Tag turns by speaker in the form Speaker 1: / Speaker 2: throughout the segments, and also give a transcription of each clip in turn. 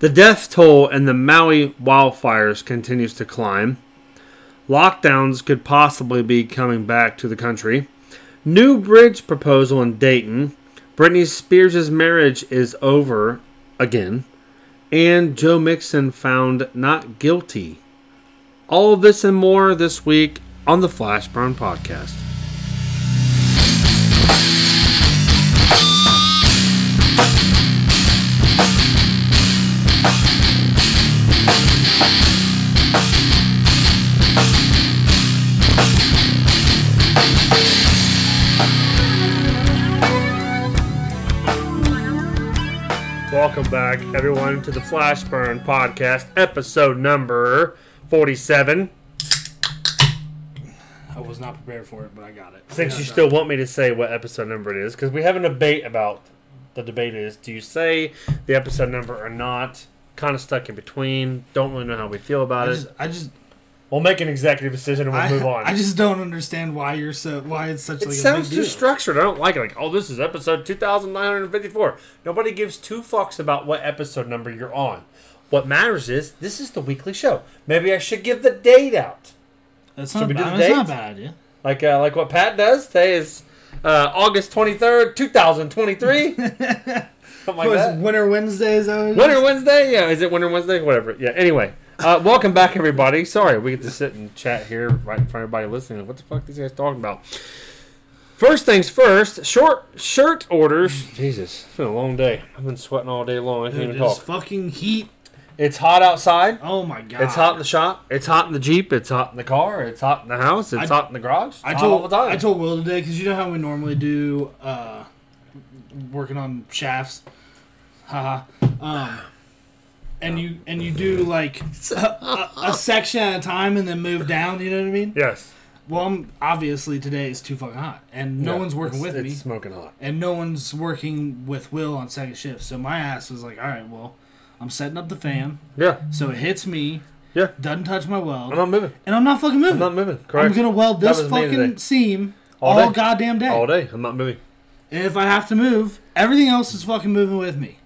Speaker 1: The death toll in the Maui wildfires continues to climb. Lockdowns could possibly be coming back to the country. New bridge proposal in Dayton. Britney Spears' marriage is over again. And Joe Mixon found not guilty. All of this and more this week on the Flash Brown Podcast. Welcome back, everyone, to the Flash Burn Podcast, episode number 47.
Speaker 2: I was not prepared for it, but I got it.
Speaker 1: Since you still want me to say what episode number it is, because we have a debate about the debate is do you say the episode number or not? Kind of stuck in between. Don't really know how we feel about
Speaker 2: I
Speaker 1: it.
Speaker 2: just, I just,
Speaker 1: We'll make an executive decision and we'll
Speaker 2: I,
Speaker 1: move on.
Speaker 2: I just don't understand why you're so why it's such
Speaker 1: it
Speaker 2: like
Speaker 1: sounds
Speaker 2: a
Speaker 1: too
Speaker 2: big deal.
Speaker 1: structured. I don't like it. Like, oh, this is episode 2,954. Nobody gives two fucks about what episode number you're on. What matters is this is the weekly show. Maybe I should give the date out.
Speaker 2: That's
Speaker 1: Should
Speaker 2: not,
Speaker 1: we do
Speaker 2: bad.
Speaker 1: the
Speaker 2: That's not a
Speaker 1: dates?
Speaker 2: bad idea.
Speaker 1: like uh, like what Pat does. Today is uh, August twenty third, two thousand twenty three. Something like
Speaker 2: What is
Speaker 1: that.
Speaker 2: it, Winter Wednesday is that what it
Speaker 1: Winter
Speaker 2: is?
Speaker 1: Wednesday, yeah. Is it Winter Wednesday? Whatever. Yeah. Anyway, uh, welcome back, everybody. Sorry, we get to sit and chat here right in front of everybody listening. What the fuck these guys talking about? First things first, short shirt orders. Jesus, it's been a long day. I've been sweating all day long. I can't
Speaker 2: Dude,
Speaker 1: even
Speaker 2: it's
Speaker 1: talk.
Speaker 2: fucking heat.
Speaker 1: It's hot outside.
Speaker 2: Oh my god.
Speaker 1: It's hot in the shop. It's hot in the jeep. It's hot in the car. It's hot in the house. It's
Speaker 2: I-
Speaker 1: hot in the garage. It's
Speaker 2: I
Speaker 1: hot
Speaker 2: told
Speaker 1: all the time.
Speaker 2: I told Will today because you know how we normally do uh, working on shafts, haha. Um, and you and you do like a, a, a section at a time and then move down. You know what I mean?
Speaker 1: yes.
Speaker 2: Well, I'm obviously today is too fucking hot, and no
Speaker 1: Yeah,
Speaker 2: one's working
Speaker 1: it's-
Speaker 2: with
Speaker 1: it's
Speaker 2: me,
Speaker 1: smoking hot.
Speaker 2: and no one's working with Will on second shift. So my ass was like, all right, well, I'm setting up the fan,
Speaker 1: Yeah,
Speaker 2: so it hits me,
Speaker 1: yeah.
Speaker 2: doesn't touch my weld,
Speaker 1: I'm not moving.
Speaker 2: and I'm not fucking
Speaker 1: I'm
Speaker 2: moving.
Speaker 1: not moving. Correct.
Speaker 2: I'm gonna weld
Speaker 1: That
Speaker 2: this
Speaker 1: was me today.
Speaker 2: fucking seam
Speaker 1: All
Speaker 2: all,
Speaker 1: day.
Speaker 2: goddamn day.
Speaker 1: all day. I'm not moving.
Speaker 2: And if I have to move, everything else is fucking moving with me.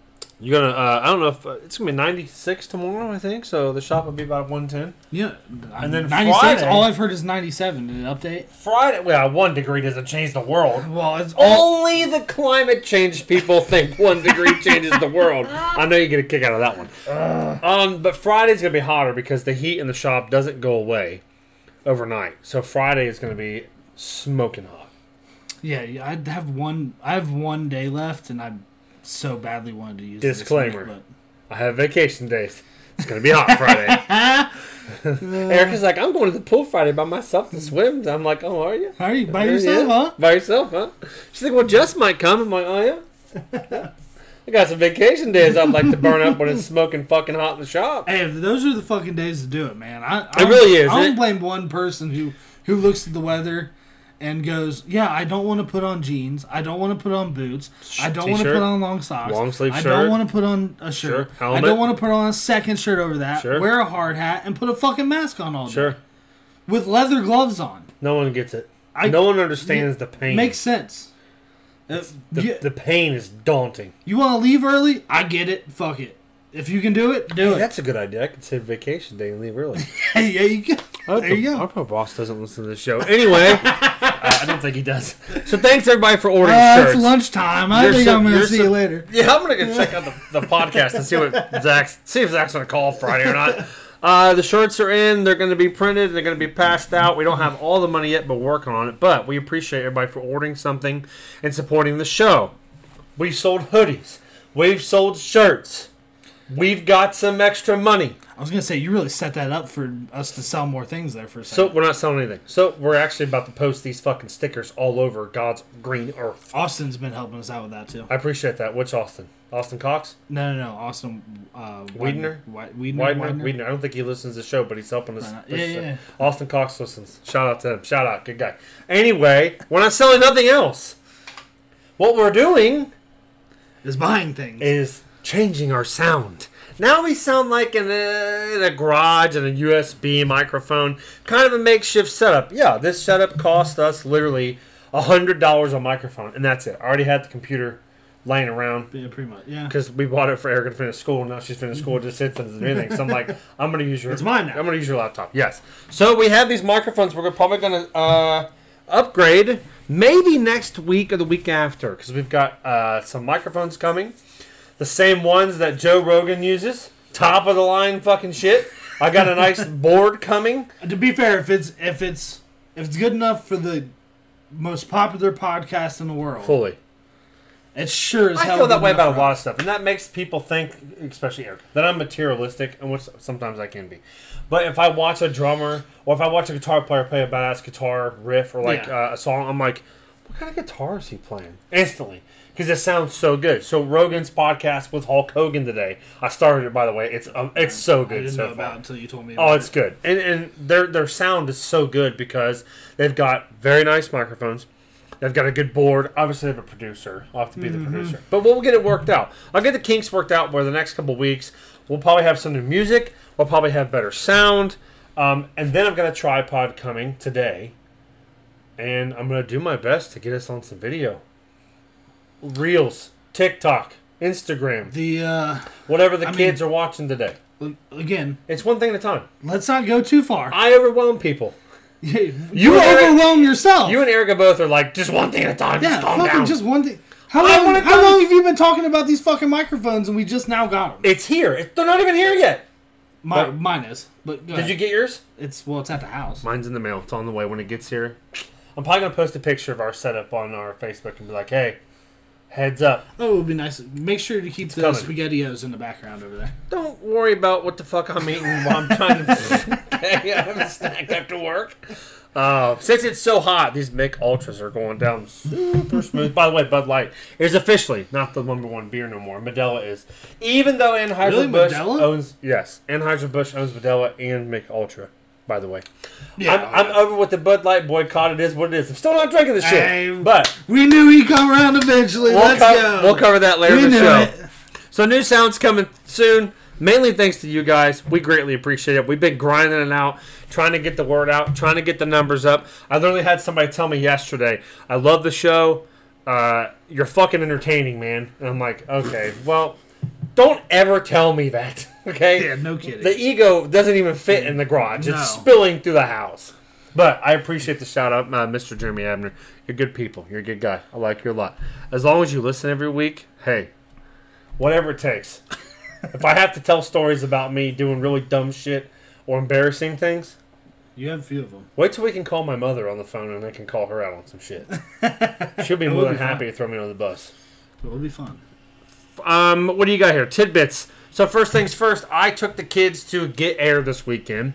Speaker 1: You're gonna. Uh, I don't know if uh, it's gonna be 96 tomorrow. I think so. The shop will be about 110.
Speaker 2: Yeah. And
Speaker 1: then
Speaker 2: 96,
Speaker 1: Friday-
Speaker 2: all I've heard is 97. Did it update?
Speaker 1: Friday. Well, one degree doesn't change the world.
Speaker 2: Well, it's all.
Speaker 1: Only the climate change people think one degree changes the world. I know you get a kick out of that one. Um, but Friday's gonna be hotter because the heat in the shop doesn't go away overnight. So Friday is gonna be smoking hot.
Speaker 2: Yeah, yeah, I'd have one. I have one day left, and I so badly wanted to use
Speaker 1: Disclaimer.
Speaker 2: This week,
Speaker 1: I have vacation days. It's gonna be hot Friday. Erica's like, I'm going to the pool Friday by myself to swim. I'm like, oh, are you?
Speaker 2: but how are you by
Speaker 1: Yeah,
Speaker 2: yourself,
Speaker 1: yeah.
Speaker 2: huh?
Speaker 1: By yourself, huh? She's like, well, Jess might come. I'm like, oh yeah. I got some vacation days I'd like to burn up when it's smoking fucking hot in the shop.
Speaker 2: Hey, if those are the fucking days to do it, man. I, I
Speaker 1: It really is.
Speaker 2: I don't
Speaker 1: It-
Speaker 2: blame one person who who looks at the weather and goes, "Yeah, I don't want to put on jeans. I don't want to put on boots. I don't want to
Speaker 1: t-shirt,
Speaker 2: put on long socks.
Speaker 1: long sleeve
Speaker 2: I
Speaker 1: shirt,
Speaker 2: don't want to put on a shirt.
Speaker 1: shirt,
Speaker 2: I
Speaker 1: helmet.
Speaker 2: don't want to put on a second shirt over that.
Speaker 1: Sure.
Speaker 2: Wear a hard hat and put a fucking mask on all day
Speaker 1: Sure,
Speaker 2: with leather gloves on.
Speaker 1: no one gets it.
Speaker 2: I-
Speaker 1: no one understands the pain.
Speaker 2: Makes sense. If
Speaker 1: the,
Speaker 2: you,
Speaker 1: the pain is daunting.
Speaker 2: you want to leave early? I get it. Fuck it. If you can do it, do it.
Speaker 1: That's a good idea. I could save vacation day and leave early.
Speaker 2: Hey, yeah, you go.
Speaker 1: I hope
Speaker 2: There
Speaker 1: the-
Speaker 2: you go.
Speaker 1: I hope my boss doesn't listen to this show. Anyway, I don't think he does. So thanks everybody for ordering
Speaker 2: Uh,
Speaker 1: shirts.
Speaker 2: it's lunchtime. I
Speaker 1: You're
Speaker 2: think
Speaker 1: so-
Speaker 2: I'm gonna
Speaker 1: you're
Speaker 2: see
Speaker 1: so-
Speaker 2: you later.
Speaker 1: Yeah, I'm gonna go check out the, the podcast and see what Zach's see if Zach's gonna call Friday or not. Uh, the shirts are in. They're gonna be printed. They're gonna be passed out. We don't have all the money yet, but we're working on it. But we appreciate everybody for ordering something and supporting the show. We've sold hoodies. We've sold shirts. We've got some extra money.
Speaker 2: I was gonna say you really set that up for us to sell more things there for a
Speaker 1: So
Speaker 2: second.
Speaker 1: we're not selling anything. So we're actually about to post these fucking stickers all over God's green earth.
Speaker 2: Austin's been helping us out with that too.
Speaker 1: I appreciate that. Which Austin? Austin Cox?
Speaker 2: No, no, no. Austin uh,
Speaker 1: Wiedner?
Speaker 2: Wi- Wiedner,
Speaker 1: Widener,
Speaker 2: Widener?
Speaker 1: Widener. I don't think he listens to the show, but he's helping us.
Speaker 2: Why not?
Speaker 1: push
Speaker 2: Yeah,
Speaker 1: it.
Speaker 2: yeah,
Speaker 1: Austin Cox listens. Shout out to him. Shout out. Good guy. Anyway, we're not selling nothing else. What we're doing
Speaker 2: is buying things.
Speaker 1: is changing our sound. Now we sound like in a, in a garage and a USB microphone, kind of a makeshift setup. Yeah, this setup cost us literally $100 a microphone, and that's it. I already had the computer laying around
Speaker 2: Yeah, pretty much. Yeah.
Speaker 1: because we bought it for Erica to finish school. Now she's finished school, just sits and does anything. So I'm like, I'm gonna use your.
Speaker 2: It's mine now.
Speaker 1: I'm gonna use your laptop. Yes. So we have these microphones. We're probably gonna uh, upgrade maybe next week or the week after because we've got uh, some microphones coming. The same ones that Joe Rogan uses. Top of the line fucking shit. I got a nice board coming.
Speaker 2: To be fair, if it's if it's if it's good enough for the most popular podcast in the world,
Speaker 1: Fully.
Speaker 2: it's sure as
Speaker 1: I
Speaker 2: hell.
Speaker 1: feel that
Speaker 2: good
Speaker 1: way
Speaker 2: enough
Speaker 1: about a
Speaker 2: for
Speaker 1: lot of stuff, and that makes people think, especially Eric, that I'm materialistic, and which sometimes I can be. But if I watch a drummer or if I watch a guitar player play a badass guitar riff or like
Speaker 2: Yeah.
Speaker 1: uh, a song, I'm like, what kind of guitar is he playing? Instantly, because it sounds so good. So Rogan's podcast with Hulk Hogan today, I started it by the way. It's um, it's so
Speaker 2: I
Speaker 1: good
Speaker 2: didn't
Speaker 1: so
Speaker 2: know
Speaker 1: far.
Speaker 2: about it until you told me.
Speaker 1: Oh,
Speaker 2: About
Speaker 1: it's good, and and their their sound is so good because they've got very nice microphones. They've got a good board. Obviously, they have a producer. I'll have to be
Speaker 2: Mm-hmm.
Speaker 1: the producer, but we'll get it worked out. I'll get the kinks worked out. Where the next couple weeks, we'll probably have some new music. We'll probably have better sound, um, and then I've got a tripod coming today, and I'm gonna do my best to get us on some video, reels, TikTok, Instagram,
Speaker 2: the uh,
Speaker 1: whatever the
Speaker 2: I mean-
Speaker 1: kids are watching today.
Speaker 2: l- again.
Speaker 1: It's one thing at a time.
Speaker 2: Let's not go too far.
Speaker 1: I overwhelm people.
Speaker 2: you
Speaker 1: You and Eric-
Speaker 2: overwhelm yourself.
Speaker 1: You and Erica both are like, just one thing at a time.
Speaker 2: yeah,
Speaker 1: just calm
Speaker 2: fucking
Speaker 1: down.
Speaker 2: just one thing. How
Speaker 1: I
Speaker 2: long?
Speaker 1: wanna
Speaker 2: How
Speaker 1: go-
Speaker 2: long have you been talking about these fucking microphones and we just now got them?
Speaker 1: it's here. It- they're not even here yet.
Speaker 2: My,
Speaker 1: but-
Speaker 2: mine is, but go
Speaker 1: Did
Speaker 2: ahead.
Speaker 1: you get yours?
Speaker 2: It's well, it's at the house.
Speaker 1: Mine's in the mail. It's on the way when it gets here. I'm probably gonna post a picture of our setup on our Facebook and be like, hey, heads up.
Speaker 2: Oh, it would be nice. Make sure to keep the
Speaker 1: coming.
Speaker 2: spaghettios in the background over there.
Speaker 1: Don't worry about what the fuck I'm eating while I'm trying to okay, I have a snack after work. Uh, since it's so hot, these Mick Ultras are going down super smooth. By the way, Bud Light is officially not the number one beer no more. Modelo is, even though
Speaker 2: Really?
Speaker 1: Anheuser Busch
Speaker 2: Modelo?
Speaker 1: owns yes, Anheuser Busch owns Modelo and Mick Ultra. By the way,
Speaker 2: Yeah,
Speaker 1: I'm, I'm over with the Bud Light boycott. It is what it is. I'm still not drinking this shit,
Speaker 2: I'm-
Speaker 1: but
Speaker 2: we knew he'd come around eventually.
Speaker 1: we'll,
Speaker 2: Let's
Speaker 1: co-
Speaker 2: go.
Speaker 1: we'll cover that later
Speaker 2: we
Speaker 1: in the
Speaker 2: knew
Speaker 1: show.
Speaker 2: it.
Speaker 1: So new sounds coming soon. Mainly thanks to you guys. We greatly appreciate it. We've been grinding it out, trying to get the word out, trying to get the numbers up. I literally had somebody tell me yesterday, "I love the show. Uh, you're fucking entertaining, man." And I'm like, "Okay, well, don't ever tell me that, okay?"
Speaker 2: Yeah, no kidding.
Speaker 1: The ego doesn't even fit in the garage.
Speaker 2: No.
Speaker 1: It's spilling through the house. But I appreciate the shout out, uh, Mr. Jeremy Abner. You're good people. You're a good guy. I like you a lot. As long as you listen every week, hey, whatever it takes. if I have to tell stories about me doing really dumb shit or embarrassing things,
Speaker 2: you have a few of them.
Speaker 1: wait till we can call my mother on the phone and I can call her out on some shit. She'll be more
Speaker 2: would
Speaker 1: than
Speaker 2: be fun.
Speaker 1: happy to throw me on the bus.
Speaker 2: It'll be fun.
Speaker 1: Um, what do you got here? Tidbits. So first things first, I took the kids to get air this weekend.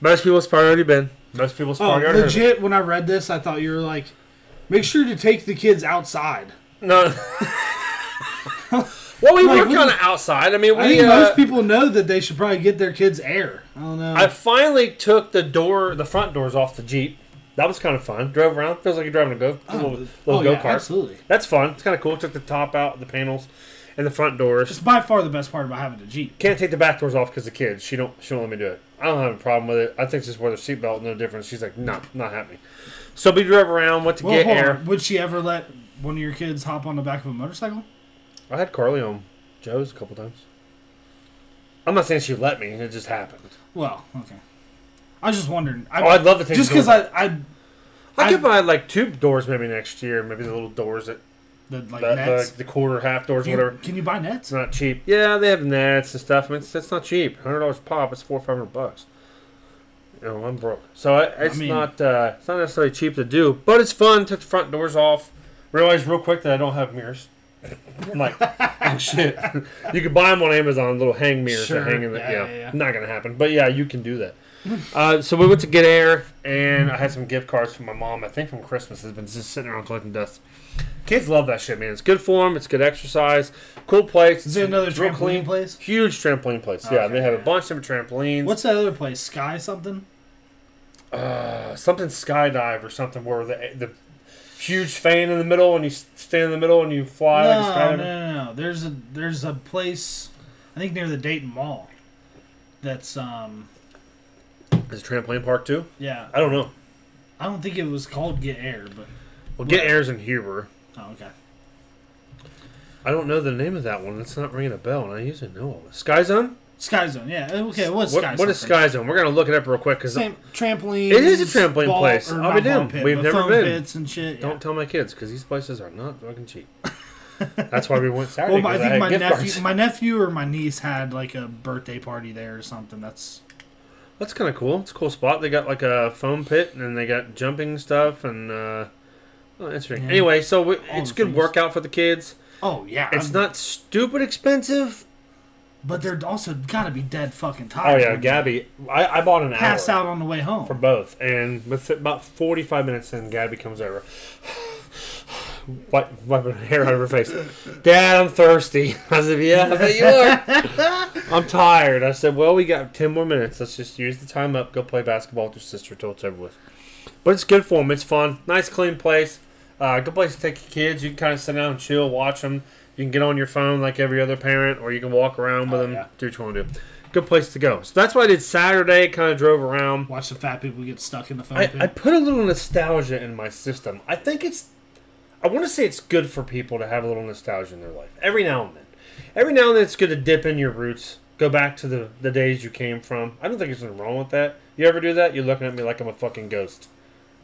Speaker 1: Most people's probably already been. Most people's
Speaker 2: Oh,
Speaker 1: probably already heard of it.
Speaker 2: legit. When I read this, I thought you were like, make sure to take the kids outside.
Speaker 1: No. well, we
Speaker 2: Like,
Speaker 1: were
Speaker 2: we-
Speaker 1: kind of outside. I mean, we.
Speaker 2: I think
Speaker 1: uh,
Speaker 2: most people know that they should probably get their kids air. I don't know.
Speaker 1: I finally took the door, the front doors off the jeep. That was kind of fun. Drove around. Feels like you're driving a go a little,
Speaker 2: oh,
Speaker 1: little
Speaker 2: yeah,
Speaker 1: go kart.
Speaker 2: absolutely.
Speaker 1: That's fun. It's kind of cool. Took the top out, the panels, and the front doors.
Speaker 2: It's by far the best part about having a Jeep.
Speaker 1: Can't take the back doors off because the kids. She don't. She don't let me do it. I don't have a problem with it. I think just wear the seatbelt, no difference. She's like, no, not happening. So we drove around, went to
Speaker 2: Well,
Speaker 1: get
Speaker 2: hold on.
Speaker 1: air.
Speaker 2: Would she ever let one of your kids hop on the back of a motorcycle?
Speaker 1: I had Carly on Joe's a couple times. I'm not saying she let me. It just happened.
Speaker 2: Well, okay. I was just wondering. I,
Speaker 1: Oh, I'd love to take
Speaker 2: just
Speaker 1: the doors
Speaker 2: because I, I
Speaker 1: I could
Speaker 2: I-
Speaker 1: buy like two doors maybe next year. Maybe the little doors that
Speaker 2: the like
Speaker 1: the,
Speaker 2: nets.
Speaker 1: the, the quarter half doors,
Speaker 2: You-
Speaker 1: whatever.
Speaker 2: Can you buy nets?
Speaker 1: It's not cheap. Yeah, they have nets and stuff. I mean, it's, it's not cheap. Hundred dollars pop. It's four or five hundred bucks. You know, I'm broke, so I, it's
Speaker 2: mean-
Speaker 1: not uh, it's not necessarily cheap to do, but it's fun. Took the front doors off. Realized real quick that I don't have mirrors. I'm like, oh shit! you could buy them on Amazon, little hang mirrors
Speaker 2: Sure.
Speaker 1: that hang in the
Speaker 2: Yeah,
Speaker 1: yeah,
Speaker 2: yeah, yeah.
Speaker 1: Not gonna happen, but yeah, you can do that. Uh, so we went to get air, and I had some gift cards from my mom. I think from Christmas. Has been just sitting around collecting dust. Kids love that shit, man. It's good for them. It's good exercise. Cool place.
Speaker 2: Is it another
Speaker 1: Real
Speaker 2: trampoline
Speaker 1: clean.
Speaker 2: place?
Speaker 1: Huge trampoline place. yeah,
Speaker 2: Okay,
Speaker 1: they have a
Speaker 2: yeah.
Speaker 1: bunch of different trampolines.
Speaker 2: What's that other place? Sky something?
Speaker 1: uh, something skydive or something where the the huge fan in the middle and you s- stand in the middle and you fly like a
Speaker 2: No, no,
Speaker 1: skydiver?
Speaker 2: no, no. There's a there's a place I think near the Dayton Mall. That's um
Speaker 1: Is it trampoline park too?
Speaker 2: yeah.
Speaker 1: I don't know.
Speaker 2: I don't think it was called Get Air, but
Speaker 1: Well, get airs in Huber.
Speaker 2: oh okay.
Speaker 1: I don't know the name of that one. It's not ringing a bell, and I usually know all this. Sky Zone?
Speaker 2: Sky Zone, yeah. Okay, what's
Speaker 1: What,
Speaker 2: Sky
Speaker 1: what is
Speaker 2: Zone?
Speaker 1: Sky Zone? We're going to look it up real quick because
Speaker 2: Same trampoline.
Speaker 1: It is a trampoline
Speaker 2: ball-
Speaker 1: place.
Speaker 2: or
Speaker 1: I'll
Speaker 2: not
Speaker 1: be
Speaker 2: ball
Speaker 1: damned.
Speaker 2: pit,
Speaker 1: We've
Speaker 2: but
Speaker 1: never
Speaker 2: foam
Speaker 1: been.
Speaker 2: Pits and shit.
Speaker 1: don't
Speaker 2: yeah.
Speaker 1: tell my kids because these places are not fucking cheap. That's why we went Saturday.
Speaker 2: Well, my,
Speaker 1: 'cause
Speaker 2: I
Speaker 1: I had
Speaker 2: think my
Speaker 1: gift
Speaker 2: nephew,
Speaker 1: cards.
Speaker 2: my nephew or my niece had like a birthday party there or something. That's
Speaker 1: That's kind of cool. It's a cool spot. They got like a foam pit and they got jumping stuff and uh, well, interesting.
Speaker 2: Yeah.
Speaker 1: Anyway, so we, it's
Speaker 2: the
Speaker 1: good
Speaker 2: things.
Speaker 1: workout for the kids.
Speaker 2: oh yeah.
Speaker 1: It's
Speaker 2: I'm-
Speaker 1: not stupid expensive.
Speaker 2: But they're also gotta be dead fucking
Speaker 1: Oh
Speaker 2: tired.
Speaker 1: yeah,
Speaker 2: when
Speaker 1: Gabby, I, I bought an
Speaker 2: they Pass
Speaker 1: hour
Speaker 2: out on the way home.
Speaker 1: for both, and with about forty-five minutes in, Gabby comes over, wipe- wiping her hair out of her face. Dad, I'm thirsty. I said, Yeah, I bet you are. I'm tired. I said, Well, we got ten more minutes. Let's just use the time up. Go play basketball with your sister till it's over with. But it's good for them. It's fun. Nice, clean place. Uh, good place to take your kids. You can kind of sit down and chill, watch them. You can get on your phone like every other parent, or you can walk around with
Speaker 2: Oh,
Speaker 1: them.
Speaker 2: yeah.
Speaker 1: Do what you want to do. Good place to go. So that's what I did Saturday. Kind of drove around.
Speaker 2: Watch the fat people get stuck in the phone
Speaker 1: I,
Speaker 2: pit.
Speaker 1: I put a little nostalgia in my system. I think it's, I want to say it's good for people to have a little nostalgia in their life every now and then. Every now and then, it's good to dip in your roots, go back to the, the days you came from. I don't think there's anything wrong with that. You ever do that? You're looking at me like I'm a fucking ghost.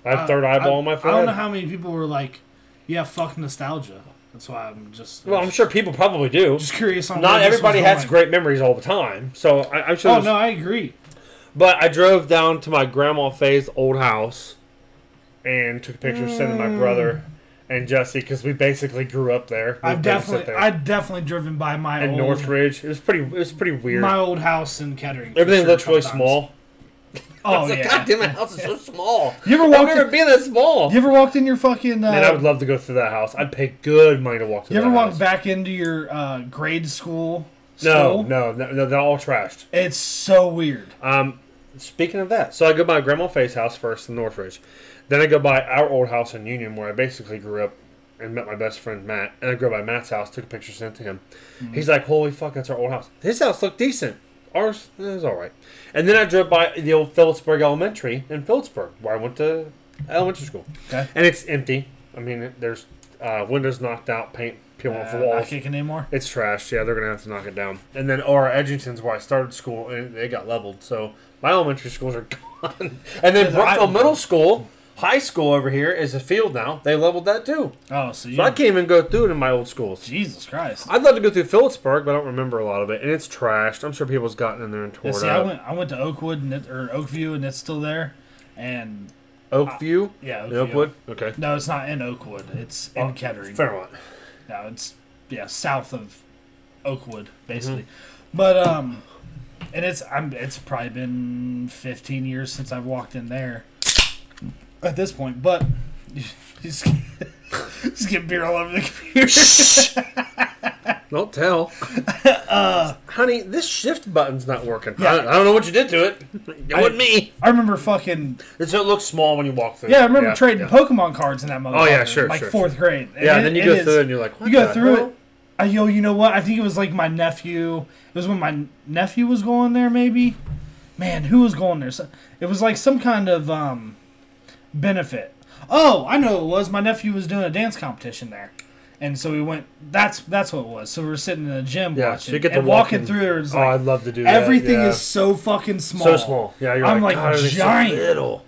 Speaker 1: I have
Speaker 2: Uh,
Speaker 1: third eyeball
Speaker 2: I-
Speaker 1: on my
Speaker 2: I don't know
Speaker 1: forehead.
Speaker 2: how many people were like, "Yeah, fuck nostalgia." That's why I'm just.
Speaker 1: Well, I'm sure people probably do.
Speaker 2: Just curious on where
Speaker 1: Not
Speaker 2: this was
Speaker 1: everybody has
Speaker 2: going.
Speaker 1: great memories all the time, so I, I'm sure.
Speaker 2: Oh
Speaker 1: there's-
Speaker 2: no, I agree.
Speaker 1: But I drove down to my grandma Faye's old house and took pictures, sent to
Speaker 2: Mm.
Speaker 1: my brother and Jesse because we basically grew up there. We
Speaker 2: I've
Speaker 1: babysat
Speaker 2: definitely,
Speaker 1: there.
Speaker 2: I've definitely driven by my
Speaker 1: in
Speaker 2: old,
Speaker 1: Northridge. It was pretty. It was pretty weird.
Speaker 2: my old house in Kettering. for
Speaker 1: Everything
Speaker 2: sure,
Speaker 1: looks really
Speaker 2: sometimes.
Speaker 1: small.
Speaker 2: Oh yeah.
Speaker 1: damn, my house is so small.
Speaker 2: You ever
Speaker 1: I've
Speaker 2: walked?
Speaker 1: never
Speaker 2: In,
Speaker 1: been this small.
Speaker 2: you ever walked in your fucking? Uh,
Speaker 1: Man, I would love to go through that house. I'd pay good money to walk through.
Speaker 2: you ever
Speaker 1: that
Speaker 2: walked
Speaker 1: house.
Speaker 2: back into your uh, grade school?
Speaker 1: No,
Speaker 2: school?
Speaker 1: no, no, no, they're all trashed.
Speaker 2: It's so weird.
Speaker 1: Um, speaking of that, so I go by Grandma Faye's house first in Northridge. Then I go by our old house in Union where I basically grew up and met my best friend Matt. And I go by Matt's house, took a picture, sent to him. He's like, holy fuck, that's our old house. His house looked decent. Ours it was all right. And then I drove by the old Phillipsburg Elementary in Phillipsburg where I went to elementary school.
Speaker 2: Okay.
Speaker 1: And it's empty. I mean, it- there's uh, windows knocked out, paint peeling off
Speaker 2: Uh,
Speaker 1: the
Speaker 2: not
Speaker 1: walls.
Speaker 2: kicking anymore.
Speaker 1: It's trashed. Yeah, they're gonna have to knock it down. And then or Edgington's where I started school, and they got leveled. So my elementary schools are gone. And then
Speaker 2: Yeah, I-
Speaker 1: Brookville Middle School, high school over here is a field now. They leveled that too.
Speaker 2: Oh, so you.
Speaker 1: So I can't even go through it in my old schools.
Speaker 2: Jesus Christ.
Speaker 1: I'd love to go through Phillipsburg, but I don't remember a lot of it, and it's trashed. I'm sure people's gotten in there and
Speaker 2: Yeah,
Speaker 1: torn
Speaker 2: see, I
Speaker 1: up.
Speaker 2: went. I went to Oakwood and it, or Oakview, and it's still there. And
Speaker 1: Oakview,
Speaker 2: yeah, Oakview.
Speaker 1: Oakwood. Oh, Okay,
Speaker 2: No, it's not in Oakwood. It's in Kettering.
Speaker 1: Fairmont.
Speaker 2: No, it's yeah, south of Oakwood, basically.
Speaker 1: Mm-hmm.
Speaker 2: But um, and it's I'm it's probably been 15 years since I've walked in there at this point. But you just, just get beer all over the computer.
Speaker 1: Don't tell. Honey, this shift button's not working.
Speaker 2: Uh, Yeah.
Speaker 1: I, I don't know what you did to it. It wasn't me.
Speaker 2: I remember fucking
Speaker 1: And So it looks small when you walk through.
Speaker 2: yeah, I remember trading
Speaker 1: yeah. Oh,
Speaker 2: Pokemon cards in that motherfucker.
Speaker 1: yeah, sure,
Speaker 2: like
Speaker 1: sure,
Speaker 2: fourth grade. And
Speaker 1: Yeah,
Speaker 2: it-
Speaker 1: and then you
Speaker 2: it
Speaker 1: go
Speaker 2: is-
Speaker 1: through it and you're like, what
Speaker 2: you go
Speaker 1: the
Speaker 2: through
Speaker 1: hell?
Speaker 2: it. I, yo, you know what? I think it was like my nephew. It was when my nephew was going there, maybe. Man, who was going there? So- It was like some kind of um, benefit. Oh, I know what it was. My nephew was doing a dance competition there, and so we went. That's that's what it was. So we were sitting in the gym
Speaker 1: Yeah, so
Speaker 2: watching
Speaker 1: you get to
Speaker 2: and
Speaker 1: walk
Speaker 2: walking
Speaker 1: in-
Speaker 2: through there. It's
Speaker 1: Oh,
Speaker 2: like
Speaker 1: I'd love to do that.
Speaker 2: everything
Speaker 1: yeah.
Speaker 2: is so fucking small.
Speaker 1: so small. Yeah, you're
Speaker 2: I'm
Speaker 1: like,
Speaker 2: like
Speaker 1: God, everything's so
Speaker 2: giant.
Speaker 1: little.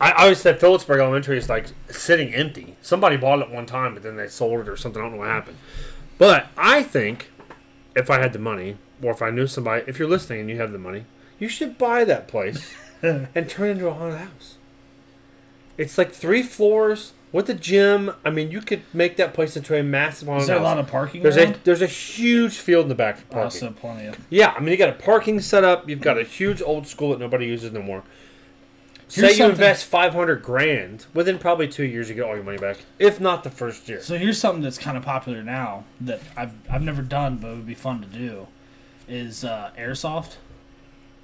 Speaker 1: I I always said Phillipsburg Elementary is like sitting empty. Somebody bought it one time, but then they sold it or something. I don't know what happened. But I think if I had the money, or if I knew somebody, if you're listening and you have the money, you should buy that place and turn it into a haunted house. It's like three floors with a gym. I mean, you could make that place into a massive haunted
Speaker 2: Is there a
Speaker 1: house.
Speaker 2: lot of parking?
Speaker 1: There's
Speaker 2: around?
Speaker 1: a there's a huge field in the back for parking.
Speaker 2: Also, plenty of.
Speaker 1: Yeah, I mean you got a parking setup. You've got a huge old school that nobody uses no more. Say
Speaker 2: Here's
Speaker 1: you
Speaker 2: something-
Speaker 1: invest five hundred grand within probably two years, you get all your money back, if not the first year.
Speaker 2: So here's something that's kind of popular now that I've I've never done, but it would be fun to do, is uh, airsoft.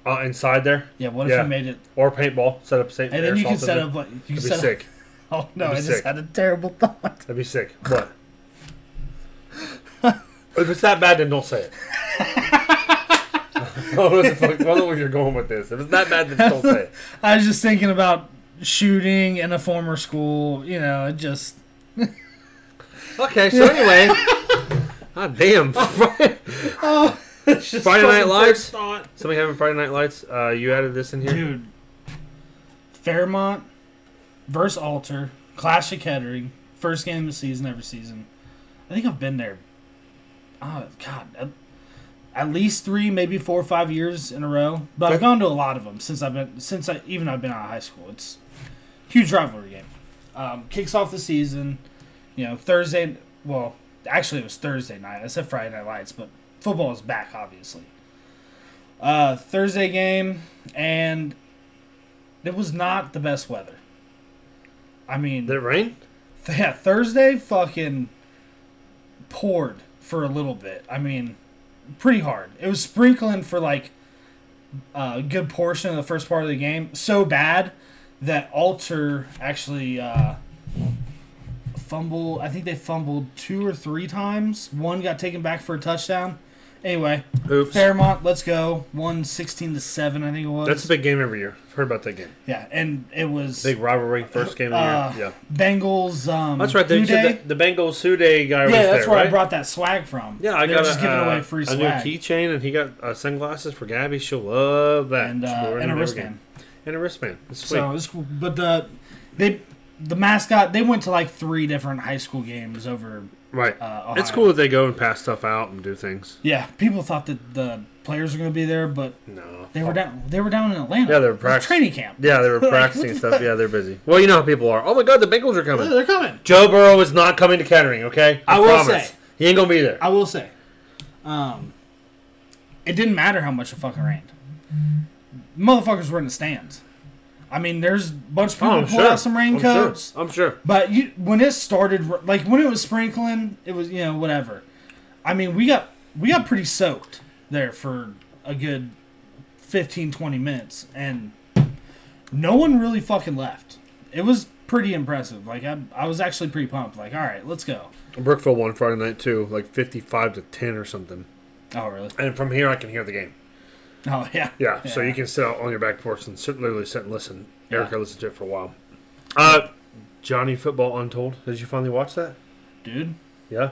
Speaker 1: Uh, inside there
Speaker 2: Yeah, what if
Speaker 1: Yeah.
Speaker 2: you made it,
Speaker 1: or paintball, set up safe.
Speaker 2: and then you can set up like
Speaker 1: That'd
Speaker 2: you can
Speaker 1: be
Speaker 2: set up.
Speaker 1: sick.
Speaker 2: Oh no, I
Speaker 1: That'd be
Speaker 2: just
Speaker 1: sick.
Speaker 2: had a terrible thought.
Speaker 1: That'd be sick. What? if it's that bad, then don't say it. I don't know what the fuck- I don't know where you're going with this. If it's that bad, then don't say it.
Speaker 2: I was just thinking about shooting in a former school. You know, it just
Speaker 1: Okay, so anyway, God damn. Friday
Speaker 2: It's just
Speaker 1: Friday Night
Speaker 2: fucking
Speaker 1: Lights?
Speaker 2: first thought.
Speaker 1: Somebody having Friday Night Lights? Uh, you added this in here?
Speaker 2: Dude, Fairmont versus Alter, Clash of Kettering, first game of the season every season. I think I've been there. Oh God, at- at least three, maybe four or five years in a row. But I've
Speaker 1: Okay.
Speaker 2: gone to a lot of them since I've been since I even I've been out of high school. It's a huge rivalry game. Um, kicks off the season. You know Thursday. Well, actually it was Thursday night. I said Friday Night Lights, but football is back obviously. Uh, Thursday game and it was not the best weather. I mean,
Speaker 1: Did it rain?
Speaker 2: yeah, Thursday fucking poured for a little bit. I mean, pretty hard. It was sprinkling for like a good portion of the first part of the game. So bad that Alter actually uh, fumble. I think they fumbled two or three times. One got taken back for a touchdown. Anyway,
Speaker 1: Oops.
Speaker 2: Fairmont, let's go. Won sixteen to seven. I think it was.
Speaker 1: That's a big game every year. I've heard about that game.
Speaker 2: yeah, and it was
Speaker 1: Big rivalry, first game of the
Speaker 2: uh,
Speaker 1: year. Yeah.
Speaker 2: Bengals. Um,
Speaker 1: That's right. They
Speaker 2: Who Day?
Speaker 1: said that the Bengals Who Day guy was
Speaker 2: Yeah,
Speaker 1: there,
Speaker 2: that's where
Speaker 1: right?
Speaker 2: I brought that swag from.
Speaker 1: yeah, I
Speaker 2: they
Speaker 1: got
Speaker 2: were
Speaker 1: a,
Speaker 2: just giving
Speaker 1: uh,
Speaker 2: away free
Speaker 1: a new
Speaker 2: swag
Speaker 1: keychain, and he got uh, sunglasses for Gabby. She'll love that.
Speaker 2: and,
Speaker 1: She wore
Speaker 2: uh,
Speaker 1: it
Speaker 2: and a
Speaker 1: every
Speaker 2: wristband.
Speaker 1: game. And a wristband. It's sweet.
Speaker 2: So it was cool. But the they the mascot they went to like three different high school games over.
Speaker 1: right.
Speaker 2: Uh, Ohio.
Speaker 1: it's cool that they go and pass stuff out and do things.
Speaker 2: Yeah, people thought that the players were going to be there, but
Speaker 1: No.
Speaker 2: they were down. They were down in Atlanta.
Speaker 1: Yeah, they were
Speaker 2: It was
Speaker 1: practic-
Speaker 2: training camp.
Speaker 1: Yeah, they were
Speaker 2: Like,
Speaker 1: practicing
Speaker 2: what the
Speaker 1: stuff. Yeah, they're busy. Well, you know how people are. Oh my God, the Bengals are coming.
Speaker 2: They're coming.
Speaker 1: Joe Burrow is not coming to Kettering, okay?
Speaker 2: I will
Speaker 1: promise.
Speaker 2: say-
Speaker 1: He ain't gonna be there.
Speaker 2: I will say, um, it didn't matter how much it fucking rained. Motherfuckers were in the stands. I mean, there's a bunch of people who pulled out some raincoats.
Speaker 1: Oh, I'm sure.
Speaker 2: But you, when it started, like when it was sprinkling, it was you know whatever. I mean, we got we got pretty soaked there for a good 15, 20 minutes, and no one really fucking left. It was pretty impressive. Like I, I was actually pretty pumped. Like, all right, let's go.
Speaker 1: Brookville won Friday night too, like 55 to 10 or something.
Speaker 2: Oh really?
Speaker 1: And from here, I can hear the game.
Speaker 2: Oh yeah.
Speaker 1: Yeah, so you can sit out on your back porch and sit, literally sit and listen. Erica listened to it for a while. Uh, Johnny Football Untold. Did you finally watch that?
Speaker 2: dude.
Speaker 1: Yeah,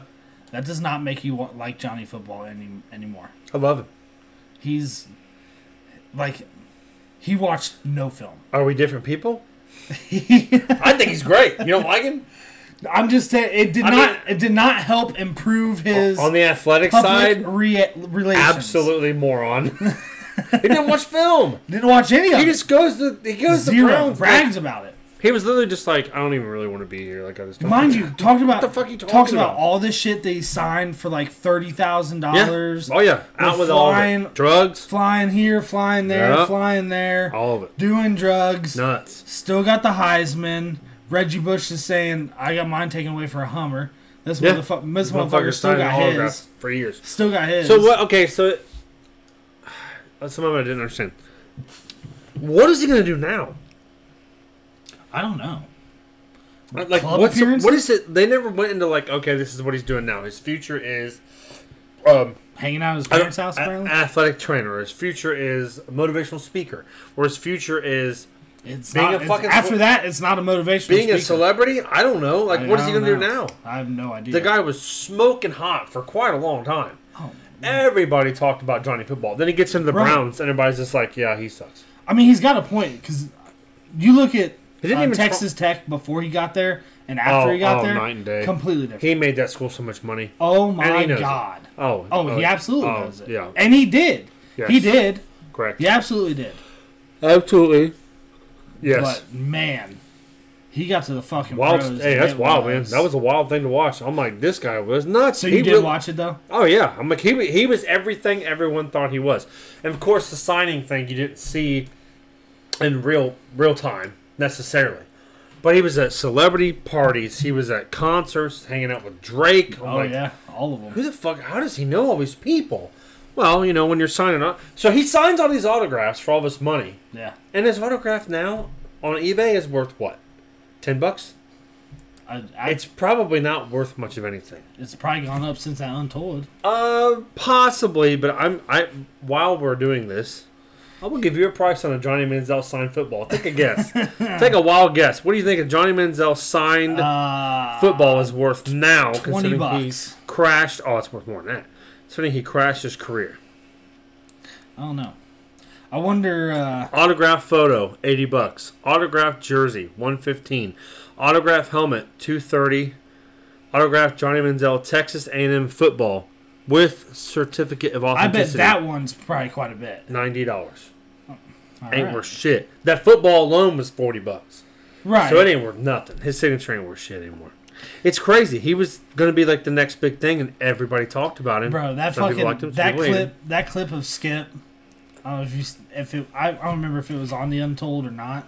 Speaker 2: That does not make you want, like Johnny Football any anymore.
Speaker 1: I love him.
Speaker 2: He's like, he watched no film.
Speaker 1: Are we different people? I think he's great. You don't like him
Speaker 2: I'm just saying it did
Speaker 1: I
Speaker 2: not
Speaker 1: mean-
Speaker 2: it did not help improve his
Speaker 1: on the athletic
Speaker 2: public
Speaker 1: side?
Speaker 2: re- relations.
Speaker 1: Absolutely moron. he didn't watch film.
Speaker 2: didn't watch any of
Speaker 1: He
Speaker 2: it.
Speaker 1: just goes to he goes to
Speaker 2: zero
Speaker 1: Browns.
Speaker 2: brags about it.
Speaker 1: He was literally just like, I don't even really want to be here. Like I just don't
Speaker 2: Mind you, talked about
Speaker 1: the fuck you talking
Speaker 2: talks about
Speaker 1: about?
Speaker 2: all this shit that he signed for like thirty thousand
Speaker 1: Yeah.
Speaker 2: dollars.
Speaker 1: Oh yeah, out with all of
Speaker 2: flying-
Speaker 1: it. drugs,
Speaker 2: Flying here, flying there,
Speaker 1: Yeah.
Speaker 2: flying there,
Speaker 1: all of it,
Speaker 2: doing drugs.
Speaker 1: nuts.
Speaker 2: Still got the Heisman. Reggie Bush is saying, "I got mine taken away for a Hummer." This
Speaker 1: Yeah.
Speaker 2: motherfucker, this motherfucker
Speaker 1: Motherfucker
Speaker 2: still
Speaker 1: signed
Speaker 2: got
Speaker 1: autographs
Speaker 2: his.
Speaker 1: for years.
Speaker 2: Still got his.
Speaker 1: So what? Okay, so that's something I didn't understand. What is he gonna do now?
Speaker 2: I don't know.
Speaker 1: Uh, Like,
Speaker 2: Club
Speaker 1: what's
Speaker 2: appearances?
Speaker 1: what is it? They never went into like, okay, this is what he's doing now. His future is, um,
Speaker 2: Hanging out at his
Speaker 1: I
Speaker 2: parents'
Speaker 1: don't-
Speaker 2: house,
Speaker 1: a-
Speaker 2: apparently.
Speaker 1: athletic trainer. His future is a motivational speaker, or his future is
Speaker 2: It's
Speaker 1: Being
Speaker 2: not,
Speaker 1: a
Speaker 2: it's-
Speaker 1: fucking
Speaker 2: after
Speaker 1: cele-
Speaker 2: that, it's not a motivational.
Speaker 1: being a
Speaker 2: speaker.
Speaker 1: celebrity. I don't know. Like,
Speaker 2: I
Speaker 1: what is he
Speaker 2: don't
Speaker 1: gonna do
Speaker 2: know.
Speaker 1: now?
Speaker 2: I have no idea.
Speaker 1: The guy was smoking hot for quite a long time.
Speaker 2: Oh,
Speaker 1: Everybody talked about Johnny Football. Then he gets into the
Speaker 2: Right.
Speaker 1: Browns, and everybody's just like, "Yeah, he sucks."
Speaker 2: I mean, he's got a point because you look at
Speaker 1: He didn't
Speaker 2: uh,
Speaker 1: even
Speaker 2: Texas Tech before he got there and after
Speaker 1: Oh,
Speaker 2: he got
Speaker 1: oh,
Speaker 2: there,
Speaker 1: night and day.
Speaker 2: completely different.
Speaker 1: He made that school so much money.
Speaker 2: oh
Speaker 1: and
Speaker 2: my
Speaker 1: he knows it.
Speaker 2: god!
Speaker 1: Oh,
Speaker 2: Oh, he absolutely
Speaker 1: oh,
Speaker 2: knows it.
Speaker 1: Yeah,
Speaker 2: and he did.
Speaker 1: Yes.
Speaker 2: He did.
Speaker 1: correct.
Speaker 2: He absolutely did.
Speaker 1: absolutely. Yes.
Speaker 2: But man, he got to the fucking
Speaker 1: wild.
Speaker 2: pros,
Speaker 1: Hey,
Speaker 2: and
Speaker 1: that's
Speaker 2: it
Speaker 1: wild,
Speaker 2: was-
Speaker 1: man. That was a wild thing to watch. I'm like, this guy was nuts.
Speaker 2: so you
Speaker 1: He
Speaker 2: did
Speaker 1: really-
Speaker 2: watch it though.
Speaker 1: Oh yeah, I'm like he wa- he was everything everyone thought he was, and of course the signing thing you didn't see in real real time necessarily, but he was at celebrity parties, he was at concerts, hanging out with Drake. I'm
Speaker 2: Oh
Speaker 1: like,
Speaker 2: yeah, all of them.
Speaker 1: who the fuck? How does he know all these people? Well, you know when you're signing up, so he signs all these autographs for all this money,
Speaker 2: Yeah,
Speaker 1: and his autograph now on eBay is worth what, ten bucks?
Speaker 2: I, I,
Speaker 1: It's
Speaker 2: it's
Speaker 1: probably not worth much of anything.
Speaker 2: it's probably gone up since that Untold.
Speaker 1: Uh, possibly, but I'm I while we're doing this, I will give you a price on a Johnny Manziel signed football. Take a guess. Take a wild guess. What do you think a Johnny Manziel signed
Speaker 2: Uh,
Speaker 1: football is worth now?
Speaker 2: 20
Speaker 1: Considering
Speaker 2: bucks.
Speaker 1: he crashed. Oh, it's worth more than that. Considering he crashed his career.
Speaker 2: I don't know. I wonder. Uh,
Speaker 1: Autograph photo, eighty bucks. Autograph jersey, one fifteen. Autograph helmet, two thirty. Autograph Johnny Manziel, Texas A and M football with certificate of
Speaker 2: I bet
Speaker 1: authenticity.
Speaker 2: that one's probably quite a bit.
Speaker 1: ninety dollars.
Speaker 2: All
Speaker 1: Ain't
Speaker 2: right.
Speaker 1: worth shit. That football alone was forty bucks.
Speaker 2: right.
Speaker 1: So it ain't worth nothing. His signature ain't worth shit anymore. It's crazy. He was gonna be like the next big thing, and everybody talked about him.
Speaker 2: Bro, that
Speaker 1: Some people
Speaker 2: fucking
Speaker 1: liked him, some
Speaker 2: that
Speaker 1: people
Speaker 2: clip
Speaker 1: hated him.
Speaker 2: that clip of Skip. I don't know if you s- if it I, I don't remember if it was on the Untold or not.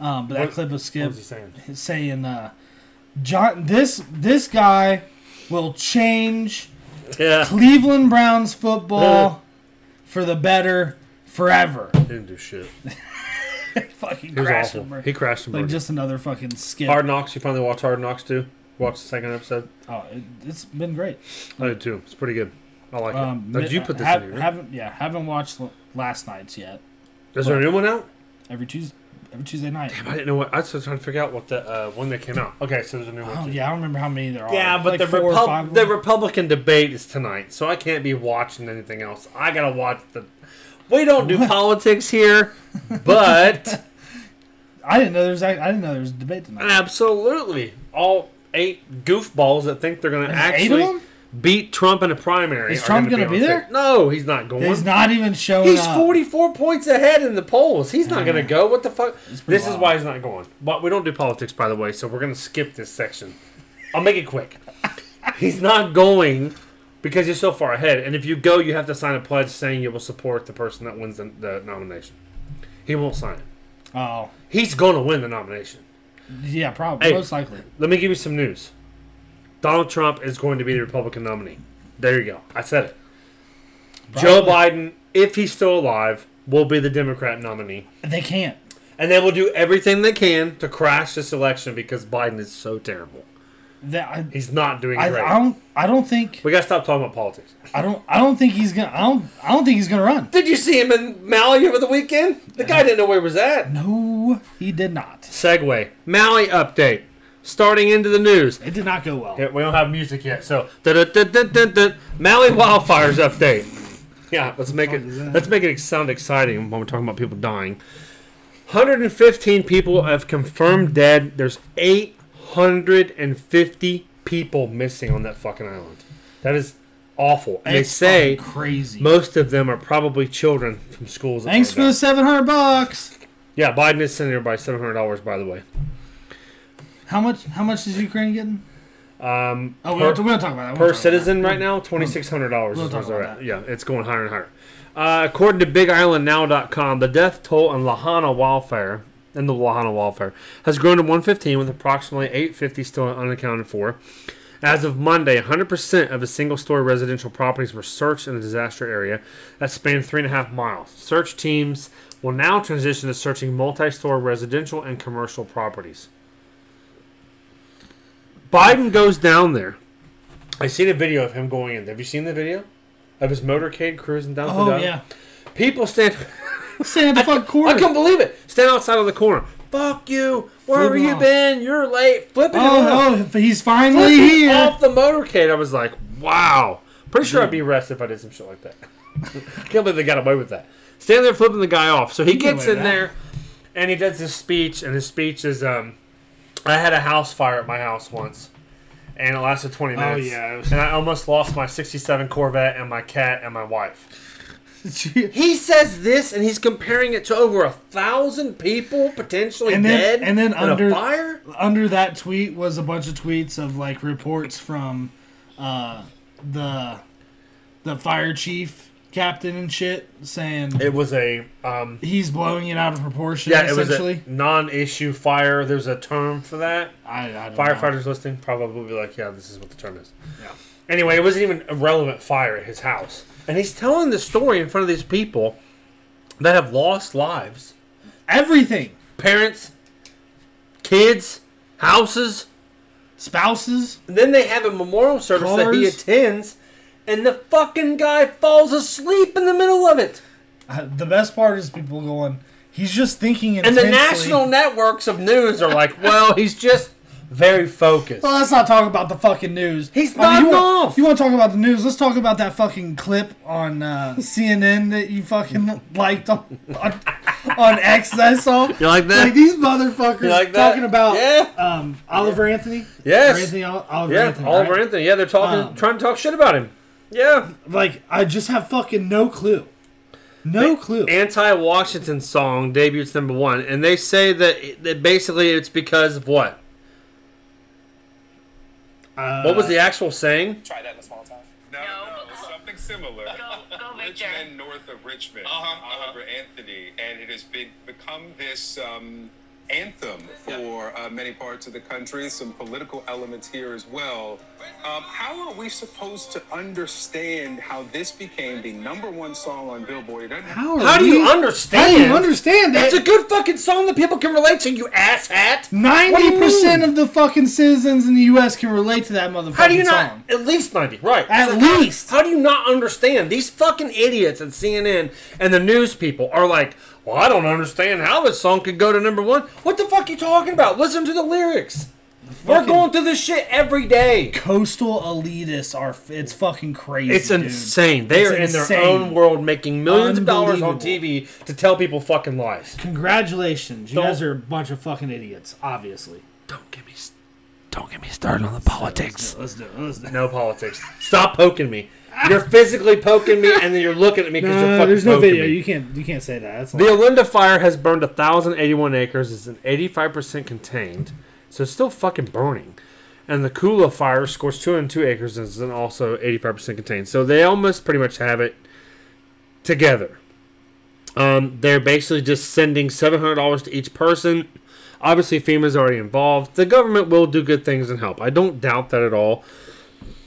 Speaker 2: Um, but that
Speaker 1: What-
Speaker 2: clip of
Speaker 1: What
Speaker 2: Skip
Speaker 1: was he saying?
Speaker 2: saying, uh, "John, this this guy will change
Speaker 1: Yeah,
Speaker 2: Cleveland Browns football for the better forever."
Speaker 1: didn't do shit. He
Speaker 2: fucking
Speaker 1: was
Speaker 2: crash
Speaker 1: awful.
Speaker 2: him.
Speaker 1: He crashed and
Speaker 2: Like
Speaker 1: burned.
Speaker 2: just another fucking Skip.
Speaker 1: Hard Knocks. You finally watched Hard Knocks too. Watch the second episode.
Speaker 2: Oh, it, it's been great.
Speaker 1: I did too. It's pretty good. I like
Speaker 2: Um,
Speaker 1: it. Did you put this
Speaker 2: ha-
Speaker 1: in here?
Speaker 2: Haven't yeah, haven't watched l- last night's yet.
Speaker 1: Is there a new one out?
Speaker 2: Every Tuesday, every Tuesday night.
Speaker 1: I didn't know what. I was just trying to figure out what the uh, one that came out. Okay, so there's a new one.
Speaker 2: Oh
Speaker 1: too.
Speaker 2: yeah, I don't remember how many there are.
Speaker 1: Yeah, but
Speaker 2: Like
Speaker 1: the,
Speaker 2: four or
Speaker 1: Repub-
Speaker 2: five
Speaker 1: the
Speaker 2: of them?
Speaker 1: Republican debate is tonight, so I can't be watching anything else. I gotta watch the. We don't do politics here, but
Speaker 2: I didn't know there's I didn't know there was a debate
Speaker 1: Uh,
Speaker 2: tonight.
Speaker 1: absolutely all eight goofballs that think they're gonna
Speaker 2: There's eight
Speaker 1: actually
Speaker 2: of them?
Speaker 1: beat Trump in a primary.
Speaker 2: Is
Speaker 1: are
Speaker 2: Trump gonna
Speaker 1: on
Speaker 2: be
Speaker 1: stage.
Speaker 2: there?
Speaker 1: No, he's not going.
Speaker 2: He's not even showing
Speaker 1: He's
Speaker 2: up.
Speaker 1: 44 points ahead in the polls. He's not going to go. What the fuck?
Speaker 2: pretty
Speaker 1: This is
Speaker 2: wild.
Speaker 1: why he's not going. But we don't do politics, by the way, so we're going to skip this section. I'll make it quick. he's not going because you're so far ahead. And if you go, you have to sign a pledge saying you will support the person that wins the, the nomination. He won't sign it.
Speaker 2: Oh,
Speaker 1: He's going to win the nomination.
Speaker 2: yeah, probably
Speaker 1: Hey.
Speaker 2: most likely.
Speaker 1: Let me give you some news Donald Trump is going to be the Republican nominee. There you go. I said it. Joe Biden, if he's still alive, will be the Democrat nominee.
Speaker 2: They can't.
Speaker 1: And they will do everything they can to crash this election because Biden is so terrible.
Speaker 2: They, I,
Speaker 1: He's not doing
Speaker 2: I,
Speaker 1: great.
Speaker 2: I don't. I don't think.
Speaker 1: we gotta stop talking about politics.
Speaker 2: I don't. I don't think he's gonna. I don't. I don't think he's gonna run.
Speaker 1: Did you see him in Maui over the weekend? The guy didn't know where he was at.
Speaker 2: No, he did not.
Speaker 1: Segway. Maui update. Starting into the news.
Speaker 2: It did not go well.
Speaker 1: Yeah, we don't have music yet, so da-da-da-da-da-da. Maui wildfires update. Yeah, let's make it
Speaker 2: fuck is that?
Speaker 1: let's make it sound exciting when we're talking about people dying. 115 people have confirmed dead. There's 850 people missing on that fucking island. That is awful. And they
Speaker 2: It's
Speaker 1: say
Speaker 2: fucking crazy.
Speaker 1: most of them are probably children from schools. that
Speaker 2: Thanks
Speaker 1: found
Speaker 2: for
Speaker 1: out.
Speaker 2: the seven hundred bucks.
Speaker 1: Yeah, Biden is sending everybody $700 by the way.
Speaker 2: How much? How much is Ukraine getting?
Speaker 1: Um
Speaker 2: Oh, we
Speaker 1: per-
Speaker 2: don't, we don't talk
Speaker 1: per
Speaker 2: about that. We don't talk about
Speaker 1: citizen
Speaker 2: that. Hmm.
Speaker 1: right now, twenty six hundred dollars
Speaker 2: We'll
Speaker 1: is where
Speaker 2: talk
Speaker 1: they're
Speaker 2: about
Speaker 1: at. Yeah, it's going higher and higher. Uh, according to BigIslandNow.com, the death toll on Lahana wildfire in the Lahana wildfire has grown to 115, with approximately 850 still unaccounted for. As of Monday, 100% of a single-story residential properties were searched in the disaster area that spanned three and a half miles. Search teams will now transition to searching multi-story residential and commercial properties. Biden goes down there. I seen a video of him going in. Have you seen the video of his motorcade cruising down?
Speaker 2: Oh
Speaker 1: the down?
Speaker 2: yeah.
Speaker 1: People stand.
Speaker 2: Stay at the fuck
Speaker 1: I
Speaker 2: corner.
Speaker 1: couldn't believe it. Stand outside of the corner. Fuck you. Where
Speaker 2: Flip
Speaker 1: have
Speaker 2: him
Speaker 1: you
Speaker 2: off.
Speaker 1: been? You're late. Flipping him off.
Speaker 2: Oh, oh, he's finally
Speaker 1: Flipping
Speaker 2: here.
Speaker 1: off the motorcade. I was like, wow. Pretty sure I'd be arrested if I did some shit like that. Can't believe they got away with that. Stand there flipping the guy off. So he
Speaker 2: get
Speaker 1: gets
Speaker 2: away
Speaker 1: in
Speaker 2: with that.
Speaker 1: there and he does his speech, and his speech is um, I had a house fire at my house once. And it lasted 20 minutes.
Speaker 2: yeah, it was-
Speaker 1: And I almost lost my 67 Corvette and my cat and my wife. Oh. He says this, and he's comparing it to over a thousand people potentially
Speaker 2: And then-
Speaker 1: dead
Speaker 2: and then
Speaker 1: in
Speaker 2: under-
Speaker 1: a fire.
Speaker 2: Under that tweet was a bunch of tweets of like reports from uh, the the fire chief captain and shit saying
Speaker 1: It was a um,
Speaker 2: he's blowing it out of proportion.
Speaker 1: Yeah, it was a
Speaker 2: essentially.
Speaker 1: non-issue fire. There's a term for that.
Speaker 2: I, I don't
Speaker 1: Firefighters listening probably be like, "Yeah, this is what the term is."
Speaker 2: Know. Yeah.
Speaker 1: Anyway, it wasn't even a relevant fire at his house, and he's telling the story in front of these people that have lost lives,
Speaker 2: Everything,
Speaker 1: parents, kids, houses.
Speaker 2: spouses.
Speaker 1: And then they have a memorial service that he
Speaker 2: Cars.
Speaker 1: attends, and the fucking guy falls asleep in the middle of it.
Speaker 2: Uh, the best part is people going. He's just thinking
Speaker 3: And
Speaker 2: intensely.
Speaker 3: the national networks of news are like, well, he's just very focused.
Speaker 2: Well, let's not talk about the fucking news.
Speaker 3: He's
Speaker 2: not
Speaker 3: nodding
Speaker 2: you
Speaker 3: off.
Speaker 2: Want, you want to talk about the news? Let's talk about that fucking clip on uh, CNN that you fucking liked on, on, on X that I saw.
Speaker 1: You like that?
Speaker 2: Like these motherfuckers
Speaker 3: You like that?
Speaker 2: talking about
Speaker 3: Yeah.
Speaker 2: um, Oliver Anthony.
Speaker 3: Yes.
Speaker 2: Or Anthony Ol- Oliver
Speaker 3: yeah,
Speaker 2: Anthony.
Speaker 3: Oliver
Speaker 2: right?
Speaker 3: Anthony. Yeah, they're talking,
Speaker 2: Um,
Speaker 3: trying to talk shit about him. Yeah,
Speaker 2: Like I just have fucking no clue. No clue.
Speaker 1: anti-Washington song debuts number one, and they say that that basically it's because of what?
Speaker 2: Uh,
Speaker 1: What was the actual saying?
Speaker 4: Try that in a small town.
Speaker 5: No,
Speaker 6: No,
Speaker 5: no, something similar.
Speaker 6: Go, go,
Speaker 5: Rich
Speaker 6: Victor.
Speaker 5: men north of Richmond,
Speaker 4: Uh-huh,
Speaker 5: Oliver Anthony, and it has been become this um, anthem for uh, many parts of the country. Some political elements here as well. Um, how are we supposed to understand how this became the number one song on Billboard? It doesn't
Speaker 2: How, are
Speaker 3: How do you
Speaker 2: we-
Speaker 3: understand?
Speaker 2: How do you understand
Speaker 3: It's a
Speaker 2: that?
Speaker 3: good fucking song that people can relate to, you asshat. What do
Speaker 2: Ninety
Speaker 3: you
Speaker 2: percent
Speaker 3: mean?
Speaker 2: of the fucking citizens in the U.S. can relate to that motherfucking
Speaker 3: How do you not?
Speaker 2: song.
Speaker 3: At least 90, right.
Speaker 2: At
Speaker 3: It's like, how-
Speaker 2: least.
Speaker 3: How, do you not understand? These fucking idiots at CNN and the news people are like, well, I don't understand how this song could go to number one. What the fuck you talking about? Listen to the lyrics. We're
Speaker 2: fucking-
Speaker 3: going through this shit every day.
Speaker 2: coastal elitists are it's fucking crazy.
Speaker 1: It's
Speaker 2: dude.
Speaker 1: insane. They
Speaker 2: It's
Speaker 1: are in
Speaker 2: insane.
Speaker 1: their own world, making millions of dollars on
Speaker 2: Unbelievable.
Speaker 1: TV to tell people fucking lies.
Speaker 2: Congratulations, you
Speaker 1: Don't-
Speaker 2: guys are a bunch of fucking idiots. Obviously,
Speaker 1: Don't get me, don't get me started on the politics.
Speaker 2: let's do it. Let's do it.
Speaker 1: No politics. Stop poking me. You're physically poking me, and then you're looking at me because you're
Speaker 2: Uh,
Speaker 1: fucking
Speaker 2: there's no
Speaker 1: poking
Speaker 2: video.
Speaker 1: me.
Speaker 2: You can't. You can't say that. That's
Speaker 1: The
Speaker 2: like-
Speaker 1: Olinda fire has burned 1,081 acres. It's an 85% contained, so it's still fucking burning. And the Kula fire scorched 202 acres and is also 85% contained. So they almost pretty much have it together. Um, they're basically just sending $700 to each person. Obviously, FEMA's already involved. The government will do good things and help. I don't doubt that at all.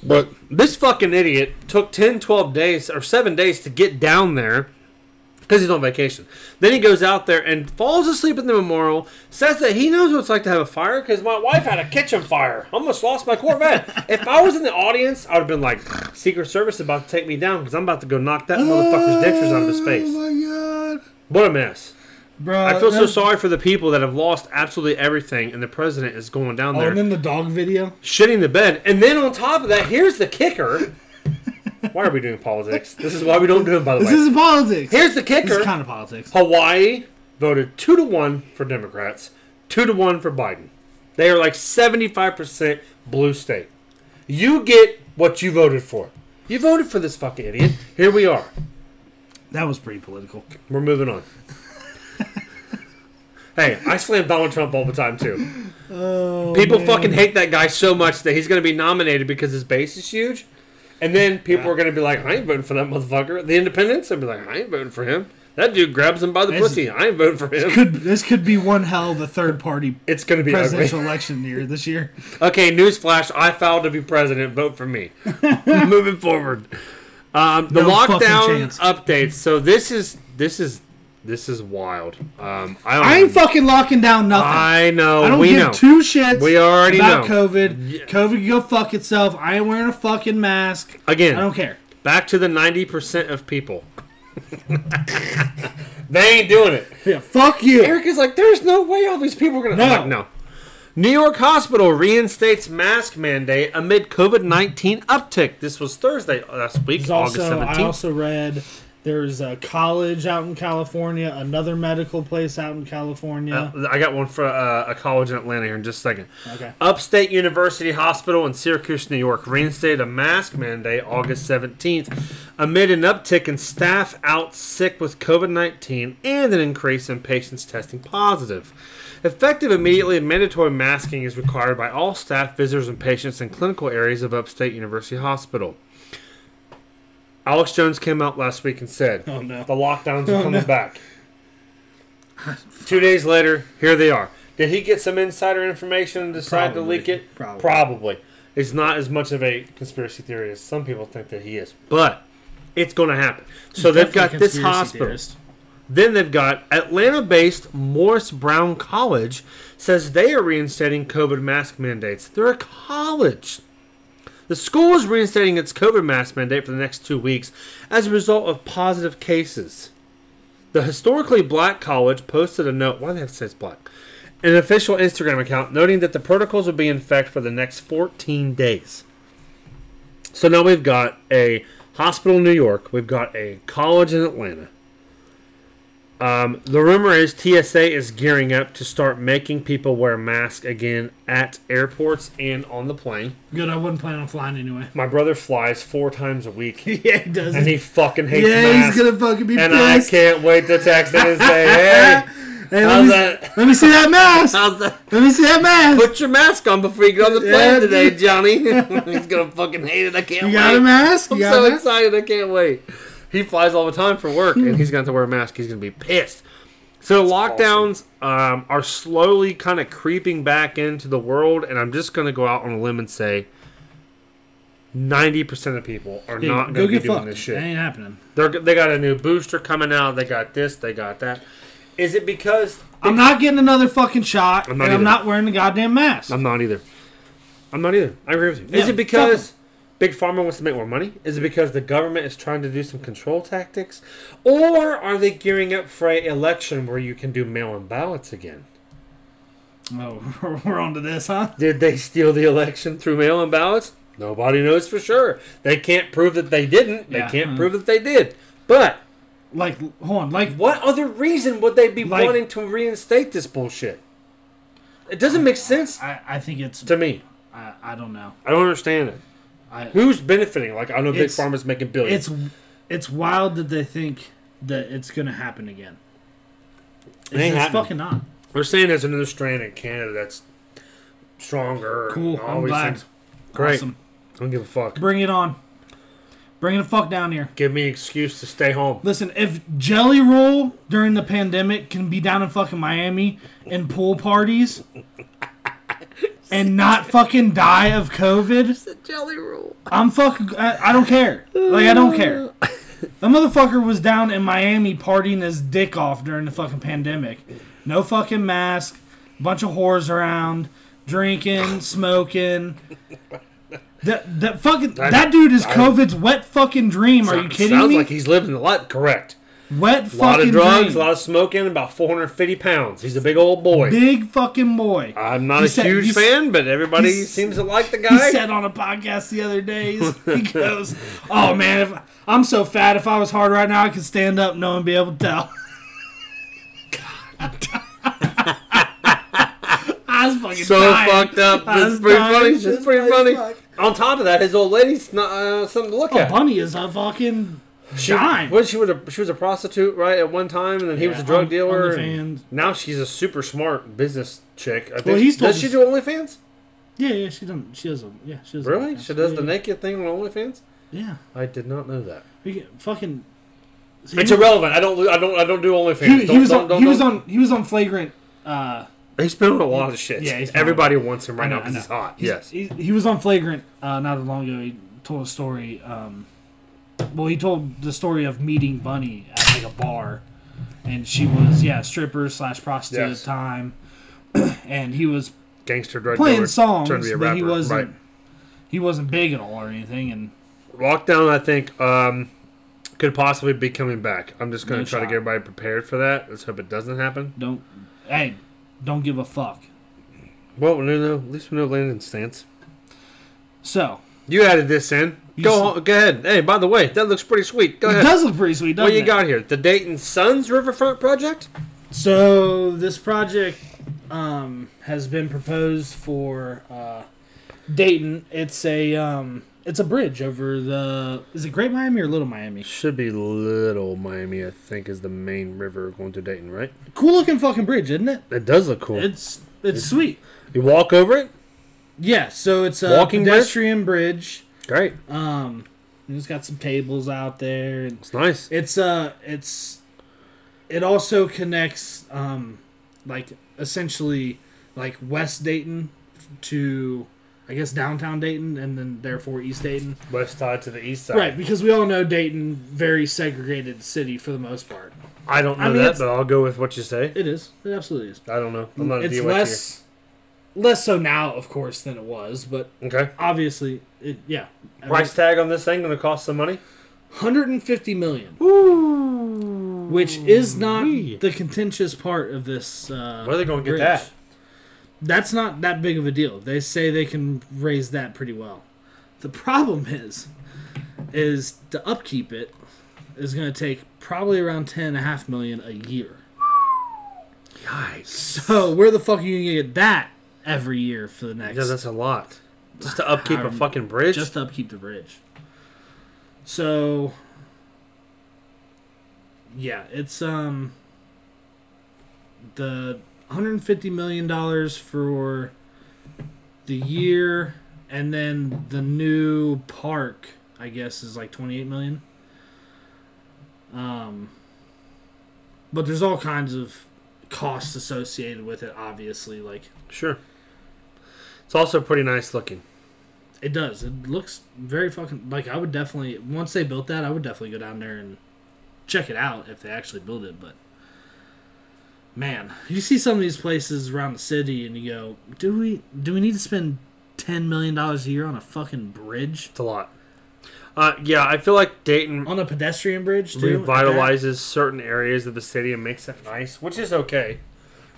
Speaker 1: But this fucking idiot took 10, 12 days or 7 days to get down there because he's on vacation. Then he goes out there and falls asleep in the memorial. Says that he knows what it's like to have a fire because my wife had a kitchen fire. Almost lost my Corvette. if I was in the audience, I would have been like, "Secret Service is about to take me down because I'm about to go knock that motherfucker's dentures out of his face."
Speaker 2: oh my god,
Speaker 1: What a mess!
Speaker 2: bro!
Speaker 1: I feel so
Speaker 2: that-
Speaker 1: sorry for the people that have lost absolutely everything, and the president is going down
Speaker 2: Oh,
Speaker 1: there
Speaker 2: and then the dog video.
Speaker 1: shitting the bed. And then on top of that, here's the kicker. Why are we doing politics? This is why we don't do it. By the
Speaker 2: This
Speaker 1: way,
Speaker 2: isn't politics.
Speaker 1: here's the kicker.
Speaker 2: this is kind of politics.
Speaker 1: Hawaii voted two to one for Democrats, two to one for Biden. They are like seventy-five percent blue state. You get what you voted for. You voted for this fucking idiot. Here we are.
Speaker 2: That was pretty political.
Speaker 1: We're moving on. hey, I slam Donald Trump all the time too.
Speaker 2: Oh,
Speaker 1: people fucking hate that guy so much that he's going to be nominated because his base is huge. And then people are going to be like, I ain't voting for that motherfucker. The independents will be like, I ain't voting for him. That dude grabs him by the
Speaker 2: This-
Speaker 1: pussy. I ain't voting for him.
Speaker 2: Could this could be one hell of a third party
Speaker 1: It's going to be
Speaker 2: presidential
Speaker 1: ugly.
Speaker 2: election year this year?
Speaker 1: Okay, newsflash. I filed to be president. Vote for me. Moving forward. Um, the
Speaker 2: No fucking
Speaker 1: lockdown
Speaker 2: chance.
Speaker 1: updates. So this is this is this is wild. Um, I don't
Speaker 2: I
Speaker 1: even-
Speaker 2: ain't fucking locking down nothing.
Speaker 1: I know.
Speaker 2: I don't
Speaker 1: we
Speaker 2: give
Speaker 1: know.
Speaker 2: two shits
Speaker 1: We already
Speaker 2: about
Speaker 1: know.
Speaker 2: COVID. COVID can go fuck itself. I ain't wearing a fucking mask.
Speaker 1: Again,
Speaker 2: I don't care.
Speaker 1: back to the 90% of people. they ain't doing it.
Speaker 2: Yeah, fuck you.
Speaker 1: Erica's like, there's no way all these people are going to.
Speaker 2: No.
Speaker 1: no. New York hospital reinstates mask mandate amid COVID 19 uptick. This was Thursday last week,
Speaker 2: There's
Speaker 1: August
Speaker 2: also,
Speaker 1: 17th.
Speaker 2: I also read there's a college out in California, another medical place out in California.
Speaker 1: Uh, I got one for uh, a college in Atlanta here in just a second.
Speaker 2: Uh-huh. Okay.
Speaker 1: Upstate University Hospital in Syracuse, New York, reinstated a mask mandate August 17th amid an uptick in staff out sick with COVID 19 and an increase in patients testing positive. Effective immediately, mandatory masking is required by all staff, visitors, and patients in clinical areas of Upstate University Hospital. Alex Jones came out last week and said,
Speaker 2: Oh, no.
Speaker 1: The lockdowns are coming back. Two days later, here they are. Did he get some insider information and decide
Speaker 2: Probably.
Speaker 1: to leak it?
Speaker 2: Probably.
Speaker 1: It's not as much of a conspiracy theory as some people think that he is, but it's going to happen. So they've got
Speaker 2: Definitely
Speaker 1: this
Speaker 2: conspiracy
Speaker 1: hospital.
Speaker 2: theorist.
Speaker 1: Then they've got Atlanta based Morris Brown College says they are reinstating COVID mask mandates. They're a college. The school is reinstating its COVID mask mandate for the next two weeks as a result of positive cases. The historically black college posted a note. Why do they have to say it's black? An official Instagram account noting that the protocols would be in effect for the next 14 days. So now we've got a hospital in New York. We've got a college in Atlanta. Um, the rumor is TSA is gearing up to start making people wear masks again at airports and on the plane.
Speaker 2: Good, I wasn't planning on flying anyway.
Speaker 1: My brother flies four times a week,
Speaker 2: yeah, he does.
Speaker 1: and he fucking hates
Speaker 2: yeah,
Speaker 1: masks.
Speaker 2: he's gonna fucking be
Speaker 1: and I
Speaker 2: pissed.
Speaker 1: can't wait to text him and say, "Hey,
Speaker 2: Hey, let,
Speaker 1: how's
Speaker 2: me,
Speaker 1: that?
Speaker 2: let me see that mask.
Speaker 1: how's that?
Speaker 2: Let me see that mask.
Speaker 1: Put your mask on before you get on the plane
Speaker 2: Yeah,
Speaker 1: today,
Speaker 2: dude.
Speaker 1: Johnny." he's gonna fucking hate it. I can't
Speaker 2: You
Speaker 1: wait.
Speaker 2: got a mask? You
Speaker 1: I'm
Speaker 2: got
Speaker 1: so
Speaker 2: a mask?
Speaker 1: excited. I can't wait. He flies all the time for work, and he's going to wear a mask. He's going to be pissed. So lockdowns um, are slowly kind of creeping back into the world, and I'm just going to go out on a limb and say. 90% of people are
Speaker 2: Hey,
Speaker 1: not
Speaker 2: go
Speaker 1: going to
Speaker 2: get
Speaker 1: be doing
Speaker 2: fucked.
Speaker 1: this
Speaker 2: That
Speaker 1: shit.
Speaker 2: ain't happening.
Speaker 1: They're, they got a new booster coming out. They got this. They got that.
Speaker 3: Is it because
Speaker 2: I'm not getting another fucking shot,
Speaker 1: I'm not
Speaker 2: and I'm
Speaker 1: either.
Speaker 2: not wearing the goddamn mask.
Speaker 1: I'm not either. I'm not either. I agree with you.
Speaker 2: Yeah,
Speaker 1: is it
Speaker 2: fuck 'em.
Speaker 1: because Big Pharma wants to make more money? Is it because the government is trying to do some control tactics? Or are they gearing up for a election where you can do mail in ballots again?
Speaker 2: Oh, we're, we're on to this, huh?
Speaker 1: Did they steal the election through mail in ballots? Nobody knows for sure. They can't prove that they didn't. They
Speaker 2: Yeah,
Speaker 1: can't
Speaker 2: mm.
Speaker 1: prove that they did. But
Speaker 2: Like, hold on. Like,
Speaker 1: what other reason would they be
Speaker 2: Like-
Speaker 1: wanting to reinstate this bullshit? It doesn't make sense
Speaker 2: I, I think it's.
Speaker 1: to me.
Speaker 2: I, I don't know.
Speaker 1: I don't understand it.
Speaker 2: I,
Speaker 1: Who's benefiting? Like I know Big
Speaker 2: It's-
Speaker 1: Pharma's making billions.
Speaker 2: it's it's wild that they think that it's gonna happen again. It's,
Speaker 1: ain't
Speaker 2: it's
Speaker 1: happening.
Speaker 2: fucking not.
Speaker 1: They're saying there's another strand in Canada that's stronger. and
Speaker 2: Cool.
Speaker 1: all
Speaker 2: I'm
Speaker 1: these
Speaker 2: glad.
Speaker 1: things. Great.
Speaker 2: Awesome.
Speaker 1: I don't give a fuck.
Speaker 2: Bring it on. Bring the fuck down here.
Speaker 1: Give me an excuse to stay home.
Speaker 2: Listen, if Jelly Roll during the pandemic can be down in fucking Miami in pool parties and not fucking die of COVID,
Speaker 1: Jelly roll.
Speaker 2: I'm fucking. I, I don't care. Like I don't care. The motherfucker was down in Miami partying his dick off during the fucking pandemic. No fucking mask, bunch of whores around, drinking, smoking. That that fucking that, dude is COVID's wet fucking dream. Are you kidding
Speaker 1: Sounds
Speaker 2: me?
Speaker 1: like he's living a lot. Correct.
Speaker 2: wet
Speaker 1: A lot
Speaker 2: fucking
Speaker 1: of drugs,
Speaker 2: dream.
Speaker 1: a lot of smoking, about 450 pounds. He's a big old boy.
Speaker 2: big fucking boy.
Speaker 1: I'm not
Speaker 2: He
Speaker 1: a
Speaker 2: said-
Speaker 1: huge
Speaker 2: he's-
Speaker 1: fan, but everybody
Speaker 2: he's-
Speaker 1: seems to like the
Speaker 2: he
Speaker 1: guy.
Speaker 2: said on a podcast the other day, he goes, "Oh man, if I'm so fat, if I was hard right now, I could stand up, no one would be able to tell." I was fucking
Speaker 1: so
Speaker 2: dying.
Speaker 1: fucked up.
Speaker 2: I
Speaker 1: That's
Speaker 2: was
Speaker 1: pretty
Speaker 2: dying.
Speaker 1: funny. That's pretty
Speaker 3: funny
Speaker 1: funny.
Speaker 3: as
Speaker 1: On top of that, his old lady's not uh, something to look at.
Speaker 2: "Oh, Bunny is a fucking
Speaker 1: She,
Speaker 2: dime.
Speaker 1: was she was a she was a prostitute right at one time, and then he was a drug
Speaker 2: on-
Speaker 1: dealer. and
Speaker 2: OnlyFans.
Speaker 1: now she's a super smart business chick. I think,
Speaker 2: Well, he's told
Speaker 1: does she
Speaker 2: us-
Speaker 1: do OnlyFans?
Speaker 2: yeah, yeah. She doesn't. She doesn't. Yeah, she doesn't.
Speaker 1: Really? She does the
Speaker 2: Yeah,
Speaker 1: naked thing on OnlyFans?
Speaker 2: Yeah,
Speaker 1: I did not know that.
Speaker 2: we get fucking.
Speaker 1: It's irrelevant. I don't. I don't. I don't do OnlyFans.
Speaker 2: He, he
Speaker 1: Don't-
Speaker 2: was
Speaker 1: don't-
Speaker 2: on.
Speaker 1: don't-
Speaker 2: he was
Speaker 1: don't-
Speaker 2: on. He was on flagrant. Uh,
Speaker 1: He's been on a lot of shit.
Speaker 2: Yeah, he's been on-
Speaker 1: everybody wants him right now
Speaker 2: know,
Speaker 1: because
Speaker 2: I
Speaker 1: he's
Speaker 2: know.
Speaker 1: hot.
Speaker 2: He's-
Speaker 1: yes.
Speaker 2: he, he was on Flagrant uh, not that long ago. He told a story. Um, well, he told the story of meeting Bunny at like a bar, and she was yeah stripper slash prostitute at
Speaker 1: Yes.
Speaker 2: the time, and he was
Speaker 1: Gangster drug
Speaker 2: playing
Speaker 1: dealer
Speaker 2: songs,
Speaker 1: turned to be a
Speaker 2: but he
Speaker 1: rapper,
Speaker 2: wasn't
Speaker 1: right.
Speaker 2: he wasn't big at all or anything. And
Speaker 1: lockdown i think um, could possibly be coming back i'm just going
Speaker 2: No
Speaker 1: to try to
Speaker 2: shot.
Speaker 1: get everybody prepared for that let's hope it doesn't happen
Speaker 2: don't hey, don't give a fuck.
Speaker 1: well no no at least we know landon's stance
Speaker 2: So
Speaker 1: you added this in go
Speaker 2: s-
Speaker 1: home, go ahead hey by the way that looks pretty sweet go
Speaker 2: it
Speaker 1: ahead
Speaker 2: does look pretty sweet, doesn't
Speaker 1: what you
Speaker 2: it?
Speaker 1: got here the dayton suns riverfront project
Speaker 2: So this project um, has been proposed for uh, Dayton. It's a um, it's a bridge over the is it Great Miami or Little Miami?
Speaker 1: should be little miami i think is the main river going to dayton right
Speaker 2: Cool looking fucking bridge, isn't it?
Speaker 1: it does look cool
Speaker 2: It's it's sweet.
Speaker 1: you walk over it
Speaker 2: Yeah, so it's a
Speaker 1: Walking bridge?
Speaker 2: pedestrian bridge.
Speaker 1: great
Speaker 2: Um, and it's got some tables out there. and
Speaker 1: it's nice
Speaker 2: It's uh it's it also connects um like essentially like West Dayton to I guess downtown Dayton and then therefore East Dayton.
Speaker 1: west side to the east side
Speaker 2: Right, because we all know Dayton very segregated city for the most part.
Speaker 1: i don't know
Speaker 2: I mean,
Speaker 1: that
Speaker 2: it's-
Speaker 1: but i'll go with what you say
Speaker 2: It is. It absolutely is.
Speaker 1: i don't know i'm not a
Speaker 2: It's
Speaker 1: DOT
Speaker 2: less less so now of course than it was, but
Speaker 1: here. okay
Speaker 2: obviously it yeah.
Speaker 1: price tag on this thing gonna cost some money
Speaker 2: 150 million. which is not
Speaker 1: Wee.
Speaker 2: the contentious part of this. Uh,
Speaker 3: Where are they going to get
Speaker 2: bridge.
Speaker 3: that?
Speaker 2: That's not that big of a deal. They say they can raise that pretty well. The problem is, is to upkeep it is going to take probably around ten and a half million a year.
Speaker 1: Yikes.
Speaker 2: So where the fuck are you going to get that every year for the next?
Speaker 1: Yeah, that's a lot. Just to upkeep a
Speaker 2: Um,
Speaker 1: fucking bridge.
Speaker 2: just to upkeep the bridge. So yeah, it's um the 150 million dollars for the year and then the new park I guess is like 28 million. Um but there's all kinds of costs associated with it obviously like
Speaker 1: sure. It's also pretty nice looking.
Speaker 2: It does. It looks very fucking like I would definitely once they built that, I would definitely go down there and check it out if they actually build it, but man, you see some of these places around the city and you go, "Do we do we need to spend 10 million dollars a year on a fucking bridge?
Speaker 1: It's a lot. Uh, yeah, I feel like Dayton
Speaker 2: On a pedestrian bridge, too?"
Speaker 1: revitalizes certain areas of the city and makes it nice, which is okay.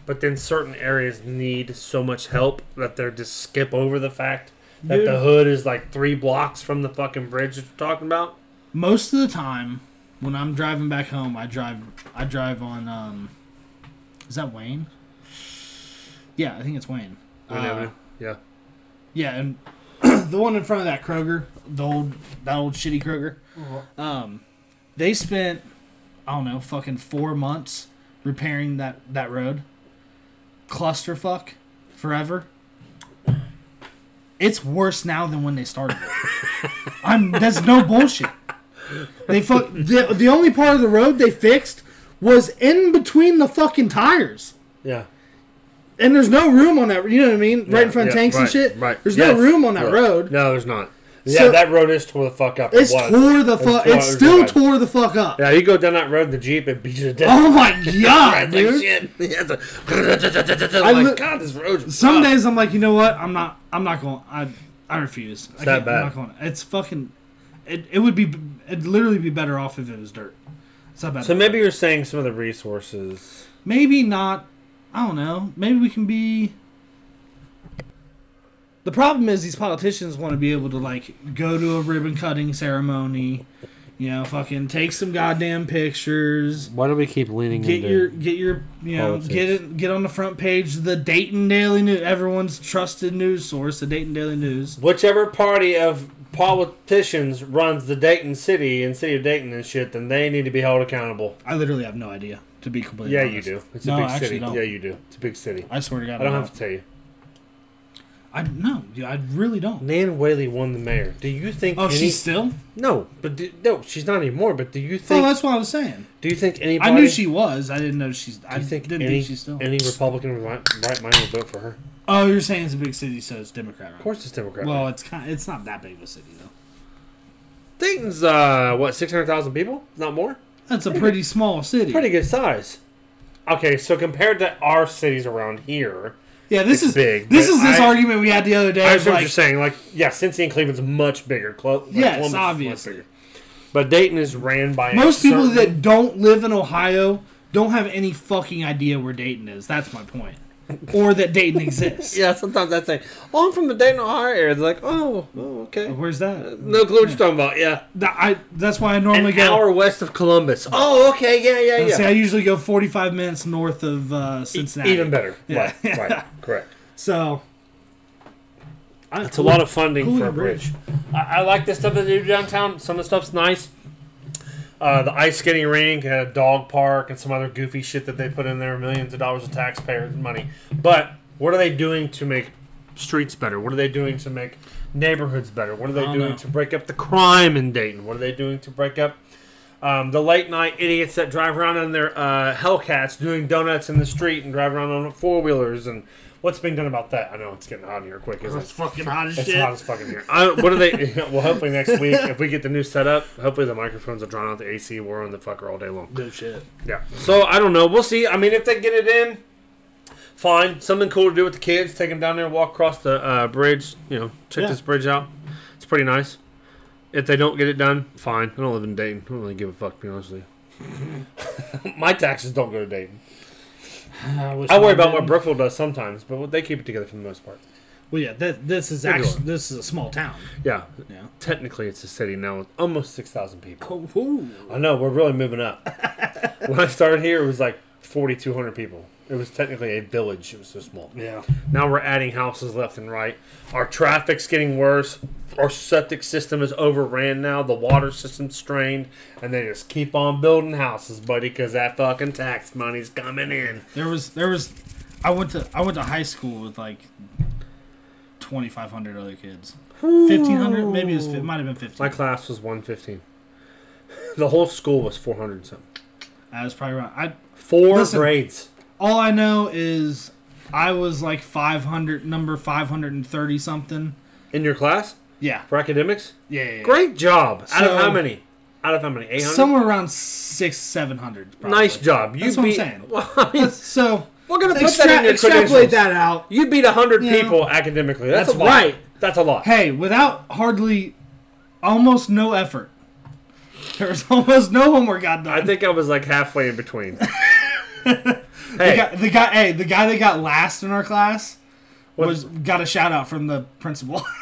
Speaker 1: But then certain areas need so much help that they're just skip over the fact that
Speaker 2: Dude.
Speaker 1: the hood is like three blocks from the fucking bridge that you're talking about.
Speaker 2: Most of the time when I'm driving back home, I drive I drive on um is that Wayne? Yeah, I think it's Wayne.
Speaker 1: Wayne
Speaker 2: Uh,
Speaker 1: Avenue. Yeah.
Speaker 2: Yeah, and the one in front of that Kroger, the old that old shitty Kroger. Um, they spent I don't know, fucking four months repairing that that road. Clusterfuck, forever. It's worse now than when they started. it. I'm that's no bullshit. They fuck the, the only part of the road they fixed was in between the fucking tires
Speaker 1: Yeah.
Speaker 2: and there's no room on that. You know what I mean? right in front of
Speaker 1: Yeah,
Speaker 2: tanks and
Speaker 1: right,
Speaker 2: shit.
Speaker 1: Right.
Speaker 2: There's
Speaker 1: Yes.
Speaker 2: no room on that
Speaker 1: Yeah.
Speaker 2: road.
Speaker 1: No, there's not.
Speaker 2: So-
Speaker 1: yeah, that road is tore the fuck up. It
Speaker 2: It's
Speaker 1: was.
Speaker 2: tore the
Speaker 1: It's
Speaker 2: fuck.
Speaker 1: tore-
Speaker 2: It's still
Speaker 1: right.
Speaker 2: tore the fuck up.
Speaker 1: Yeah, you go down that road in the jeep, it beats you to death.
Speaker 2: Oh my
Speaker 1: It's like
Speaker 2: god, dude!
Speaker 1: shit. It's like, I'm
Speaker 2: look-
Speaker 1: like, God, this road. is
Speaker 2: Some
Speaker 1: rough.
Speaker 2: days I'm like, you know what? I'm not. I'm not going. I I refuse. I
Speaker 1: that
Speaker 2: can't- I'm not
Speaker 1: bad.
Speaker 2: going. It's fucking. It, it would be. It'd literally be better off if it was dirt. It's not bad.
Speaker 1: So maybe you're saying some of the resources.
Speaker 2: maybe not. I don't know. Maybe we can be. The problem is these politicians want to be able to like go to a ribbon cutting ceremony, you know, fucking take some goddamn pictures,
Speaker 1: Why do we keep leaning
Speaker 2: get your get your you know
Speaker 1: Politics.
Speaker 2: get it get on the front page of the Dayton Daily News, everyone's trusted news source, the Dayton Daily News.
Speaker 1: whichever party of politicians runs the Dayton city and city of Dayton and shit, then they need to be held accountable.
Speaker 2: I literally have no idea to be completely.
Speaker 1: Yeah,
Speaker 2: honest.
Speaker 1: you do. It's
Speaker 2: No,
Speaker 1: a
Speaker 2: I
Speaker 1: big
Speaker 2: actually
Speaker 1: city.
Speaker 2: don't.
Speaker 1: Yeah, you do. It's a big city.
Speaker 2: I swear to God,
Speaker 1: I don't have to tell you.
Speaker 2: I no, yeah, I really don't.
Speaker 1: Nan Whaley won the mayor. Do you think?
Speaker 2: Oh,
Speaker 1: any-
Speaker 2: she's still.
Speaker 1: no, but do, no, she's not anymore. But do you
Speaker 2: Oh,
Speaker 1: think?
Speaker 2: that's what I was saying.
Speaker 1: do you think anybody?
Speaker 2: I knew she was. I didn't know she's. I
Speaker 1: Do you think
Speaker 2: didn't
Speaker 1: any,
Speaker 2: think she's still.
Speaker 1: any Republican with right, right mind would vote for her? Of
Speaker 2: oh, you're saying it's a big city, so it's Democrat, right?
Speaker 1: course, it's Democrat.
Speaker 2: Well, it's kind. It's not that big of a city though.
Speaker 1: Dayton's uh, what six hundred thousand people, not more.
Speaker 2: That's a pretty small city.
Speaker 1: Pretty good size. Okay, so compared to our cities around here,
Speaker 2: yeah, this is
Speaker 1: big,
Speaker 2: This
Speaker 1: but
Speaker 2: is this
Speaker 1: I-
Speaker 2: argument we had the other day.
Speaker 1: I
Speaker 2: of,
Speaker 1: see what
Speaker 2: like,
Speaker 1: you're saying. Like, yeah, Cincy and Cleveland's much bigger. Clo- like,
Speaker 2: Yes,
Speaker 1: Columbus is much
Speaker 2: obviously.
Speaker 1: bigger. But Dayton is ran by a
Speaker 2: Most people
Speaker 1: certain-
Speaker 2: that don't live in Ohio don't have any fucking idea where Dayton is. That's my point. Or that Dayton exists.
Speaker 3: Yeah, sometimes I say, "Oh, I'm from the Dayton, Ohio area." They're like, "Oh, oh okay."
Speaker 2: Where's that?
Speaker 3: No clue what you're talking about. Yeah,
Speaker 2: Th- I, that's why I normally
Speaker 3: an
Speaker 2: go.
Speaker 3: hour west of Columbus. Oh, okay. Yeah, yeah, yeah.
Speaker 2: See, I usually go 45 minutes north of uh, Cincinnati.
Speaker 1: E, even better.
Speaker 2: Yeah.
Speaker 1: Right, right, correct.
Speaker 2: So. I,
Speaker 1: It's a lot of funding
Speaker 2: Cool
Speaker 1: for a
Speaker 2: bridge.
Speaker 1: bridge. I, I like the stuff that they do downtown. Some of the stuff's nice. Uh, the ice skating rink and a dog park and some other goofy shit that they put in there, millions of dollars of taxpayer money. But what are they doing to make streets better? What are they doing to make neighborhoods better? What are they
Speaker 2: don't
Speaker 1: doing
Speaker 2: know.
Speaker 1: to break up the crime in Dayton? What are they doing to break up um, the late night idiots that drive around in their uh, Hellcats doing donuts in the street and drive around on four wheelers and what's being done about that? I know it's getting hot in here quick, isn't it?
Speaker 2: It's fucking hot as
Speaker 1: It's
Speaker 2: shit.
Speaker 1: hot as fucking here. I, don't- what are they? well, hopefully next week, if we get the new setup, hopefully the microphones will drown out the AC. We're on the fucker all day long.
Speaker 2: No shit.
Speaker 1: Yeah. So I don't know. We'll see. I mean, if they get it in, fine. Something cool to do with the kids. Take them down there, walk across the uh, bridge. You know, check
Speaker 2: Yeah.
Speaker 1: this bridge out. It's pretty nice. If they don't get it done, fine. I don't live in Dayton. I don't really give a fuck, to be honest with you. My taxes don't go to Dayton.
Speaker 2: I, wish
Speaker 1: I worry
Speaker 2: mine
Speaker 1: about what
Speaker 2: didn't.
Speaker 1: Brookville does sometimes, but they keep it together for the most part.
Speaker 2: Well, yeah, that, this is
Speaker 1: Neither
Speaker 2: actually
Speaker 1: one.
Speaker 2: this is a small town.
Speaker 1: Yeah,
Speaker 2: Yeah.
Speaker 1: technically it's a city now with almost 6,000 people.
Speaker 2: Oh, whoo.
Speaker 1: I know, we're really moving up. when I started here, it was like 4,200 people. It was technically a village. It was so small.
Speaker 2: Yeah.
Speaker 1: Now we're adding houses left and right. Our traffic's getting worse. Our septic system is overran now. The water system's strained. And they just keep on building houses, buddy, because that fucking tax money's coming in.
Speaker 2: There was there was I went to I went to high school with like 2500 other kids. 1500 maybe it, was, it might have been 15.
Speaker 1: My class was 115. The whole school was 400 and something.
Speaker 2: I was probably wrong. I
Speaker 1: Four
Speaker 2: Listen.
Speaker 1: grades.
Speaker 2: all I know is I was like 500 number 530 something.
Speaker 1: In your class?
Speaker 2: Yeah.
Speaker 1: For academics?
Speaker 2: Yeah. yeah, yeah.
Speaker 1: Great job. Out of
Speaker 2: So-
Speaker 1: how many? Out of how many? 800?
Speaker 2: Somewhere around 6 700 probably.
Speaker 1: nice job. You
Speaker 2: That's
Speaker 1: beat,
Speaker 2: what I'm saying.
Speaker 1: Well, I mean,
Speaker 2: So
Speaker 1: we're going to put
Speaker 2: extra,
Speaker 1: that in your
Speaker 2: extrapolate
Speaker 1: credentials.
Speaker 2: that out.
Speaker 1: You beat 100
Speaker 2: Yeah.
Speaker 1: people academically. That's,
Speaker 2: That's
Speaker 1: a lot.
Speaker 2: right.
Speaker 1: That's a lot.
Speaker 2: Hey, without hardly almost no effort. There was almost no homework got done.
Speaker 1: I think I was like halfway in between.
Speaker 2: The
Speaker 1: hey,
Speaker 2: guy, the guy, hey, the guy that got last in our class was got a shout out from the principal.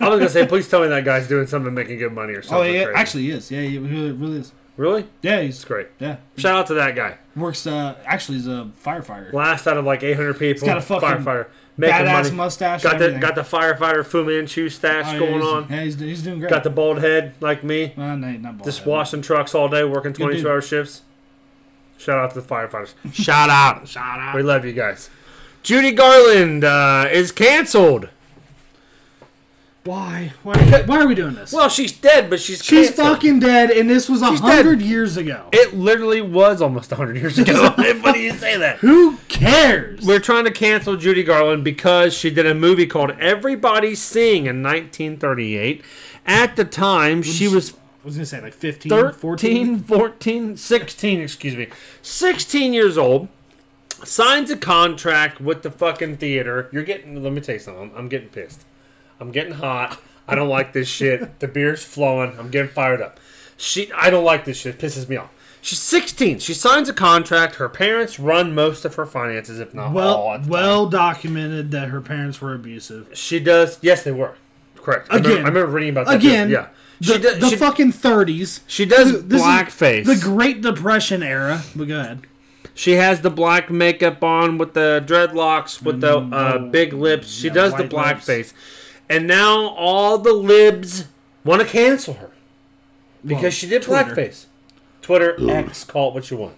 Speaker 1: Oh, I was going to say, please tell me that guy's doing something making good money or
Speaker 2: oh,
Speaker 1: something.
Speaker 2: yeah,
Speaker 1: crazy.
Speaker 2: actually, he is. Yeah, he really, really is.
Speaker 1: Really?
Speaker 2: Yeah, he's
Speaker 1: It's great.
Speaker 2: Yeah,
Speaker 1: Shout out to that guy.
Speaker 2: works. Uh, actually, he's a firefighter.
Speaker 1: Last out of like 800 people.
Speaker 2: got a fucking
Speaker 1: firefighter. Making
Speaker 2: Badass
Speaker 1: money.
Speaker 2: mustache.
Speaker 1: Got
Speaker 2: and
Speaker 1: the,
Speaker 2: everything.
Speaker 1: got the firefighter Fu Manchu stash
Speaker 2: Oh, yeah,
Speaker 1: going
Speaker 2: he's-
Speaker 1: on.
Speaker 2: Yeah, he's, he's doing great.
Speaker 1: Got the bald head like me.
Speaker 2: Uh, no, not bald,
Speaker 1: Just
Speaker 2: but-
Speaker 1: washing trucks all day, working 22
Speaker 2: dude.
Speaker 1: hour shifts. Shout out to the firefighters. Shout out.
Speaker 2: Shout out.
Speaker 1: We love you guys. Judy Garland uh, is canceled.
Speaker 2: Why? Why are, we, why are we doing this?
Speaker 1: Well, she's dead, but she's
Speaker 2: she's
Speaker 1: canceled.
Speaker 2: fucking dead, and this was a
Speaker 1: dead.
Speaker 2: hundred years ago.
Speaker 1: It literally was almost 100 years ago. Why do you say that?
Speaker 2: Who cares?
Speaker 1: We're trying to cancel Judy Garland because she did a movie called Everybody Sing in 1938. At the time, she was
Speaker 2: I was gonna say like 15, 14.
Speaker 1: 13, 14, 16, excuse me. 16 years old. Signs a contract with the fucking theater. You're getting, let me tell you something. I'm, I'm getting pissed. I'm getting hot. I don't like this shit. The beer's flowing. I'm getting fired up. She, I don't like this shit. It pisses me off. She's 16. She signs a contract. Her parents run most of her finances, if not all.
Speaker 2: Well,
Speaker 1: at the time.
Speaker 2: well documented that her parents were abusive.
Speaker 1: She does. Yes, they were. Correct. I remember,
Speaker 2: Again.
Speaker 1: I remember reading about that. too.
Speaker 2: again.
Speaker 1: Yeah.
Speaker 2: The,
Speaker 1: She, does,
Speaker 2: the
Speaker 1: she,
Speaker 2: fucking thirties.
Speaker 1: she does
Speaker 2: This is
Speaker 1: blackface.
Speaker 2: The Great Depression era. But go ahead.
Speaker 1: She has the black makeup on with the dreadlocks, with the uh, big lips. She
Speaker 2: Mm-hmm. yeah,
Speaker 1: does the
Speaker 2: white lips.
Speaker 1: blackface. And now all the libs want to cancel her because
Speaker 2: Well,
Speaker 1: she did
Speaker 2: Twitter.
Speaker 1: blackface. Twitter, X, call it what you want.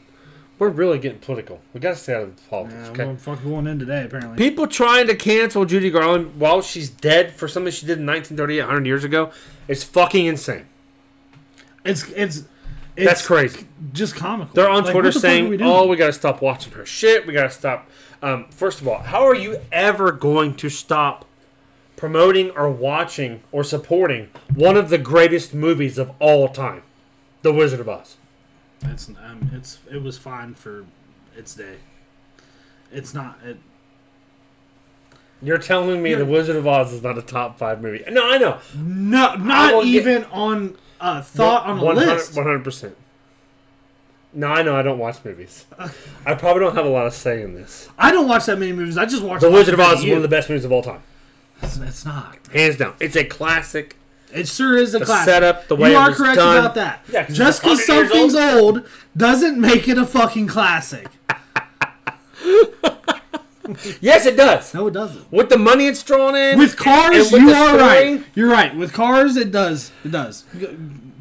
Speaker 1: We're really getting political. We got to stay out of politics,
Speaker 2: Yeah,
Speaker 1: okay?
Speaker 2: well, fuck going in today apparently.
Speaker 1: People trying to cancel Judy Garland while she's dead for something she did in 1938, 100 years ago, is fucking insane.
Speaker 2: it's it's it's
Speaker 1: That's crazy.
Speaker 2: just comical.
Speaker 1: They're on
Speaker 2: Like,
Speaker 1: Twitter
Speaker 2: what the fuck are
Speaker 1: saying,
Speaker 2: we doing?
Speaker 1: "Oh, we got to stop watching her shit. We got to stop." Um, first of all, how are you ever going to stop promoting or watching or supporting one of the greatest movies of all time, The Wizard of Oz?
Speaker 2: It's, um, it's it was fine for its day. It's not. It,
Speaker 1: You're telling me The Wizard of Oz is not a top five movie? No, I know,
Speaker 2: no,
Speaker 1: will
Speaker 2: not
Speaker 1: get-
Speaker 2: even on a thought on a list.
Speaker 1: one hundred percent. No, I know I don't watch movies. I probably don't have a lot of say in this.
Speaker 2: I don't watch that many movies. I just watch
Speaker 1: The Wizard of Oz is
Speaker 2: You.
Speaker 1: one of the best movies of all time,
Speaker 2: It's, it's not.
Speaker 1: hands down. It's a classic.
Speaker 2: It sure is a
Speaker 1: The
Speaker 2: classic.
Speaker 1: setup, the way
Speaker 2: you
Speaker 1: it
Speaker 2: are
Speaker 1: was
Speaker 2: correct
Speaker 1: done.
Speaker 2: about that.
Speaker 1: Yeah, 'cause it's
Speaker 2: Just because
Speaker 1: 100 years
Speaker 2: something's old. doesn't make it a fucking classic.
Speaker 1: Yes, it does.
Speaker 2: No, it doesn't.
Speaker 1: With the money it's drawn in.
Speaker 2: With cars,
Speaker 1: and with
Speaker 2: you
Speaker 1: the
Speaker 2: are
Speaker 1: story-
Speaker 2: right. You're right. With cars, it does. It does. G-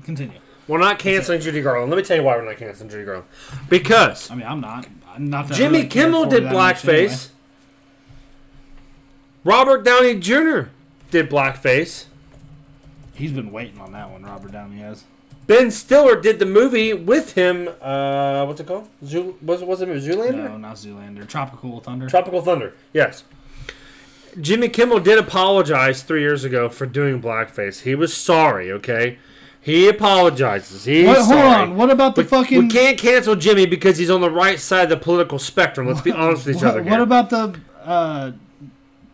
Speaker 2: Continue.
Speaker 1: We're not canceling Judy Garland. Let me tell you why we're not canceling Judy Garland. Because
Speaker 2: I mean, I'm not. I'm not that I
Speaker 1: Jimmy
Speaker 2: really care
Speaker 1: Kimmel
Speaker 2: for
Speaker 1: did
Speaker 2: that much
Speaker 1: blackface.
Speaker 2: anyway.
Speaker 1: Robert Downey Jr. did blackface.
Speaker 2: He's been waiting on that one. Robert Downey has.
Speaker 1: Ben Stiller did the movie with him. Uh, what's it called? Zoo, was was it Zoolander?
Speaker 2: No, not Zoolander. Tropical Thunder.
Speaker 1: Tropical Thunder. Yes. Jimmy Kimmel did apologize three years ago for doing blackface. He was sorry. Okay. He apologizes. He's
Speaker 2: What- hold
Speaker 1: sorry.
Speaker 2: on. What about the
Speaker 1: We-
Speaker 2: fucking?
Speaker 1: We can't cancel Jimmy because he's on the right side of the political spectrum. Let's be honest with each
Speaker 2: what,
Speaker 1: other.
Speaker 2: what
Speaker 1: here.
Speaker 2: about the? Uh,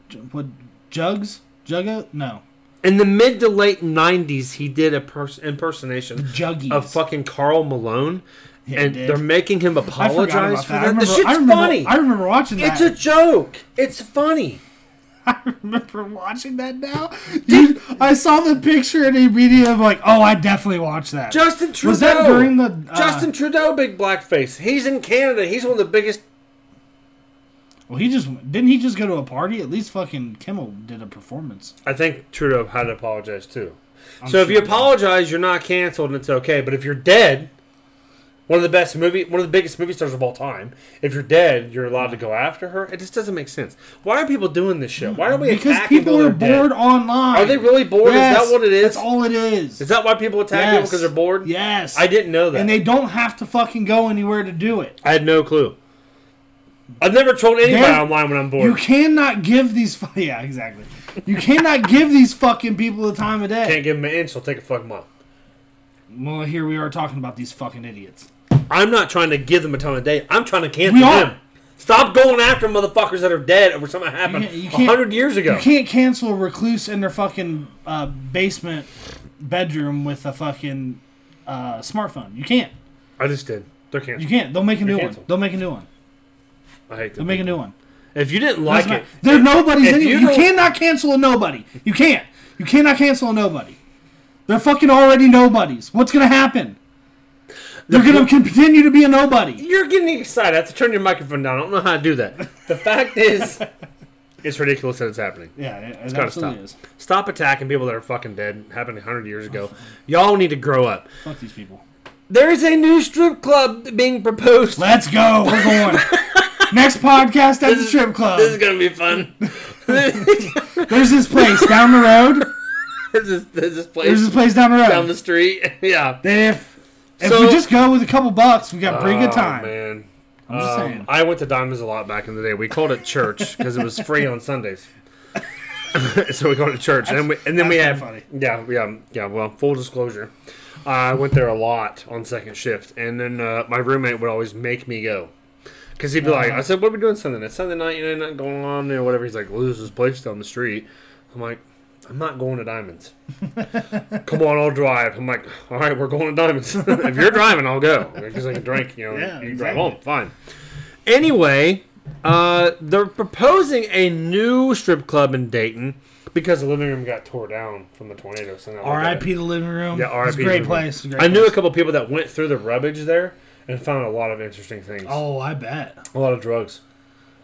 Speaker 2: J- what? Jugs? Jugga? No.
Speaker 1: in the mid to late '90s? He did a pers- impersonation
Speaker 2: Juggies.
Speaker 1: of fucking Carl Malone,
Speaker 2: Yeah,
Speaker 1: and
Speaker 2: it did.
Speaker 1: they're making him
Speaker 2: I forgot
Speaker 1: apologize
Speaker 2: about
Speaker 1: for
Speaker 2: that. I
Speaker 1: that.
Speaker 2: remember,
Speaker 1: the shit's
Speaker 2: I remember,
Speaker 1: funny.
Speaker 2: I remember watching that.
Speaker 1: it's a joke. It's funny.
Speaker 2: I remember watching that now. Dude, I saw the picture and immediately I'm like, oh, I definitely watched that.
Speaker 1: Justin Trudeau.
Speaker 2: Was that during the, uh,
Speaker 1: Justin Trudeau big blackface? He's in Canada. He's one of the biggest.
Speaker 2: well, he just didn't he just go to a party? At least fucking Kimmel did a performance.
Speaker 1: I think Trudeau had to apologize too. so if
Speaker 2: sure
Speaker 1: you
Speaker 2: he did.
Speaker 1: apologize, you're not canceled and it's okay. But if you're dead, one of the best movie, one of the biggest movie stars of all time. If you're dead, you're allowed to go after her. It just doesn't make sense. Why are people doing this shit? Why are we
Speaker 2: Because
Speaker 1: attacking
Speaker 2: people are
Speaker 1: while they're
Speaker 2: bored
Speaker 1: dead?
Speaker 2: online.
Speaker 1: Are they really bored?
Speaker 2: Yes,
Speaker 1: is that what it is?
Speaker 2: That's all it is.
Speaker 1: Is that why people attack people
Speaker 2: Yes.
Speaker 1: because they're bored?
Speaker 2: Yes.
Speaker 1: I didn't know that.
Speaker 2: And they don't have to fucking go anywhere to do it.
Speaker 1: I had no clue. I've never trolled anybody
Speaker 2: They're-
Speaker 1: online when I'm
Speaker 2: You
Speaker 1: bored.
Speaker 2: cannot give these. fu- Yeah, exactly. You cannot give these fucking people the time of day.
Speaker 1: Can't give them an inch, they'll take a fucking mile.
Speaker 2: Well, here we are talking about these fucking idiots.
Speaker 1: I'm not trying to give them a ton of day. I'm trying to cancel
Speaker 2: We are.
Speaker 1: them. Stop going after motherfuckers that are dead over something that happened
Speaker 2: can't- you
Speaker 1: a
Speaker 2: can't-
Speaker 1: hundred years ago.
Speaker 2: You can't cancel a recluse in their fucking uh, basement bedroom with a fucking uh, smartphone. You can't.
Speaker 1: I just did. They're canceled.
Speaker 2: You can't. They'll make a new one.
Speaker 1: canceled.
Speaker 2: They'll make a new one.
Speaker 1: I hate
Speaker 2: They'll
Speaker 1: them.
Speaker 2: make a new one.
Speaker 1: If you didn't like
Speaker 2: That's not-
Speaker 1: it,
Speaker 2: They're nobody's
Speaker 1: if
Speaker 2: anyway.
Speaker 1: you
Speaker 2: You,
Speaker 1: don't-
Speaker 2: cannot cancel a nobody. You can't. You cannot cancel a nobody. They're fucking already nobodies. What's gonna happen? They're gonna continue to be a nobody.
Speaker 1: you're getting excited. I have to turn your microphone down. I don't know how to do that. The fact is, it's ridiculous that it's happening.
Speaker 2: Yeah, it, it
Speaker 1: Gotta
Speaker 2: absolutely is.
Speaker 1: stop. Stop attacking people that are fucking dead. Happened a hundred years ago. Y'all need to grow up.
Speaker 2: Fuck these people.
Speaker 1: There is a new strip club being proposed.
Speaker 2: Let's go. We're going. Next podcast at the strip club.
Speaker 1: This is gonna be fun.
Speaker 2: There's this place down the road.
Speaker 1: There's this, there's this place
Speaker 2: There's this place down the road.
Speaker 1: down the street. yeah.
Speaker 2: if if
Speaker 1: So-
Speaker 2: we just go with a couple bucks, we got a pretty good time.
Speaker 1: Oh, man.
Speaker 2: I'm just
Speaker 1: Um,
Speaker 2: saying.
Speaker 1: I went to Diamonds a lot back in the day. We called it church because it was free on Sundays. so we called it church, and we and then we
Speaker 2: that's
Speaker 1: had
Speaker 2: kinda
Speaker 1: yeah yeah yeah. Well, full disclosure, I went there a lot on second shift, and then uh, my roommate would always make me go. Cause he'd be like, I said, "What are we doing Sunday? It's Sunday night, you know, nothing going on or whatever." He's like, "Well, there's this place down the street." I'm like, "I'm not going to Diamonds." Come on, I'll drive. I'm like, "All right, we're going to Diamonds. if you're driving, I'll go because I can drink. You know,
Speaker 2: Yeah,
Speaker 1: you can drive
Speaker 2: exactly.
Speaker 1: home, fine." Anyway, uh, they're proposing a new strip club in Dayton because the living room got tore down from the tornado. So now they got
Speaker 2: R.I.P.
Speaker 1: it.
Speaker 2: the living room.
Speaker 1: Yeah, R.I.P.
Speaker 2: It's a great
Speaker 1: living room.
Speaker 2: place. It's a great
Speaker 1: I knew a
Speaker 2: place.
Speaker 1: couple people that went through the rubbish there and found a lot of interesting things.
Speaker 2: Oh, I bet.
Speaker 1: A lot of drugs.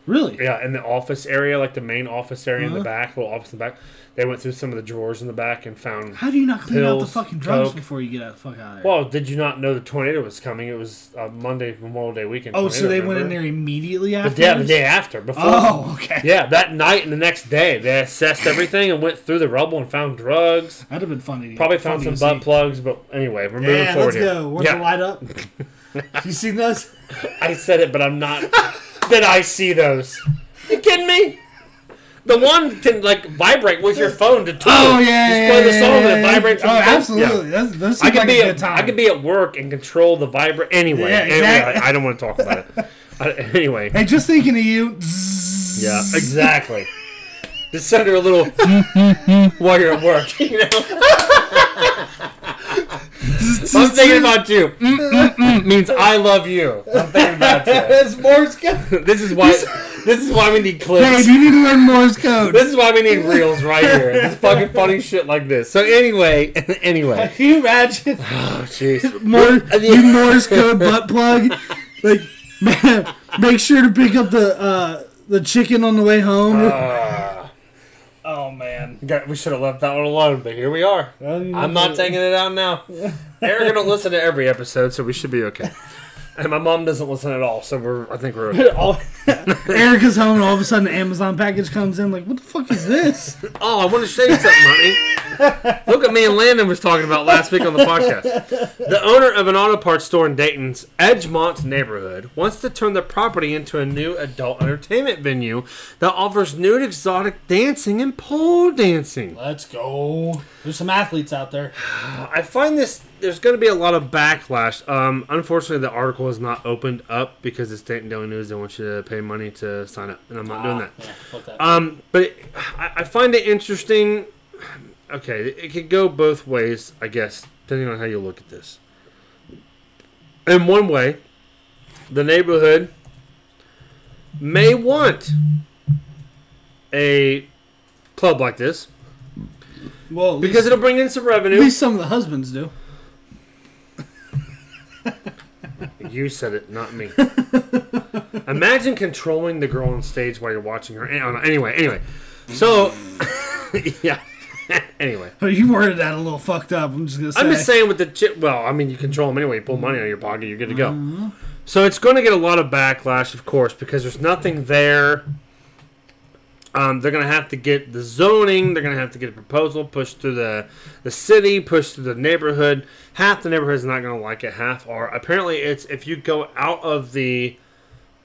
Speaker 2: Really?
Speaker 1: Yeah, in the office area, like the main office area
Speaker 2: Uh-huh.
Speaker 1: in the back, little office in the back, they went through some of the drawers in the back and found.
Speaker 2: How do you not clean out the
Speaker 1: Pills,
Speaker 2: fucking drugs
Speaker 1: coke.
Speaker 2: before you get out the fuck out of there?
Speaker 1: Well, did you not know the tornado was coming? It was uh, Monday Memorial Day weekend.
Speaker 2: oh,
Speaker 1: tornado,
Speaker 2: so they went in
Speaker 1: remember?
Speaker 2: there immediately
Speaker 1: The
Speaker 2: after.
Speaker 1: day, the day after, before.
Speaker 2: Oh, okay.
Speaker 1: Yeah, that night and the next day, they assessed everything and went through the rubble and found drugs.
Speaker 2: That'd have been funny. to-
Speaker 1: Probably found
Speaker 2: funny
Speaker 1: some
Speaker 2: to
Speaker 1: butt
Speaker 2: see.
Speaker 1: plugs, but anyway, we're moving
Speaker 2: Yeah,
Speaker 1: forward
Speaker 2: let's
Speaker 1: here.
Speaker 2: go. Want to
Speaker 1: Yeah,
Speaker 2: light up? you seen those?
Speaker 1: I said it, but I'm not. Did I see those? You kidding me? The one can like vibrate with your phone to tour.
Speaker 2: Oh yeah,
Speaker 1: just
Speaker 2: yeah,
Speaker 1: play the
Speaker 2: yeah,
Speaker 1: song
Speaker 2: yeah,
Speaker 1: and it
Speaker 2: yeah.
Speaker 1: vibrates.
Speaker 2: Oh,
Speaker 1: with your phone.
Speaker 2: absolutely.
Speaker 1: Yeah.
Speaker 2: That's, those
Speaker 1: I
Speaker 2: seem
Speaker 1: could
Speaker 2: like
Speaker 1: be
Speaker 2: a good
Speaker 1: at,
Speaker 2: time.
Speaker 1: I could be at work and control the vibrate. Anyway,
Speaker 2: Yeah, exactly.
Speaker 1: anyway, I, I don't want to talk about it. I, anyway,
Speaker 2: Hey, just thinking of you. Zzzz.
Speaker 1: Yeah, exactly. Just send her a little while you're at work. You know? I'm thinking about you. Mm, mm, mm means I love you. I'm thinking about you.
Speaker 2: That's Morse code.
Speaker 1: This is why. This is why we need
Speaker 2: Babe,
Speaker 1: clips.
Speaker 2: you need to learn Morse code.
Speaker 1: This is why we need reels right here. This fucking funny shit like this. So anyway, anyway.
Speaker 2: Can you imagine
Speaker 1: Oh jeez.
Speaker 2: Mor- you Morse code butt plug? Like, man, make sure to pick up the uh, the chicken on the way home.
Speaker 1: Uh,
Speaker 2: oh man,
Speaker 1: God, We should have left that one alone, but here we are. I'm not taking it out now. They're gonna listen to every episode, so we should be okay. And my mom doesn't listen at all, so we're I think we're okay.
Speaker 2: All- Erica's home, and all of a sudden, an Amazon package comes in. Like, what the fuck is this?
Speaker 1: Oh, I want to show you something, honey. Look at me and Landon was talking about last week on the podcast. The owner of an auto parts store in Dayton's Edgemont neighborhood wants to turn the property into a new adult entertainment venue that offers nude exotic dancing and pole dancing.
Speaker 2: Let's go. There's some athletes out there.
Speaker 1: I find this there's going to be a lot of backlash. Um, unfortunately, the article is not opened up because it's Dayton Daily News. They want you to pay money to sign up, and I'm not doing that. Um, but it, I, I find it interesting. Okay, it could go both ways, I guess, depending on how you look at this. in one way, the neighborhood may want a club like this
Speaker 2: Well, at least,
Speaker 1: because it'll bring in some
Speaker 2: at
Speaker 1: revenue.
Speaker 2: least some of the husbands do.
Speaker 1: You said it, not me. Imagine controlling the girl on stage while you're watching her. An- Anyway, anyway. So, yeah. anyway.
Speaker 2: But you worded that a little fucked up. I'm just gonna say.
Speaker 1: I'm just saying with the chip. Well, I mean, you control them anyway. You pull money out of your pocket, you're good to go. So it's going to get a lot of backlash, of course, because there's nothing there. Um, they're going to have to get the zoning. They're going to have to get a proposal pushed through the the city, pushed through the neighborhood. Half the neighborhood is not going to like it. Half are. Apparently, it's if you go out of the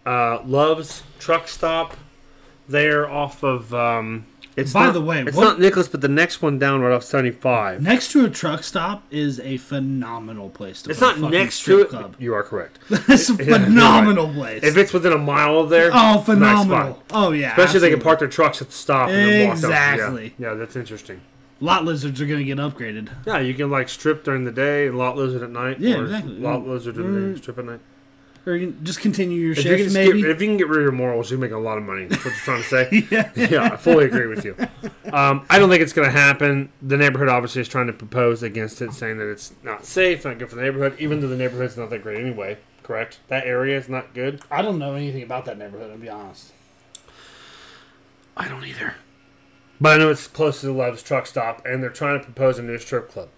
Speaker 1: uh, Love's truck stop there off of. Um, it's
Speaker 2: By
Speaker 1: not-
Speaker 2: the way,
Speaker 1: it's
Speaker 2: what-
Speaker 1: not Nicholas, but the next one down right off 75.
Speaker 2: Next to a truck stop is a phenomenal place to.
Speaker 1: It's
Speaker 2: put a
Speaker 1: not
Speaker 2: fucking
Speaker 1: next
Speaker 2: strip
Speaker 1: to it.
Speaker 2: Club.
Speaker 1: You are correct.
Speaker 2: It's a phenomenal place.
Speaker 1: if it's within a mile of there,
Speaker 2: oh,
Speaker 1: nice spot.
Speaker 2: phenomenal! oh yeah,
Speaker 1: Especially if they can
Speaker 2: absolutely.
Speaker 1: park their trucks at the stop and then walk out. Yeah.
Speaker 2: Exactly.
Speaker 1: Yeah, that's interesting.
Speaker 2: Lot lizards are gonna get upgraded.
Speaker 1: Yeah, you can like strip during the day and lot lizard at night.
Speaker 2: Yeah,
Speaker 1: or
Speaker 2: exactly.
Speaker 1: Lot
Speaker 2: Mm.
Speaker 1: lizard during the day, strip at night.
Speaker 2: Or you can just continue your
Speaker 1: If you, can
Speaker 2: shift,
Speaker 1: just
Speaker 2: maybe.
Speaker 1: Get, if you can get rid of your morals, you make a lot of money. That's what you're trying to say. yeah. I fully agree with you. Um, I don't think it's going to happen. The neighborhood obviously is trying to propose against it, saying that it's not safe, not good for the neighborhood, even though the neighborhood's not that great anyway. Correct? That area is not good.
Speaker 2: I don't know anything about that neighborhood. I'll be honest.
Speaker 1: I don't either. But I know it's close to the Love's truck stop, and they're trying to propose a new strip club.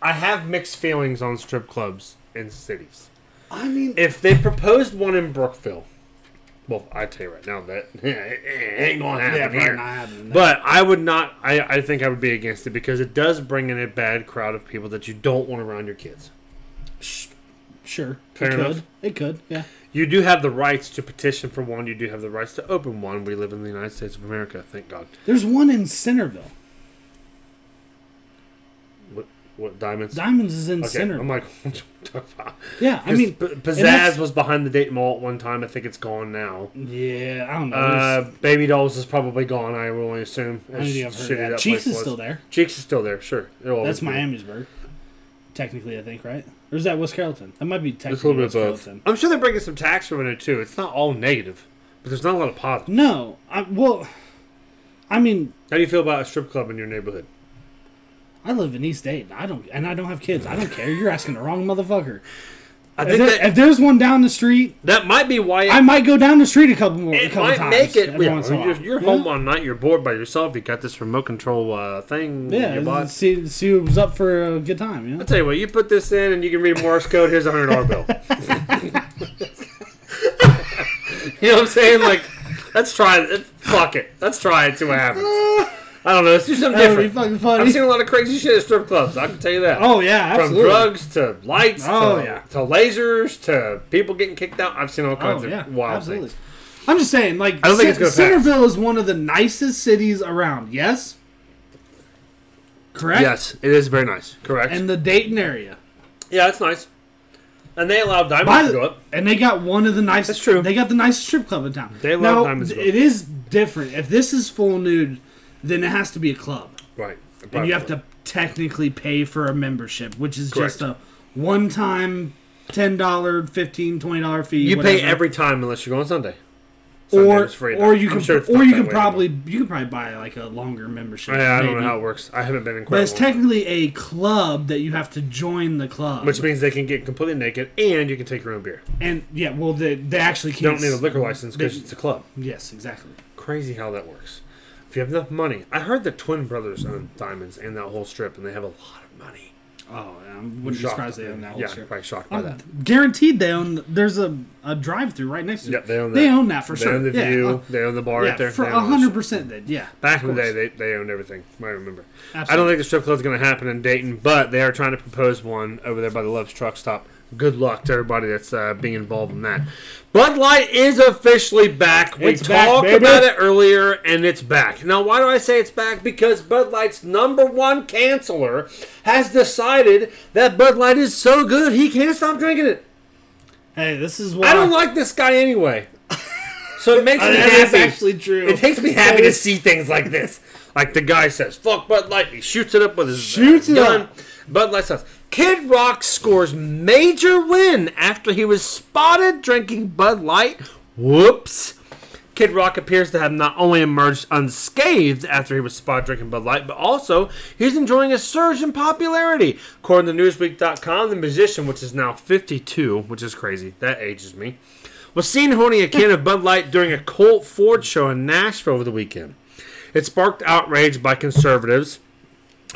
Speaker 1: I have mixed feelings on strip clubs in cities.
Speaker 2: I mean,
Speaker 1: If they proposed one in Brookville, well, I tell you right now that it ain't gonna happen
Speaker 2: yeah,
Speaker 1: here.
Speaker 2: probably not happening.
Speaker 1: But I would not. I, I think I would be against it because it does bring in a bad crowd of people that you don't want around your kids.
Speaker 2: sure,
Speaker 1: Fair
Speaker 2: it
Speaker 1: enough.
Speaker 2: could. It could. Yeah.
Speaker 1: You do have the rights to petition for one. You do have the rights to open one. We live in the United States of America. Thank God.
Speaker 2: There's one in Centerville.
Speaker 1: What what diamonds?
Speaker 2: Diamonds is in
Speaker 1: Okay,
Speaker 2: Centerville.
Speaker 1: I'm like, what you talking about?
Speaker 2: yeah, I mean,
Speaker 1: P-
Speaker 2: that's-
Speaker 1: Pizzazz was behind the Dayton Mall at one time. I think it's gone now.
Speaker 2: yeah, I don't know.
Speaker 1: Uh,
Speaker 2: There's-
Speaker 1: Baby Dolls is probably gone. I will only assume.
Speaker 2: I don't think I've heard of that. Cheeks is still there.
Speaker 1: Cheeks is still there. Sure, It'll always
Speaker 2: That's
Speaker 1: be there.
Speaker 2: Miamisburg, technically, I think, right? Or is that West Carrollton? That might be
Speaker 1: It's
Speaker 2: technically
Speaker 1: a little bit
Speaker 2: West
Speaker 1: of both.
Speaker 2: Carrollton.
Speaker 1: I'm sure they're bringing some tax revenue too. It's not all negative, but there's not a lot of positive.
Speaker 2: No, I, well, I mean,
Speaker 1: How do you feel about a strip club in your neighborhood?
Speaker 2: I live in East Dayton. I don't, and I don't have kids. I don't care. You're asking the wrong motherfucker.
Speaker 1: I
Speaker 2: If,
Speaker 1: think
Speaker 2: there-
Speaker 1: that,
Speaker 2: if there's one down the street,
Speaker 1: that might be why it,
Speaker 2: I might go down the street a couple more. a
Speaker 1: it
Speaker 2: couple
Speaker 1: might
Speaker 2: times
Speaker 1: make it.
Speaker 2: every
Speaker 1: Yeah,
Speaker 2: once in a
Speaker 1: you're
Speaker 2: while.
Speaker 1: you're home one night. You're bored by yourself. You got this remote control uh, thing.
Speaker 2: Yeah,
Speaker 1: you
Speaker 2: yeah
Speaker 1: bought.
Speaker 2: see, see what was up for a good time. You know?
Speaker 1: I'll tell you what, you put this in and you can read Morse code, here's a hundred dollar bill. you know what I'm saying? Like, let's try it. Fuck it. Let's try it, see what happens. I don't know, let's do something
Speaker 2: That would be
Speaker 1: different.
Speaker 2: fucking funny.
Speaker 1: I've seen a lot of crazy shit at strip clubs, I can tell you that.
Speaker 2: oh yeah,
Speaker 1: From
Speaker 2: absolutely.
Speaker 1: drugs to lights
Speaker 2: Oh,
Speaker 1: to,
Speaker 2: yeah.
Speaker 1: to lasers to people getting kicked out. I've seen all kinds
Speaker 2: Oh
Speaker 1: of
Speaker 2: yeah,
Speaker 1: wild
Speaker 2: absolutely.
Speaker 1: things.
Speaker 2: I'm just saying, like,
Speaker 1: I don't think it's gonna pass.
Speaker 2: Centerville is one of the nicest cities around. Yes, correct.
Speaker 1: Yes, it is very nice. Correct.
Speaker 2: and the Dayton area.
Speaker 1: yeah, it's nice. And they allow
Speaker 2: By
Speaker 1: diamonds to
Speaker 2: the-
Speaker 1: go up.
Speaker 2: and they got one of the nicest.
Speaker 1: That's true.
Speaker 2: They got the nicest strip club in town.
Speaker 1: They love
Speaker 2: now,
Speaker 1: Diamonds
Speaker 2: th-
Speaker 1: Club.
Speaker 2: It is different. If this is full nude, then it has to be a club,
Speaker 1: Right.
Speaker 2: and you have to technically pay for a membership, which is just a
Speaker 1: Correct.
Speaker 2: one-time ten dollar, fifteen, twenty dollar fee.
Speaker 1: You
Speaker 2: whatever.
Speaker 1: pay every time unless you go on Sunday. Sunday
Speaker 2: or
Speaker 1: was free, though.
Speaker 2: or you
Speaker 1: I'm
Speaker 2: can
Speaker 1: sure it's
Speaker 2: or
Speaker 1: not
Speaker 2: you
Speaker 1: that
Speaker 2: can
Speaker 1: way
Speaker 2: probably you can probably buy like a longer membership.
Speaker 1: Yeah, I don't know
Speaker 2: maybe.
Speaker 1: how it works. I haven't been in
Speaker 2: But it's
Speaker 1: quite a while.
Speaker 2: technically a club that you have to join the club.
Speaker 1: Which means they can get completely naked and you can take your own beer.
Speaker 2: and yeah, well, they, they actually
Speaker 1: You
Speaker 2: can't.
Speaker 1: don't need a liquor license because
Speaker 2: They-
Speaker 1: it's a club.
Speaker 2: Yes, exactly.
Speaker 1: Crazy how that works. If you have enough money, I heard the Twin Brothers own Diamonds and that whole strip, and they have a lot of money.
Speaker 2: Oh, I wouldn't be
Speaker 1: Shocked.
Speaker 2: surprised they own that whole
Speaker 1: Yeah,
Speaker 2: strip.
Speaker 1: probably shocked
Speaker 2: Um,
Speaker 1: by that.
Speaker 2: Guaranteed, they own. There's a, a drive-through right next to.
Speaker 1: Yeah,
Speaker 2: it.
Speaker 1: they own that.
Speaker 2: They own that for
Speaker 1: They
Speaker 2: sure.
Speaker 1: own the
Speaker 2: yeah,
Speaker 1: view.
Speaker 2: uh,
Speaker 1: they own the bar
Speaker 2: yeah,
Speaker 1: right there.
Speaker 2: for
Speaker 1: They own all
Speaker 2: hundred
Speaker 1: this.
Speaker 2: percent. They yeah.
Speaker 1: Back
Speaker 2: of
Speaker 1: in the day,
Speaker 2: course.
Speaker 1: they, they owned everything. I remember. I don't
Speaker 2: Absolutely.
Speaker 1: think the strip club's going to happen in Dayton, but they are trying to propose one over there by the Love's Truck Stop. Good luck to everybody that's uh, being involved in that. Bud Light is officially back. We
Speaker 2: It's back,
Speaker 1: talked
Speaker 2: baby.
Speaker 1: about it earlier, and it's back. Now, why do I say it's back? Because Bud Light's number one canceler has decided that Bud Light is so good he can't stop drinking it.
Speaker 2: Hey, this is
Speaker 1: I don't
Speaker 2: why-
Speaker 1: like this guy anyway. So it makes me
Speaker 2: That
Speaker 1: happy.
Speaker 2: is actually true.
Speaker 1: It makes me happy to see things like this. Like the guy says, "Fuck Bud Light," he shoots it up with his uh,
Speaker 2: Shoots it
Speaker 1: gun.
Speaker 2: up.
Speaker 1: Bud Light says, Kid Rock scores major win after he was spotted drinking Bud Light. Whoops. Kid Rock appears to have not only emerged unscathed after he was spotted drinking Bud Light, but also he's enjoying a surge in popularity. According to Newsweek.com, the musician, which is now 52, which is crazy, that ages me, was seen holding a can of Bud Light during a Colt Ford show in Nashville over the weekend. It sparked outrage by conservatives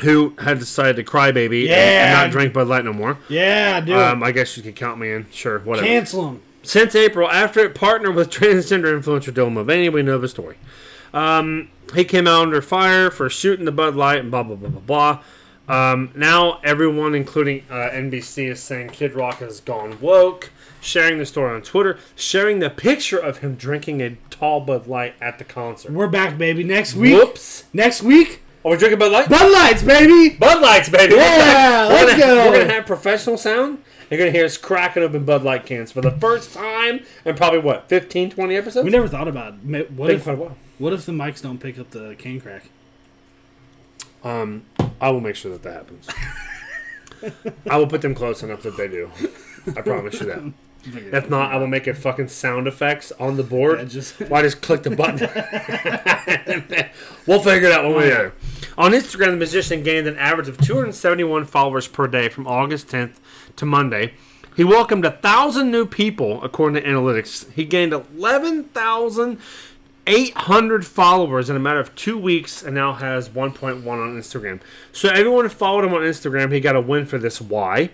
Speaker 1: who had decided to crybaby and- and
Speaker 2: Yeah.
Speaker 1: not drink Bud Light no more.
Speaker 2: Yeah, dude.
Speaker 1: Um, I guess you could count me in. Sure, whatever.
Speaker 2: Cancel him.
Speaker 1: Since April, after it partnered with transgender influencer Dylan Mulvaney, we know the story. Um, he came out under fire for shooting the Bud Light and blah, blah, blah, blah, blah. Um, now everyone, including uh, NBC, is saying Kid Rock has gone woke, sharing the story on Twitter, sharing the picture of him drinking a tall Bud Light at the concert.
Speaker 2: We're back, baby. Next week.
Speaker 1: Whoops.
Speaker 2: Next week.
Speaker 1: Are we drinking Bud Light?
Speaker 2: Bud Lights, baby.
Speaker 1: Bud Lights, baby.
Speaker 2: Yeah,
Speaker 1: we're
Speaker 2: let's
Speaker 1: gonna,
Speaker 2: go.
Speaker 1: We're gonna have professional sound. You're gonna hear us cracking open Bud Light cans for the first time in probably what 15, 20 episodes.
Speaker 2: We never thought about it. Ma- what
Speaker 1: Been
Speaker 2: if
Speaker 1: quite a while.
Speaker 2: what if the mics don't pick up the cane crack?
Speaker 1: I will make sure that that happens. I will put them close enough that they do. I promise you that. If not, I will make a fucking sound effects on the board.
Speaker 2: Yeah, just-
Speaker 1: Why just click the button? we'll figure it out when we're there. On Instagram, the musician gained an average of 271 followers per day from August 10th to Monday. He welcomed a thousand new people, according to analytics. He gained 11,800 followers in a matter of two weeks, and now has 1.1 on Instagram. So everyone who followed him on Instagram, he got a win for this. Why?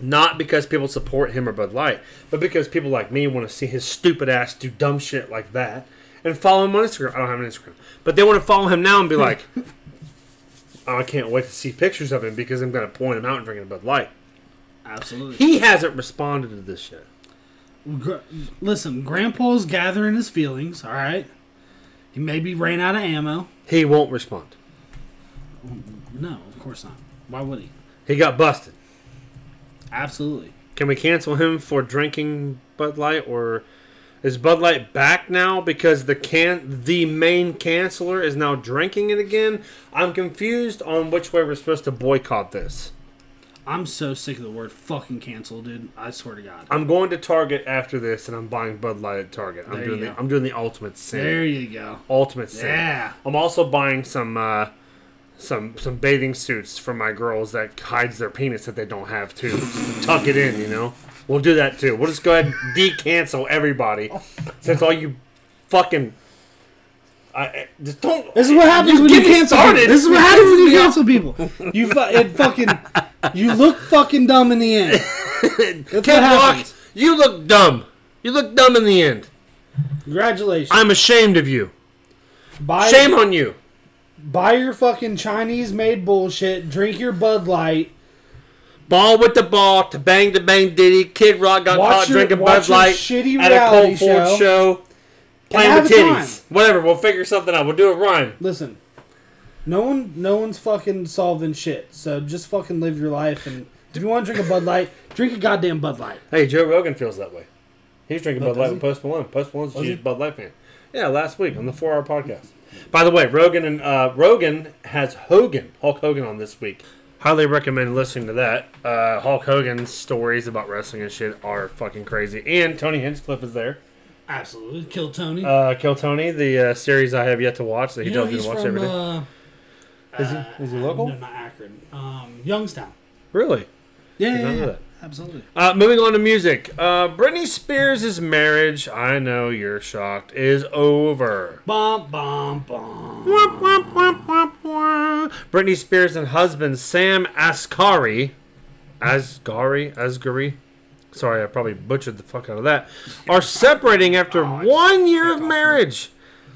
Speaker 1: not because people support him or Bud Light, but because people like me want to see his stupid ass do dumb shit like that and follow him on Instagram. I don't have an Instagram, but they want to follow him now and be like, "Oh, I can't wait to see pictures of him because I'm going to point him out and drinking Bud Light."
Speaker 2: Absolutely.
Speaker 1: He hasn't responded to this shit.
Speaker 2: Gr- Listen, Grandpa's gathering his feelings. All right. He maybe ran out of ammo.
Speaker 1: He won't respond.
Speaker 2: No, of course not. Why would he?
Speaker 1: He got busted.
Speaker 2: Absolutely.
Speaker 1: Can we cancel him for drinking Bud Light or is Bud Light back now because the can the main canceller is now drinking it again? I'm confused on which way we're supposed to boycott this.
Speaker 2: I'm so sick of the word fucking cancel, dude. I swear to God.
Speaker 1: I'm going to Target after this and I'm buying Bud Light at Target. I'm
Speaker 2: There
Speaker 1: doing
Speaker 2: you
Speaker 1: the
Speaker 2: go.
Speaker 1: I'm doing the ultimate sin.
Speaker 2: There you go.
Speaker 1: ultimate sin.
Speaker 2: Yeah.
Speaker 1: I'm also buying some uh some some bathing suits for my girls that hides their penis that they don't have too. Tuck it in, you know. We'll do that too. We'll just go ahead and de-cancel everybody since all you fucking I, I just don't.
Speaker 2: This is what happens when you
Speaker 1: get me
Speaker 2: cancel.
Speaker 1: started.
Speaker 2: People. This is what happens when you cancel people. You fu- it fucking you look fucking dumb in the end. That's
Speaker 1: Kid
Speaker 2: what
Speaker 1: Rock,
Speaker 2: happens.
Speaker 1: you look dumb. You look dumb in the end.
Speaker 2: Congratulations.
Speaker 1: I'm ashamed of you.
Speaker 2: buy,
Speaker 1: Shame on you.
Speaker 2: buy your fucking Chinese made bullshit. Drink your Bud Light.
Speaker 1: Ball with the ball to bang the bang diddy. Kid Rock got
Speaker 2: Watch
Speaker 1: caught
Speaker 2: your-
Speaker 1: drinking
Speaker 2: watch
Speaker 1: Bud
Speaker 2: your
Speaker 1: Light
Speaker 2: shitty
Speaker 1: at a
Speaker 2: reality
Speaker 1: Cold Ford
Speaker 2: show.
Speaker 1: show. Playing
Speaker 2: have
Speaker 1: with
Speaker 2: a time.
Speaker 1: titties. Whatever, we'll figure something out. We'll do a rhyme.
Speaker 2: Listen, no one, no one's fucking solving shit. So just fucking live your life. And if you want to drink a Bud Light, drink a goddamn Bud Light.
Speaker 1: Hey, Joe Rogan feels that way. He's drinking Bud
Speaker 2: Oh, does
Speaker 1: Light
Speaker 2: he?
Speaker 1: with Post Malone. Post Malone's a
Speaker 2: Was
Speaker 1: huge
Speaker 2: he?
Speaker 1: Bud Light fan. Yeah, last week on the Four Hour Podcast. By the way, Rogan and uh, Rogan has Hogan, Hulk Hogan, on this week. Highly recommend listening to that. Uh, Hulk Hogan's stories about wrestling and shit are fucking crazy. And Tony Hinchcliffe is there.
Speaker 2: Absolutely, kill Tony.
Speaker 1: Uh, Kill Tony, the uh, series I have yet to watch that he
Speaker 2: you know
Speaker 1: doesn't
Speaker 2: he's
Speaker 1: watch
Speaker 2: from
Speaker 1: every day.
Speaker 2: uh,
Speaker 1: Is he, is he local?
Speaker 2: no, not Akron, um, Youngstown.
Speaker 1: Really?
Speaker 2: Yeah,
Speaker 1: not
Speaker 2: yeah,
Speaker 1: know
Speaker 2: yeah.
Speaker 1: that.
Speaker 2: absolutely.
Speaker 1: Uh, moving on to music. Uh, Britney Spears' marriage, I know you're shocked, is over.
Speaker 2: Bum bum bum.
Speaker 1: Womp, womp, womp, womp, womp. Britney Spears and husband Sam Asghari, Asghari, Asghari, sorry, I probably butchered the fuck out of that, are separating after one year of marriage.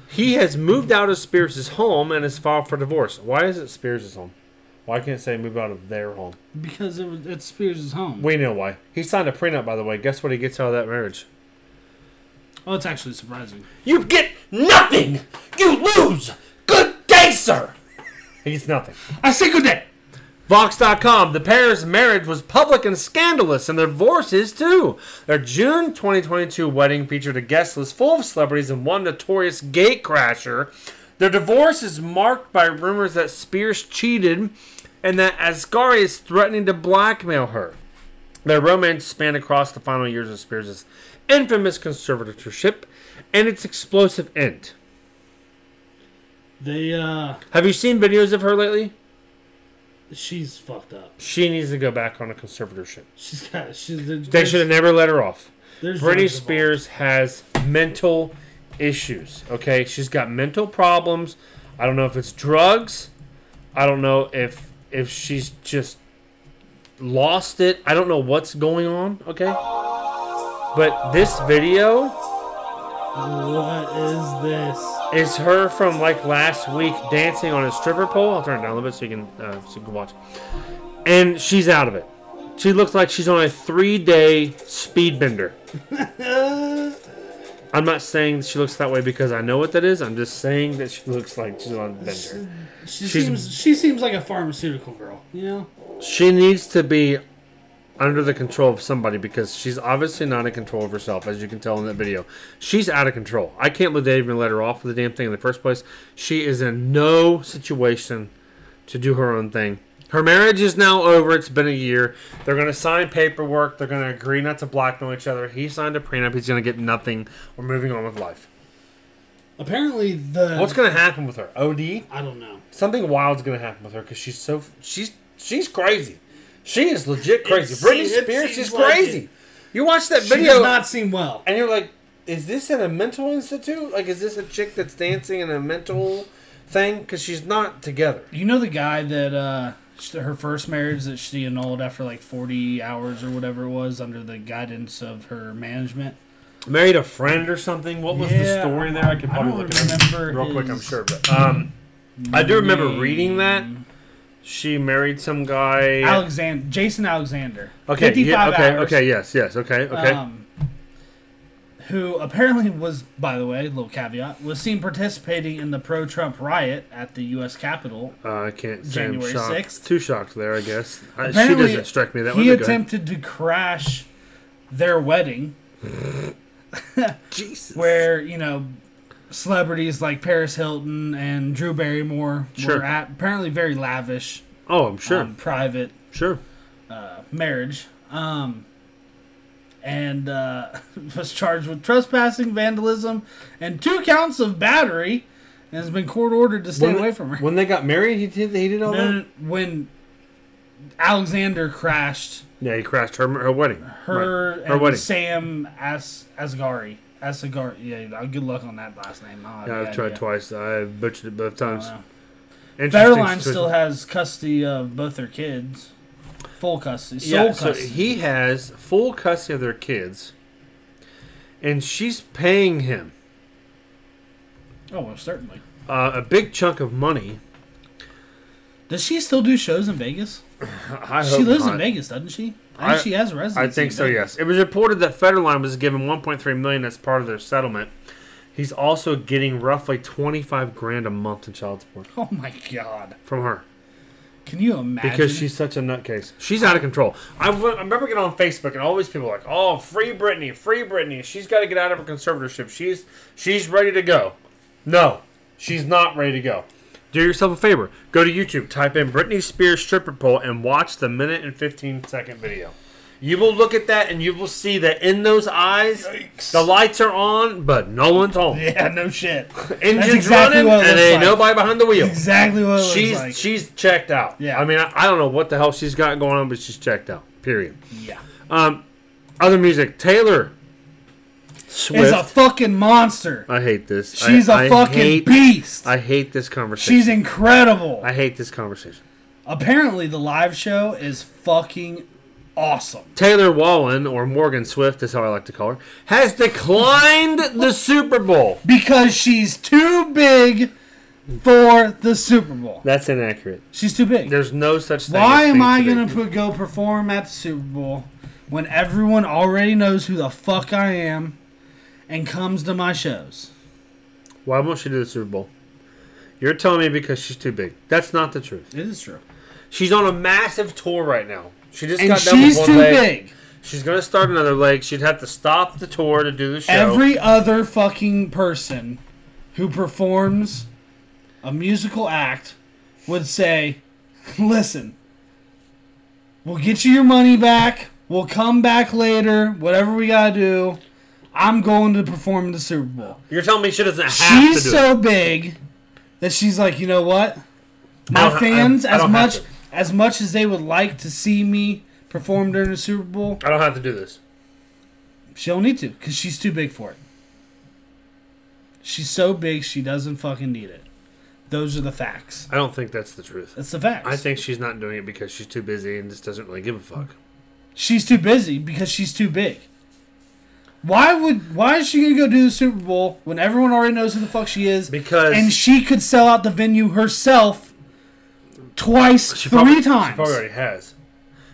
Speaker 1: He has moved out of Spears' home and has filed for divorce. Why is it Spears' home? Why can't it say move out of their home?
Speaker 2: Because it was, it's Spears' home.
Speaker 1: We know why. He signed a prenup, by the way. Guess what he gets out of that marriage?
Speaker 2: Oh, it's actually surprising.
Speaker 1: You get nothing. You lose. Good day, sir. He gets nothing.
Speaker 2: I say good day.
Speaker 1: Vox.com. The pair's marriage was public and scandalous, and their divorces too. Their June 2022 wedding featured a guest list full of celebrities and one notorious gatecrasher. Their divorce is marked by rumors that Spears cheated and that Ascari is threatening to blackmail her. Their romance spanned across the final years of Spears' infamous conservatorship and its explosive end.
Speaker 2: They uh,
Speaker 1: Have you seen videos of her lately?
Speaker 2: she's fucked up.
Speaker 1: She needs to go back on a conservatorship.
Speaker 2: She's got she's. There's,
Speaker 1: They should have never let her off.
Speaker 2: there's
Speaker 1: Britney
Speaker 2: drugs involved.
Speaker 1: Spears has mental issues. Okay, she's got mental problems. I don't know if it's drugs. I don't know if if she's just lost it. I don't know what's going on. Okay, but this video
Speaker 2: What is this?
Speaker 1: is her from like last week dancing on a stripper pole. I'll turn it down a little bit so you can uh, so you can watch. And she's out of it. She looks like she's on a three day speed bender.
Speaker 2: Uh,
Speaker 1: I'm not saying she looks that way because I know what that is. I'm just saying that she looks like she's on a bender.
Speaker 2: She
Speaker 1: She's-
Speaker 2: seems she seems like a pharmaceutical girl. You know,
Speaker 1: She needs to be under the control of somebody because she's obviously not in control of herself, as you can tell in that video. She's out of control. I can't believe they even let her off with the damn thing in the first place. She is in no situation to do her own thing. Her marriage is now over. It's been a year. They're going to sign paperwork. They're going to agree not to blackmail each other. He signed a prenup. He's going to get nothing. We're moving on with life.
Speaker 2: apparently the
Speaker 1: What's going to happen with her? OD?
Speaker 2: I don't know.
Speaker 1: something wild's gonna happen with her because she's so she's she's crazy. She is legit crazy. Britney
Speaker 2: seems- it
Speaker 1: Spears,
Speaker 2: seems
Speaker 1: she's
Speaker 2: like
Speaker 1: crazy.
Speaker 2: it.
Speaker 1: You watch that
Speaker 2: She
Speaker 1: video
Speaker 2: does not seem well.
Speaker 1: and you're like, is this in a mental institute? Like, is this a chick that's dancing in a mental thing? Because she's not together.
Speaker 2: You know the guy that uh, sh- her first marriage that she annulled after like forty hours or whatever it was under the guidance of her management.
Speaker 1: Married a friend or something. What was the
Speaker 2: Yeah,
Speaker 1: story there? I could
Speaker 2: I
Speaker 1: probably
Speaker 2: don't
Speaker 1: look it up
Speaker 2: remember
Speaker 1: real quick. I'm
Speaker 2: his
Speaker 1: sure, but um, I do remember reading that. She married some guy.
Speaker 2: Alexander Jason Alexander.
Speaker 1: okay, yeah,
Speaker 2: 55
Speaker 1: okay,
Speaker 2: hours.
Speaker 1: okay, yes, yes, okay, okay.
Speaker 2: Um, who apparently was, by the way, little caveat, was seen participating in the pro-Trump riot at the U.S. Capitol
Speaker 1: Uh, I can't say I'm
Speaker 2: January
Speaker 1: shocked.
Speaker 2: 6th.
Speaker 1: Too shocked there, I guess. Uh, she
Speaker 2: Apparently,
Speaker 1: doesn't strike me that way.
Speaker 2: he
Speaker 1: but go ahead.
Speaker 2: attempted to crash their wedding
Speaker 1: Jesus.
Speaker 2: where you know celebrities like paris hilton and drew barrymore
Speaker 1: Sure.
Speaker 2: were at apparently very lavish
Speaker 1: Oh, I'm sure.
Speaker 2: um, private
Speaker 1: sure.
Speaker 2: marriage um, and uh, was charged with trespassing vandalism and two counts of battery and has been court ordered to stay away from her
Speaker 1: When they got married, he did, he did all
Speaker 2: No,
Speaker 1: that?
Speaker 2: no, no, when alexander crashed
Speaker 1: Yeah, he crashed her, her wedding.
Speaker 2: her
Speaker 1: Right.
Speaker 2: and
Speaker 1: Her wedding.
Speaker 2: Sam As Asgari. Asgari. Yeah, good luck on that last name. Oh, I don't
Speaker 1: Yeah,
Speaker 2: have
Speaker 1: I've
Speaker 2: any
Speaker 1: tried
Speaker 2: idea.
Speaker 1: twice. I butchered it both times.
Speaker 2: wow.
Speaker 1: Interesting
Speaker 2: Fairline
Speaker 1: situation.
Speaker 2: still has custody of both their kids. Full custody. Sole
Speaker 1: Yeah, so
Speaker 2: custody.
Speaker 1: he has full custody of their kids, and she's paying him
Speaker 2: oh, well, certainly.
Speaker 1: uh, a big chunk of money.
Speaker 2: Does she still do shows in Vegas?
Speaker 1: I hope
Speaker 2: She lives
Speaker 1: not.
Speaker 2: in Vegas, doesn't she? I
Speaker 1: I-
Speaker 2: think she has a residency.
Speaker 1: I think
Speaker 2: in
Speaker 1: so.
Speaker 2: Vegas.
Speaker 1: Yes, it was reported that Federline was given 1.3 million as part of their settlement. He's also getting roughly 25 grand a month in child support
Speaker 2: Oh my god!
Speaker 1: from her
Speaker 2: Can you imagine?
Speaker 1: because she's such a nutcase. She's out of control. I w- I remember getting on Facebook and all these people were like, "Oh, free Britney, free Britney. She's got to get out of her conservatorship. She's she's ready to go." No, she's not ready to go. Do yourself a favor. Go to YouTube, type in Britney Spears stripper pole, and watch the minute and 15 second video. You will look at that and you will see that in those eyes,
Speaker 2: Yikes.
Speaker 1: the lights are on, but no one's home.
Speaker 2: yeah, no shit.
Speaker 1: Engine's
Speaker 2: exactly
Speaker 1: running,
Speaker 2: what it
Speaker 1: and
Speaker 2: looks
Speaker 1: ain't
Speaker 2: like.
Speaker 1: nobody behind the wheel.
Speaker 2: Exactly what it looks
Speaker 1: She's
Speaker 2: like.
Speaker 1: she's checked out.
Speaker 2: Yeah.
Speaker 1: I mean, I, I don't know what the hell she's got going on, but she's checked out. Period.
Speaker 2: yeah,
Speaker 1: Other music, Taylor
Speaker 2: is
Speaker 1: Swift.
Speaker 2: a fucking monster.
Speaker 1: I hate this. I-
Speaker 2: She's a
Speaker 1: I
Speaker 2: fucking
Speaker 1: hate-
Speaker 2: beast.
Speaker 1: I hate this conversation.
Speaker 2: She's incredible.
Speaker 1: I hate this conversation.
Speaker 2: Apparently, the live show is fucking awesome.
Speaker 1: Taylor Wallen, or Morgan Swift, is how I like to call her, has declined the Super Bowl.
Speaker 2: Because she's too big for the Super Bowl.
Speaker 1: That's inaccurate.
Speaker 2: She's too big.
Speaker 1: There's no such thing.
Speaker 2: Why
Speaker 1: as
Speaker 2: am
Speaker 1: being
Speaker 2: I
Speaker 1: too big.
Speaker 2: going to put, go perform at the Super Bowl when everyone already knows who the fuck I am and comes to my shows?
Speaker 1: Why won't she do the Super Bowl? You're telling me because she's too big. That's not the truth.
Speaker 2: It is true.
Speaker 1: She's on a massive tour right now. She just
Speaker 2: And
Speaker 1: got done with
Speaker 2: she's
Speaker 1: one
Speaker 2: too
Speaker 1: leg.
Speaker 2: big.
Speaker 1: She's gonna start another leg. She'd have to stop the tour to do the show.
Speaker 2: Every other fucking person who performs a musical act would say, listen, we'll get you your money back. We'll come back later. Whatever we gotta do, I'm going to perform in the Super Bowl.
Speaker 1: You're telling me she doesn't have
Speaker 2: She's
Speaker 1: to do it.
Speaker 2: so big that she's like, you know what?
Speaker 1: I
Speaker 2: My
Speaker 1: don't ha- I-
Speaker 2: fans,
Speaker 1: I
Speaker 2: as
Speaker 1: don't have
Speaker 2: much
Speaker 1: to.
Speaker 2: as much as they would like to see me perform during the Super Bowl,
Speaker 1: I don't have to do this.
Speaker 2: she don't need to because she's too big for it. She's so big she doesn't fucking need it. Those are the facts.
Speaker 1: I don't think that's the truth.
Speaker 2: That's the facts.
Speaker 1: I think she's not doing it because she's too busy and just doesn't really give a fuck.
Speaker 2: she's too busy because she's too big. Why would why is she gonna go do the Super Bowl when everyone already knows who the fuck she is?
Speaker 1: Because-
Speaker 2: and she could sell out the venue herself twice,
Speaker 1: She
Speaker 2: three
Speaker 1: probably, She
Speaker 2: times.
Speaker 1: probably already has.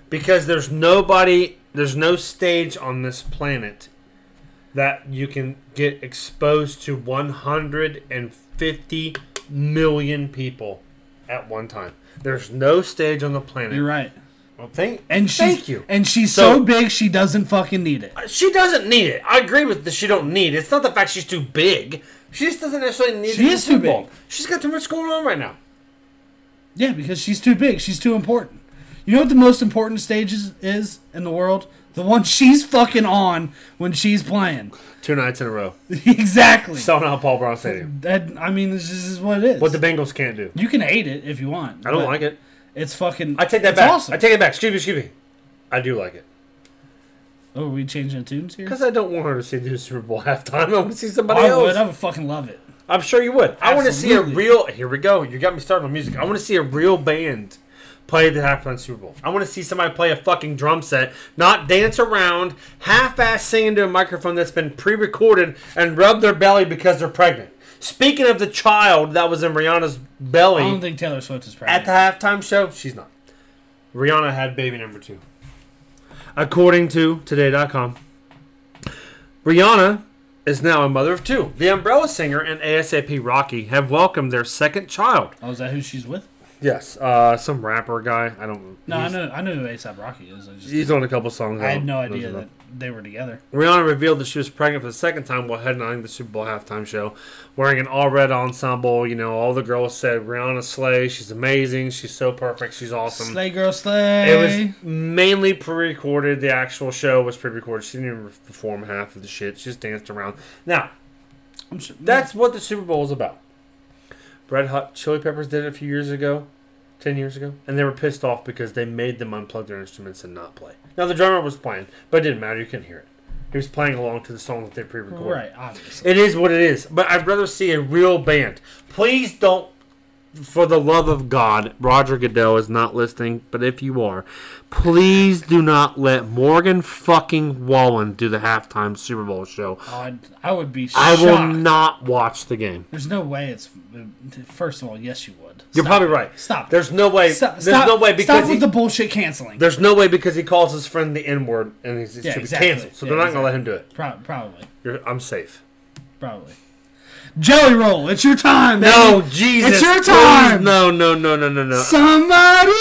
Speaker 1: Because there's nobody, there's no stage on this planet that you can get exposed to 150 million people at one time. There's no stage on the planet.
Speaker 2: You're right.
Speaker 1: Well, thank,
Speaker 2: And she's,
Speaker 1: thank you.
Speaker 2: And she's so,
Speaker 1: So-
Speaker 2: big she doesn't fucking need it.
Speaker 1: uh, she doesn't need it. I agree with that. She don't need it. It's not the fact she's too big. She just doesn't necessarily need
Speaker 2: She
Speaker 1: it in
Speaker 2: is
Speaker 1: the Super
Speaker 2: too big.
Speaker 1: Bowl. She's got too much going on right now.
Speaker 2: Yeah, because she's too big. She's too important. You know what the most important stage is, is in the world? The one she's fucking on when she's playing.
Speaker 1: Two nights in a row.
Speaker 2: exactly.
Speaker 1: Selling out Paul Brown Stadium.
Speaker 2: that I mean, this is what it is.
Speaker 1: What the Bengals can't do.
Speaker 2: You can hate it if you want.
Speaker 1: I don't
Speaker 2: but
Speaker 1: like it.
Speaker 2: It's fucking.
Speaker 1: I take that
Speaker 2: it's
Speaker 1: back.
Speaker 2: Awesome.
Speaker 1: I take it back. Excuse me, excuse me. I do like it.
Speaker 2: oh, are we changing the tunes here?
Speaker 1: Because I don't want her to see the Super Bowl halftime. I want to see somebody
Speaker 2: I
Speaker 1: else.
Speaker 2: would. I would fucking love it.
Speaker 1: I'm sure you would. I want to see a
Speaker 2: Absolutely.
Speaker 1: real. Here we go. You got me started on music. I want to see a real band play the halftime Super Bowl. I want to see somebody play a fucking drum set, not dance around, half-ass singing to a microphone that's been pre-recorded and rub their belly because they're pregnant. Speaking of the child that was in Rihanna's belly
Speaker 2: I don't think Taylor Swift is
Speaker 1: at
Speaker 2: pregnant.
Speaker 1: the halftime show, she's not. Rihanna had baby number two. According to Today.com, Rihanna is now a mother of two. The Umbrella Singer and ASAP Rocky have welcomed their second child.
Speaker 2: oh, is that who she's with?
Speaker 1: Yes, uh, some rapper guy. I don't.
Speaker 2: No, I
Speaker 1: he's,
Speaker 2: know. I know who ASAP Rocky is. I just.
Speaker 1: He's on a couple songs.
Speaker 2: I had
Speaker 1: don't-
Speaker 2: no
Speaker 1: those
Speaker 2: idea
Speaker 1: are
Speaker 2: that
Speaker 1: the-
Speaker 2: they were together.
Speaker 1: Rihanna revealed that she was pregnant for the second time while headlining the Super Bowl halftime show, wearing an all red ensemble. You know, all the girls said Rihanna slay. She's amazing. She's so perfect. She's awesome.
Speaker 2: Slay girl, slay.
Speaker 1: It was mainly pre-recorded. The actual show was pre-recorded. She didn't even perform half of the shit. She just danced around. Now,
Speaker 2: I'm sure-
Speaker 1: that's what the Super Bowl is about. Red Hot Chili Peppers did it a few years ago, ten years ago, and they were pissed off because they made them unplug their instruments and not play. Now the drummer was playing, but it didn't matter. You couldn't hear it. He was playing along to the song that they pre-recorded.
Speaker 2: right. Obviously.
Speaker 1: It is what it is. But I'd rather see a real band. Please don't. For the love of God, Roger Goodell is not listening, but if you are, please do not let Morgan fucking Wallen do the halftime Super Bowl show.
Speaker 2: I'd, I would be
Speaker 1: I
Speaker 2: shocked.
Speaker 1: will not watch the game.
Speaker 2: There's no way it's. First of all, yes, you would.
Speaker 1: You're
Speaker 2: Stop.
Speaker 1: probably right.
Speaker 2: Stop.
Speaker 1: There's no way.
Speaker 2: Stop,
Speaker 1: there's
Speaker 2: stop,
Speaker 1: no way because
Speaker 2: stop with
Speaker 1: he,
Speaker 2: the bullshit canceling.
Speaker 1: there's no way because he calls his friend the N word and he's, it
Speaker 2: Yeah,
Speaker 1: should
Speaker 2: exactly.
Speaker 1: be canceled. So
Speaker 2: Yeah,
Speaker 1: they're not gonna let him do it.
Speaker 2: Pro- probably.
Speaker 1: You're, I'm safe.
Speaker 2: Probably. Jelly roll. It's your time.
Speaker 1: No,
Speaker 2: baby.
Speaker 1: Jesus.
Speaker 2: It's your
Speaker 1: please,
Speaker 2: time.
Speaker 1: No, no, no, no, no, no.
Speaker 2: Somebody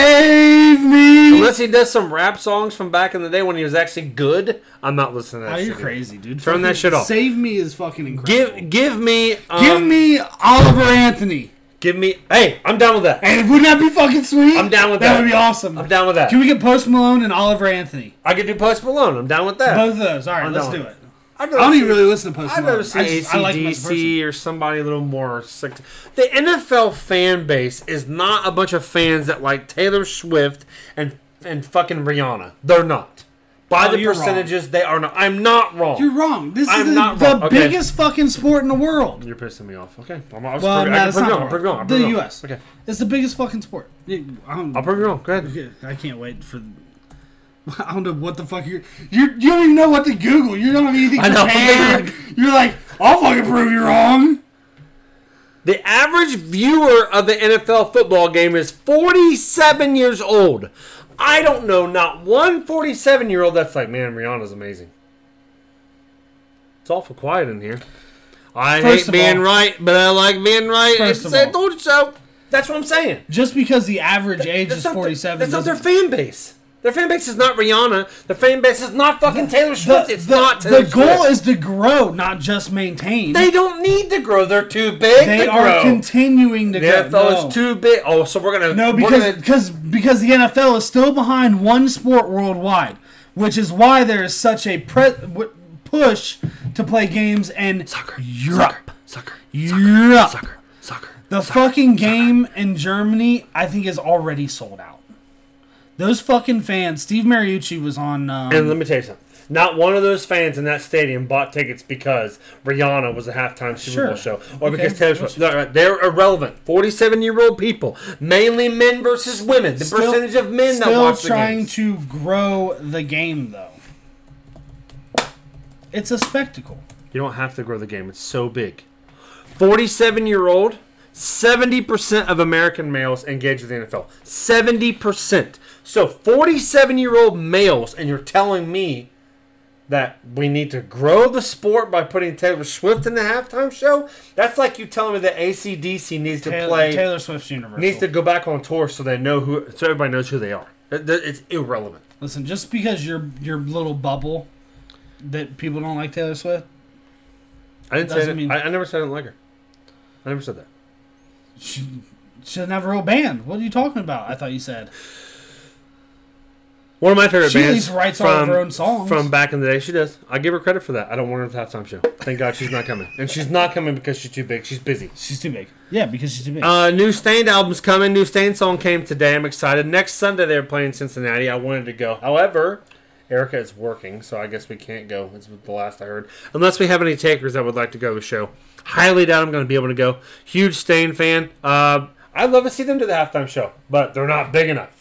Speaker 2: save me.
Speaker 1: Unless he does some rap songs from back in the day when he was actually good, I'm not listening to that.
Speaker 2: Are you
Speaker 1: shit.
Speaker 2: crazy, dude?
Speaker 1: Turn that
Speaker 2: Fucking
Speaker 1: shit off.
Speaker 2: Save me is fucking incredible.
Speaker 1: Give give me um,
Speaker 2: Give me Oliver Anthony.
Speaker 1: give me hey, I'm down with that.
Speaker 2: And wouldn't that be fucking sweet?
Speaker 1: I'm down with
Speaker 2: that.
Speaker 1: that.
Speaker 2: would be awesome.
Speaker 1: I'm down with that.
Speaker 2: Can we get Post Malone and Oliver Anthony?
Speaker 1: I could do Post Malone. I'm down with that.
Speaker 2: Both of those. All right,
Speaker 1: I'm
Speaker 2: let's
Speaker 1: down
Speaker 2: do
Speaker 1: with
Speaker 2: it.
Speaker 1: I'd
Speaker 2: I
Speaker 1: rather
Speaker 2: don't
Speaker 1: see-
Speaker 2: even really listen to Post
Speaker 1: I'd
Speaker 2: Malone.
Speaker 1: rather see
Speaker 2: I, just, I like him as a person.
Speaker 1: ACDC or somebody a little more. sect- The NFL fan base is not a bunch of fans that like Taylor Swift and and fucking Rihanna. They're not. By
Speaker 2: Oh,
Speaker 1: the
Speaker 2: you're wrong.
Speaker 1: percentages, they are not. I'm not wrong.
Speaker 2: You're wrong. This
Speaker 1: I'm
Speaker 2: is the,
Speaker 1: not
Speaker 2: the
Speaker 1: wrong. Okay.
Speaker 2: biggest fucking sport in the world.
Speaker 1: You're pissing me off. Okay, I'm, I'll
Speaker 2: Well,
Speaker 1: prove,
Speaker 2: no,
Speaker 1: I can prove you
Speaker 2: it's not the
Speaker 1: wrong. I'll
Speaker 2: world.
Speaker 1: prove you wrong. I'll
Speaker 2: The
Speaker 1: prove you wrong.
Speaker 2: US.
Speaker 1: Okay,
Speaker 2: It's the biggest fucking sport. Yeah, I don't,
Speaker 1: I'll prove you wrong. Go ahead.
Speaker 2: Yeah, I can't wait for. I don't know what the fuck you're. You you don't even know what to Google. You don't have anything
Speaker 1: I know.
Speaker 2: prepared. You're like, I'll fucking prove you wrong.
Speaker 1: The average viewer of the NFL football game is 47 years old. I don't know not one 47 year old that's like, man, Rihanna's amazing. It's awful quiet in here. I
Speaker 2: First
Speaker 1: hate
Speaker 2: of
Speaker 1: being
Speaker 2: all-
Speaker 1: right, but I like being right. It's-
Speaker 2: First of all-
Speaker 1: I told you so. That's what I'm saying.
Speaker 2: Just because the average age
Speaker 1: That's
Speaker 2: is
Speaker 1: not their-
Speaker 2: 47.
Speaker 1: That's not their fan
Speaker 2: doesn't-
Speaker 1: base. Their fan base is not Rihanna. Their fan base is not fucking Taylor Swift. it's
Speaker 2: the,
Speaker 1: not Taylor
Speaker 2: the goal
Speaker 1: Swift.
Speaker 2: is to grow, not just maintain.
Speaker 1: they don't need to grow. They're too big.
Speaker 2: They
Speaker 1: to
Speaker 2: are
Speaker 1: grow.
Speaker 2: continuing to
Speaker 1: The
Speaker 2: grow.
Speaker 1: NFL
Speaker 2: No.
Speaker 1: is too big. Oh, so we're gonna
Speaker 2: No,
Speaker 1: we're
Speaker 2: because
Speaker 1: gonna-
Speaker 2: because because the NFL is still behind one sport worldwide, which is why there is such a pre- w- push to play games in Europe.
Speaker 1: soccer,
Speaker 2: Europe.
Speaker 1: soccer, soccer.
Speaker 2: The fucking game in Germany, I think, is already sold out. Those fucking fans. Steve Mariucci was on. Um,
Speaker 1: And let me tell you something. Not one of those fans in that stadium bought tickets because Rihanna was a halftime Super Bowl
Speaker 2: Sure.
Speaker 1: show, or
Speaker 2: Okay.
Speaker 1: because Taylor Swift. No, no, they're irrelevant. Forty-seven-year-old people, mainly men versus women. The
Speaker 2: still-
Speaker 1: percentage of men that
Speaker 2: still
Speaker 1: watch the
Speaker 2: trying
Speaker 1: games.
Speaker 2: to grow the game though. It's a spectacle.
Speaker 1: You don't have to grow the game. It's so big. 47 year old, 70% of American males engage with the NFL. 70%. So 47 year old males, and you're telling me that we need to grow the sport by putting Taylor Swift in the halftime show? That's like you telling me that ACDC needs to
Speaker 2: Taylor,
Speaker 1: play,
Speaker 2: Taylor Swift's universal.
Speaker 1: needs to go back on tour so they know who, so everybody knows who they are. It- It's irrelevant.
Speaker 2: Listen, just because your your little bubble that people don't like Taylor Swift,
Speaker 1: I didn't say
Speaker 2: Doesn't
Speaker 1: that.
Speaker 2: mean-
Speaker 1: I, I never said I didn't like her. I never said that.
Speaker 2: she she doesn't have a real band. What are you talking about? I thought you said.
Speaker 1: One of my favorite
Speaker 2: She at
Speaker 1: bands.
Speaker 2: least writes all of her own songs.
Speaker 1: From back in the day, she does. I give her credit for that. I don't want her at the halftime show. Thank God she's not coming. And she's not coming because she's too big. She's busy.
Speaker 2: She's too big. Yeah, because she's too big.
Speaker 1: Uh, new Stained album's coming. New Stained song came today. I'm excited. Next Sunday they're playing Cincinnati. I wanted to go. However, Erica is working, so I guess we can't go. It's the last I heard. Unless we have any takers that would like to go to the show. Highly doubt I'm going to be able to go. Huge Stained fan. Uh, I'd love to see them do the halftime show, but they're not big enough.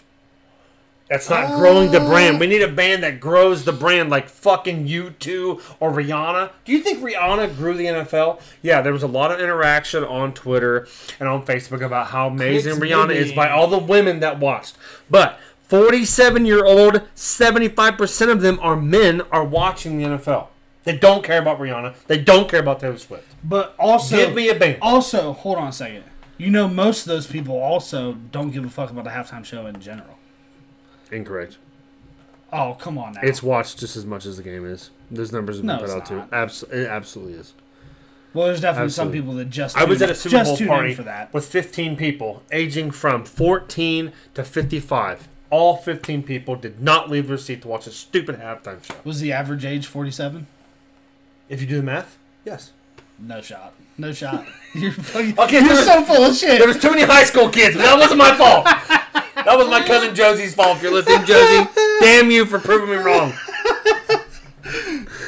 Speaker 1: That's not growing the
Speaker 2: Oh.
Speaker 1: brand. We need a band that grows the brand like fucking U2 or Rihanna. Do you think Rihanna grew the NFL? Yeah, there was a lot of interaction on Twitter and on Facebook about how amazing
Speaker 2: Clicks,
Speaker 1: Rihanna
Speaker 2: baby.
Speaker 1: is by all the women that watched. But 47 year old, 75% of them are men are watching the NFL. They don't care about Rihanna. They don't care about Taylor Swift.
Speaker 2: but also,
Speaker 1: Give me a band.
Speaker 2: also hold on a second. You know, most of those people also don't give a fuck about the halftime show in general.
Speaker 1: Incorrect.
Speaker 2: Oh, come on now.
Speaker 1: It's watched just as much as the game is. Those numbers have been
Speaker 2: No,
Speaker 1: put
Speaker 2: it's
Speaker 1: out too.
Speaker 2: not.
Speaker 1: Abs- it absolutely is.
Speaker 2: well, there's definitely
Speaker 1: absolutely.
Speaker 2: some people that just
Speaker 1: I was
Speaker 2: tune-
Speaker 1: at a Super
Speaker 2: just
Speaker 1: Bowl
Speaker 2: tune in
Speaker 1: party
Speaker 2: for that.
Speaker 1: with 15 people, aging from 14 to 55. All 15 people did not leave their seat to watch a stupid halftime show.
Speaker 2: Was the average age 47?
Speaker 1: If you do the math, yes.
Speaker 2: No shot. No shot. You're fucking.
Speaker 1: Okay,
Speaker 2: you're
Speaker 1: so-
Speaker 2: so full of shit.
Speaker 1: There was too many high school kids, but that wasn't my fault. That was my cousin Josie's fault. If you're listening, Josie, damn you for proving me wrong.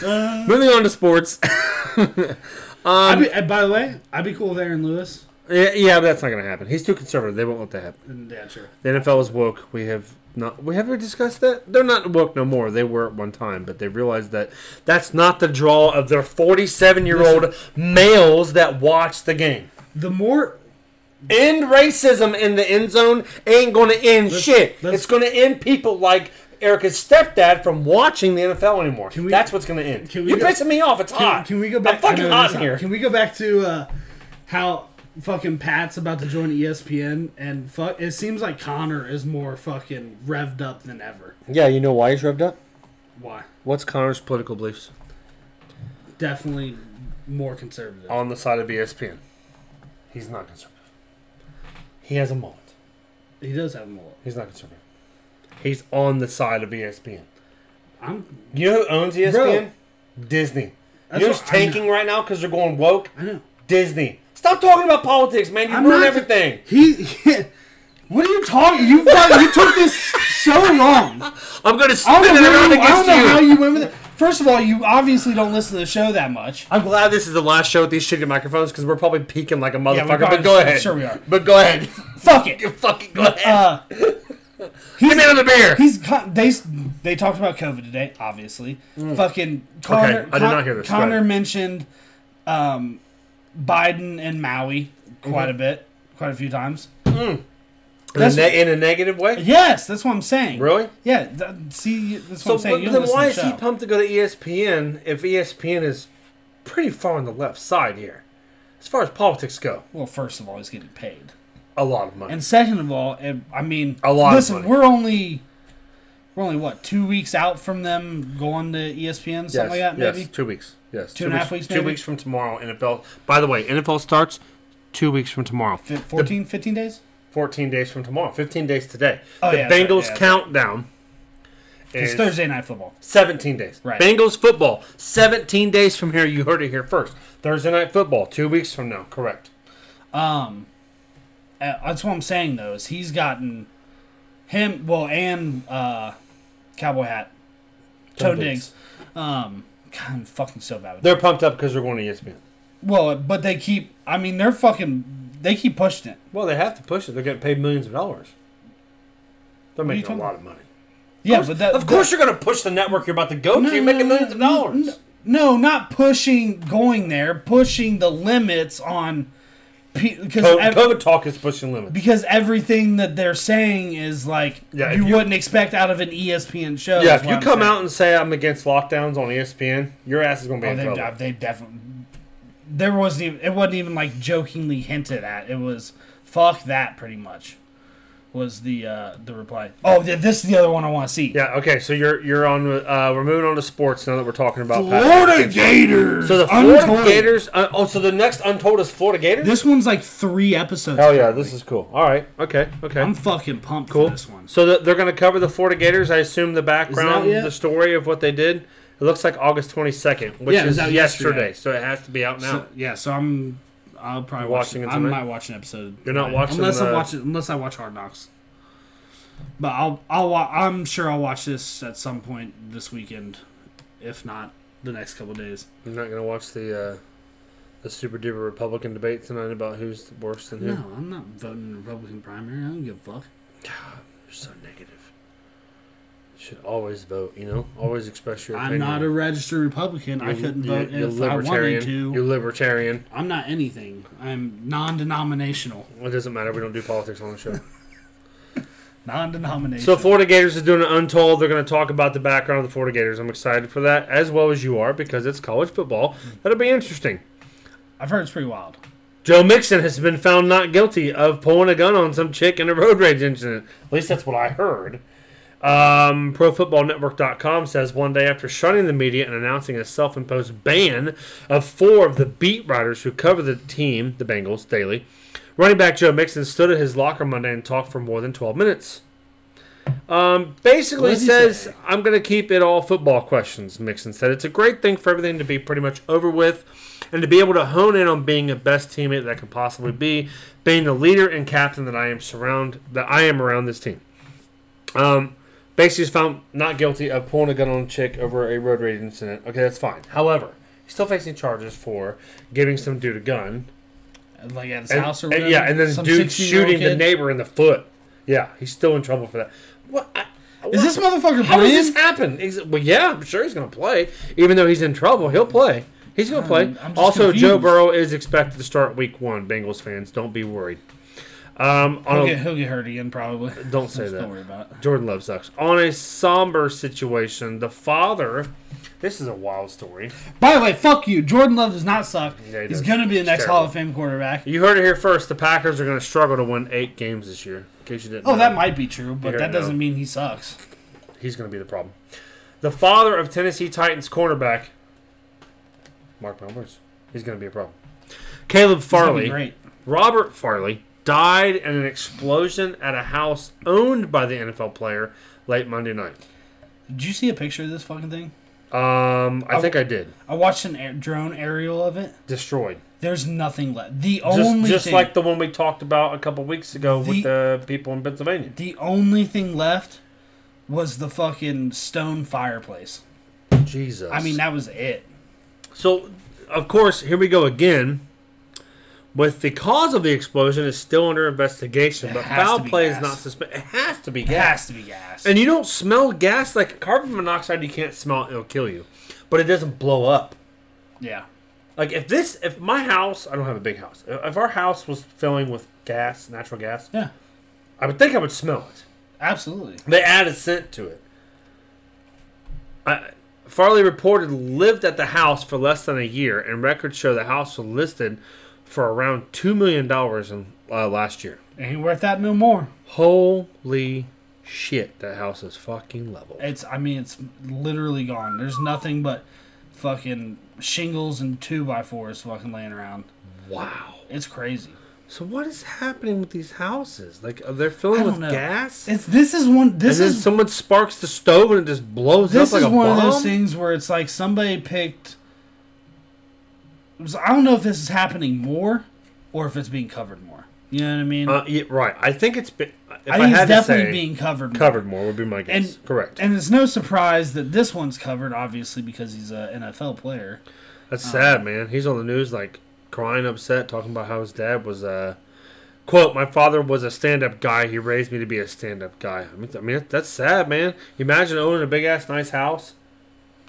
Speaker 1: Moving on to sports.
Speaker 2: I'd be- uh, by the way, I'd be cool with Aaron Lewis.
Speaker 1: yeah, yeah, but that's not going to happen. He's too conservative. They won't let that happen.
Speaker 2: Yeah, sure.
Speaker 1: The NFL is woke. We have not we haven't discussed that. They're not woke no more. They were at one time, but they realized that that's not the draw of their 47-year-old males that watch the game.
Speaker 2: The more
Speaker 1: End racism in the end zone ain't going to end shit.
Speaker 2: let's-
Speaker 1: it's going to end people like Erica's stepdad from watching the NFL anymore.
Speaker 2: we-
Speaker 1: that's what's going to end.
Speaker 2: can we
Speaker 1: You're
Speaker 2: go-
Speaker 1: pissing me off. It's
Speaker 2: can,
Speaker 1: hot.
Speaker 2: can we go back?
Speaker 1: Ah, I'm fucking
Speaker 2: I know
Speaker 1: hot
Speaker 2: this-
Speaker 1: in here.
Speaker 2: Can we go back to uh, how fucking Pat's about to join E ESPN and fuck? It seems like Connor is more fucking revved up than ever.
Speaker 1: yeah, you know why he's revved up?
Speaker 2: Why?
Speaker 1: What's Connor's political beliefs?
Speaker 2: Definitely more conservative.
Speaker 1: on the side of E ESPN. He's not conservative. He has a mullet.
Speaker 2: He does have more.
Speaker 1: He's not conservative. He's on the side of E ESPN.
Speaker 2: I'm.
Speaker 1: You know who owns E ESPN? Disney. you know
Speaker 2: what
Speaker 1: who's
Speaker 2: I know.
Speaker 1: tanking right now because they're going woke?
Speaker 2: I know.
Speaker 1: Disney. Stop talking about politics, man. You
Speaker 2: I'm
Speaker 1: ruin
Speaker 2: not-
Speaker 1: everything.
Speaker 2: He. what are you talking? You fuck- you took this so long.
Speaker 1: I'm gonna
Speaker 2: I
Speaker 1: spin
Speaker 2: don't know, where you, I
Speaker 1: against
Speaker 2: don't know how
Speaker 1: you.
Speaker 2: you went with it. First of all, you obviously don't listen to the show that much.
Speaker 1: I'm glad this is the last show with these shitty microphones because we're probably peaking like a motherfucker.
Speaker 2: probably-
Speaker 1: but go ahead.
Speaker 2: sure we are.
Speaker 1: But go ahead.
Speaker 2: Fuck it.
Speaker 1: Fucking go ahead.
Speaker 2: Uh,
Speaker 1: Give me another beer.
Speaker 2: he's con- they s- they talked about COVID today, obviously. Fucking Connor,
Speaker 1: Mm. I did not hear this. Go
Speaker 2: Connor
Speaker 1: ahead.
Speaker 2: mentioned um, Biden and Maui quite
Speaker 1: Mm-hmm.
Speaker 2: a bit, quite a few times.
Speaker 1: Mm. In a,
Speaker 2: that's-
Speaker 1: ne- in a negative way.
Speaker 2: Yes, that's what I'm saying.
Speaker 1: Really?
Speaker 2: Yeah. Th- see, that's what
Speaker 1: So,
Speaker 2: I'm saying.
Speaker 1: but,
Speaker 2: You
Speaker 1: but
Speaker 2: don't
Speaker 1: then
Speaker 2: listen
Speaker 1: why
Speaker 2: to
Speaker 1: is
Speaker 2: the
Speaker 1: he
Speaker 2: show.
Speaker 1: pumped to go to E ESPN if E ESPN is pretty far on the left side here, as far as politics go?
Speaker 2: Well, first of all, he's getting paid.
Speaker 1: A lot of money.
Speaker 2: And second of all, it, I mean,
Speaker 1: A lot of
Speaker 2: Listen,
Speaker 1: money.
Speaker 2: we're only We're only what two weeks out from them going to E ESPN, something like that. Maybe
Speaker 1: yes, two weeks. Yes,
Speaker 2: Two and a half weeks,
Speaker 1: Two
Speaker 2: maybe?
Speaker 1: weeks from tomorrow. NFL. By the way, NFL starts two weeks from tomorrow.
Speaker 2: Fi 14, 15 days.
Speaker 1: 14 days from tomorrow. 15 days today.
Speaker 2: Oh,
Speaker 1: the
Speaker 2: yeah, that's right,
Speaker 1: Bengals
Speaker 2: yeah, that's
Speaker 1: countdown
Speaker 2: It's
Speaker 1: is
Speaker 2: Thursday night football.
Speaker 1: 17 days.
Speaker 2: Right.
Speaker 1: Bengals football 17 days from here. You heard it here first. Thursday night football two weeks from now. Correct.
Speaker 2: Um, uh, that's what I'm saying though is he's gotten him well and uh, cowboy hat, toe digs.
Speaker 1: Diggs.
Speaker 2: Um, God, I'm fucking so bad. With
Speaker 1: They're pumped up because they're going to E ESPN.
Speaker 2: Well, but they keep. I mean, they're fucking. They keep pushing it.
Speaker 1: Well, they have to push it. They're getting paid millions of dollars. They're
Speaker 2: you
Speaker 1: making a
Speaker 2: talking
Speaker 1: lot of money.
Speaker 2: Yeah, but that,
Speaker 1: of course, you're going to push the network you're about to go to. You're making millions of dollars.
Speaker 2: No, not pushing, going there, pushing the limits on pe- because
Speaker 1: Co-
Speaker 2: ev-
Speaker 1: COVID talk is pushing limits.
Speaker 2: because everything that they're saying is like
Speaker 1: Yeah, if
Speaker 2: you,
Speaker 1: you-
Speaker 2: wouldn't expect out of an E ESPN show.
Speaker 1: Yeah,
Speaker 2: is
Speaker 1: if
Speaker 2: what
Speaker 1: you
Speaker 2: I'm
Speaker 1: come
Speaker 2: saying.
Speaker 1: out and say I'm against lockdowns on E ESPN, your ass is going to be
Speaker 2: Oh,
Speaker 1: in trouble.
Speaker 2: they, uh, they definitely. There wasn't even. It wasn't even like jokingly hinted at. It was fuck that pretty much. Was the uh, the reply? Oh, th- this is the other one I want to see.
Speaker 1: Yeah. Okay. So you're you're on. Uh, we're moving on to sports now that we're talking about. Patrick Mahomes.
Speaker 2: Gators.
Speaker 1: So the Florida
Speaker 2: Untold.
Speaker 1: Gators. Uh, oh, so the next untold is Florida Gators.
Speaker 2: This one's like three episodes.
Speaker 1: oh yeah, this is cool. All right. Okay. Okay.
Speaker 2: I'm fucking pumped
Speaker 1: cool.
Speaker 2: for this one.
Speaker 1: So the, they're going to cover the Florida Gators. I assume the background,
Speaker 2: yet?
Speaker 1: the story of what they did. It looks like August 22nd, which
Speaker 2: Yeah, it was
Speaker 1: is
Speaker 2: out
Speaker 1: yesterday,
Speaker 2: yesterday.
Speaker 1: so it has to be out now.
Speaker 2: So, yeah, so I'm. I'll probably
Speaker 1: You
Speaker 2: watch.
Speaker 1: watching
Speaker 2: It
Speaker 1: it
Speaker 2: I
Speaker 1: tonight?
Speaker 2: might watch an episode.
Speaker 1: You're not watching
Speaker 2: unless I
Speaker 1: the-
Speaker 2: watch it. Unless I watch Hard Knocks. But I'll. I'll. wa- I'm sure I'll watch this at some point this weekend, if not the next couple days.
Speaker 1: You're not going to watch the uh, the super duper Republican debate tonight about who's worse than who.
Speaker 2: No, I'm not voting in the Republican primary. I don't give a fuck.
Speaker 1: You're so negative. You should always vote. You know, always express your.
Speaker 2: I'm
Speaker 1: opinion.
Speaker 2: not a registered Republican. I couldn't vote
Speaker 1: you
Speaker 2: if I wanted to.
Speaker 1: You're libertarian.
Speaker 2: I'm not anything. I'm non-denominational.
Speaker 1: It doesn't matter. We don't do politics on the show.
Speaker 2: Non-denominational.
Speaker 1: so Florida Gators is doing an untold. They're going to talk about the background of the Florida Gators. I'm excited for that as well as you are because it's college football. That'll be interesting.
Speaker 2: I've heard it's pretty wild.
Speaker 1: Joe Mixon has been found not guilty of pulling a gun on some chick in a road rage incident. At least that's what I heard. Um, ProFootballNetwork.com says one day after shunning the media and announcing a self imposed ban of four of the beat writers who cover the team, the Bengals, daily, running back Joe Mixon stood at his locker Monday and talked for more than 12 minutes. Um, basically
Speaker 2: What does he
Speaker 1: says,
Speaker 2: say?
Speaker 1: I'm going to keep it all football questions, Mixon said. It's a great thing for everything to be pretty much over with and to be able to hone in on being the best teammate that I can possibly be, being the leader and captain that I am surround that I am around this team. Um, basically, is found not guilty of pulling a gun on a chick over a road rage incident. Okay, that's fine. However, he's still facing charges for giving some dude a gun.
Speaker 2: Like at his
Speaker 1: And-
Speaker 2: house or
Speaker 1: and
Speaker 2: whatever.
Speaker 1: yeah, and then
Speaker 2: Some
Speaker 1: dude
Speaker 2: 16-year-old
Speaker 1: shooting the
Speaker 2: kid.
Speaker 1: neighbor in the foot. Yeah, he's still in trouble for that. What? I,
Speaker 2: Is this motherfucker
Speaker 1: how does this
Speaker 2: playing?
Speaker 1: happen? Is- well, yeah, I'm sure he's going to play. Even though he's in trouble, he'll play. He's going to play.
Speaker 2: I'm- I'm just
Speaker 1: also, Joe
Speaker 2: confused.
Speaker 1: Burrow is expected to start Week One. Bengals fans, don't be worried. Um, on
Speaker 2: He'll
Speaker 1: a-
Speaker 2: get, he'll get hurt again, probably.
Speaker 1: don't say
Speaker 2: Just
Speaker 1: that.
Speaker 2: Don't worry about it.
Speaker 1: Jordan Love sucks. On a somber situation, the father. This is a wild story.
Speaker 2: By the way, fuck you. Jordan Love does not suck.
Speaker 1: he
Speaker 2: He's
Speaker 1: does.
Speaker 2: going to be the
Speaker 1: He's
Speaker 2: next
Speaker 1: terrible.
Speaker 2: Hall of Fame quarterback.
Speaker 1: You heard it here first. The Packers are going to struggle to win eight games this year. In case you didn't.
Speaker 2: Oh,
Speaker 1: know.
Speaker 2: that might be true, but
Speaker 1: You
Speaker 2: that
Speaker 1: don't know.
Speaker 2: doesn't mean he sucks.
Speaker 1: He's going to be the problem. The father of Tennessee Titans cornerback. Mark my words. He's going to be a problem. Caleb
Speaker 2: He's gonna
Speaker 1: Farley.
Speaker 2: be Great.
Speaker 1: Robert Farley died in an explosion at a house owned by the NFL player late Monday night.
Speaker 2: Did you see a picture of this fucking thing?
Speaker 1: Um,
Speaker 2: Oh.
Speaker 1: I think I did.
Speaker 2: I watched an air, drone aerial of it.
Speaker 1: Destroyed.
Speaker 2: There's nothing left. The
Speaker 1: just,
Speaker 2: only
Speaker 1: just
Speaker 2: thing,
Speaker 1: like the one we talked about a couple weeks ago with the people in Pennsylvania.
Speaker 2: the only thing left was the fucking stone fireplace.
Speaker 1: Jesus.
Speaker 2: I mean, that was it.
Speaker 1: so of course, here we go again. With the cause of the explosion is still under investigation,
Speaker 2: It
Speaker 1: but
Speaker 2: has
Speaker 1: foul
Speaker 2: to be
Speaker 1: play
Speaker 2: gas.
Speaker 1: is not suspended. It has to be
Speaker 2: It
Speaker 1: gas.
Speaker 2: has to be gas.
Speaker 1: And you don't smell gas like carbon monoxide. You can't smell it; it'll kill you. But it doesn't blow up.
Speaker 2: yeah.
Speaker 1: Like if this, if my house, I don't have a big house. If our house was filling with gas, natural gas,
Speaker 2: Yeah.
Speaker 1: I would think I would smell it.
Speaker 2: Absolutely.
Speaker 1: They add a scent to it. I, Farley reported lived at the house for less than a year, and records show the house was listed for around two million dollars in uh, last year.
Speaker 2: Ain't worth that no more.
Speaker 1: Holy shit, that house is fucking level.
Speaker 2: It's I mean it's literally gone. There's nothing but fucking shingles and two by fours fucking laying around.
Speaker 1: Wow.
Speaker 2: It's crazy.
Speaker 1: So what is happening with these houses? Like, are they filling
Speaker 2: I
Speaker 1: with
Speaker 2: don't know.
Speaker 1: gas?
Speaker 2: It's this is one
Speaker 1: and
Speaker 2: this
Speaker 1: then
Speaker 2: is
Speaker 1: someone sparks the stove and it just blows
Speaker 2: this
Speaker 1: up like
Speaker 2: is
Speaker 1: a
Speaker 2: one
Speaker 1: bomb.
Speaker 2: of those things where it's like somebody picked it was- I don't know if this is happening more or if it's being covered more. You know what I mean?
Speaker 1: Uh, yeah, right. I think it's been. If I,
Speaker 2: I think
Speaker 1: had
Speaker 2: it's definitely
Speaker 1: to say,
Speaker 2: being covered more.
Speaker 1: covered more would be my guess.
Speaker 2: And-
Speaker 1: Correct.
Speaker 2: And it's no surprise that this one's covered, obviously, because he's an NFL player. Oh,
Speaker 1: That's sad, man. He's on the news like crying, upset, talking about how his dad was Uh, Quote, my father was a stand up guy. He raised me to be a stand up guy. I mean, I mean, that's sad, man. You imagine owning a big ass nice house.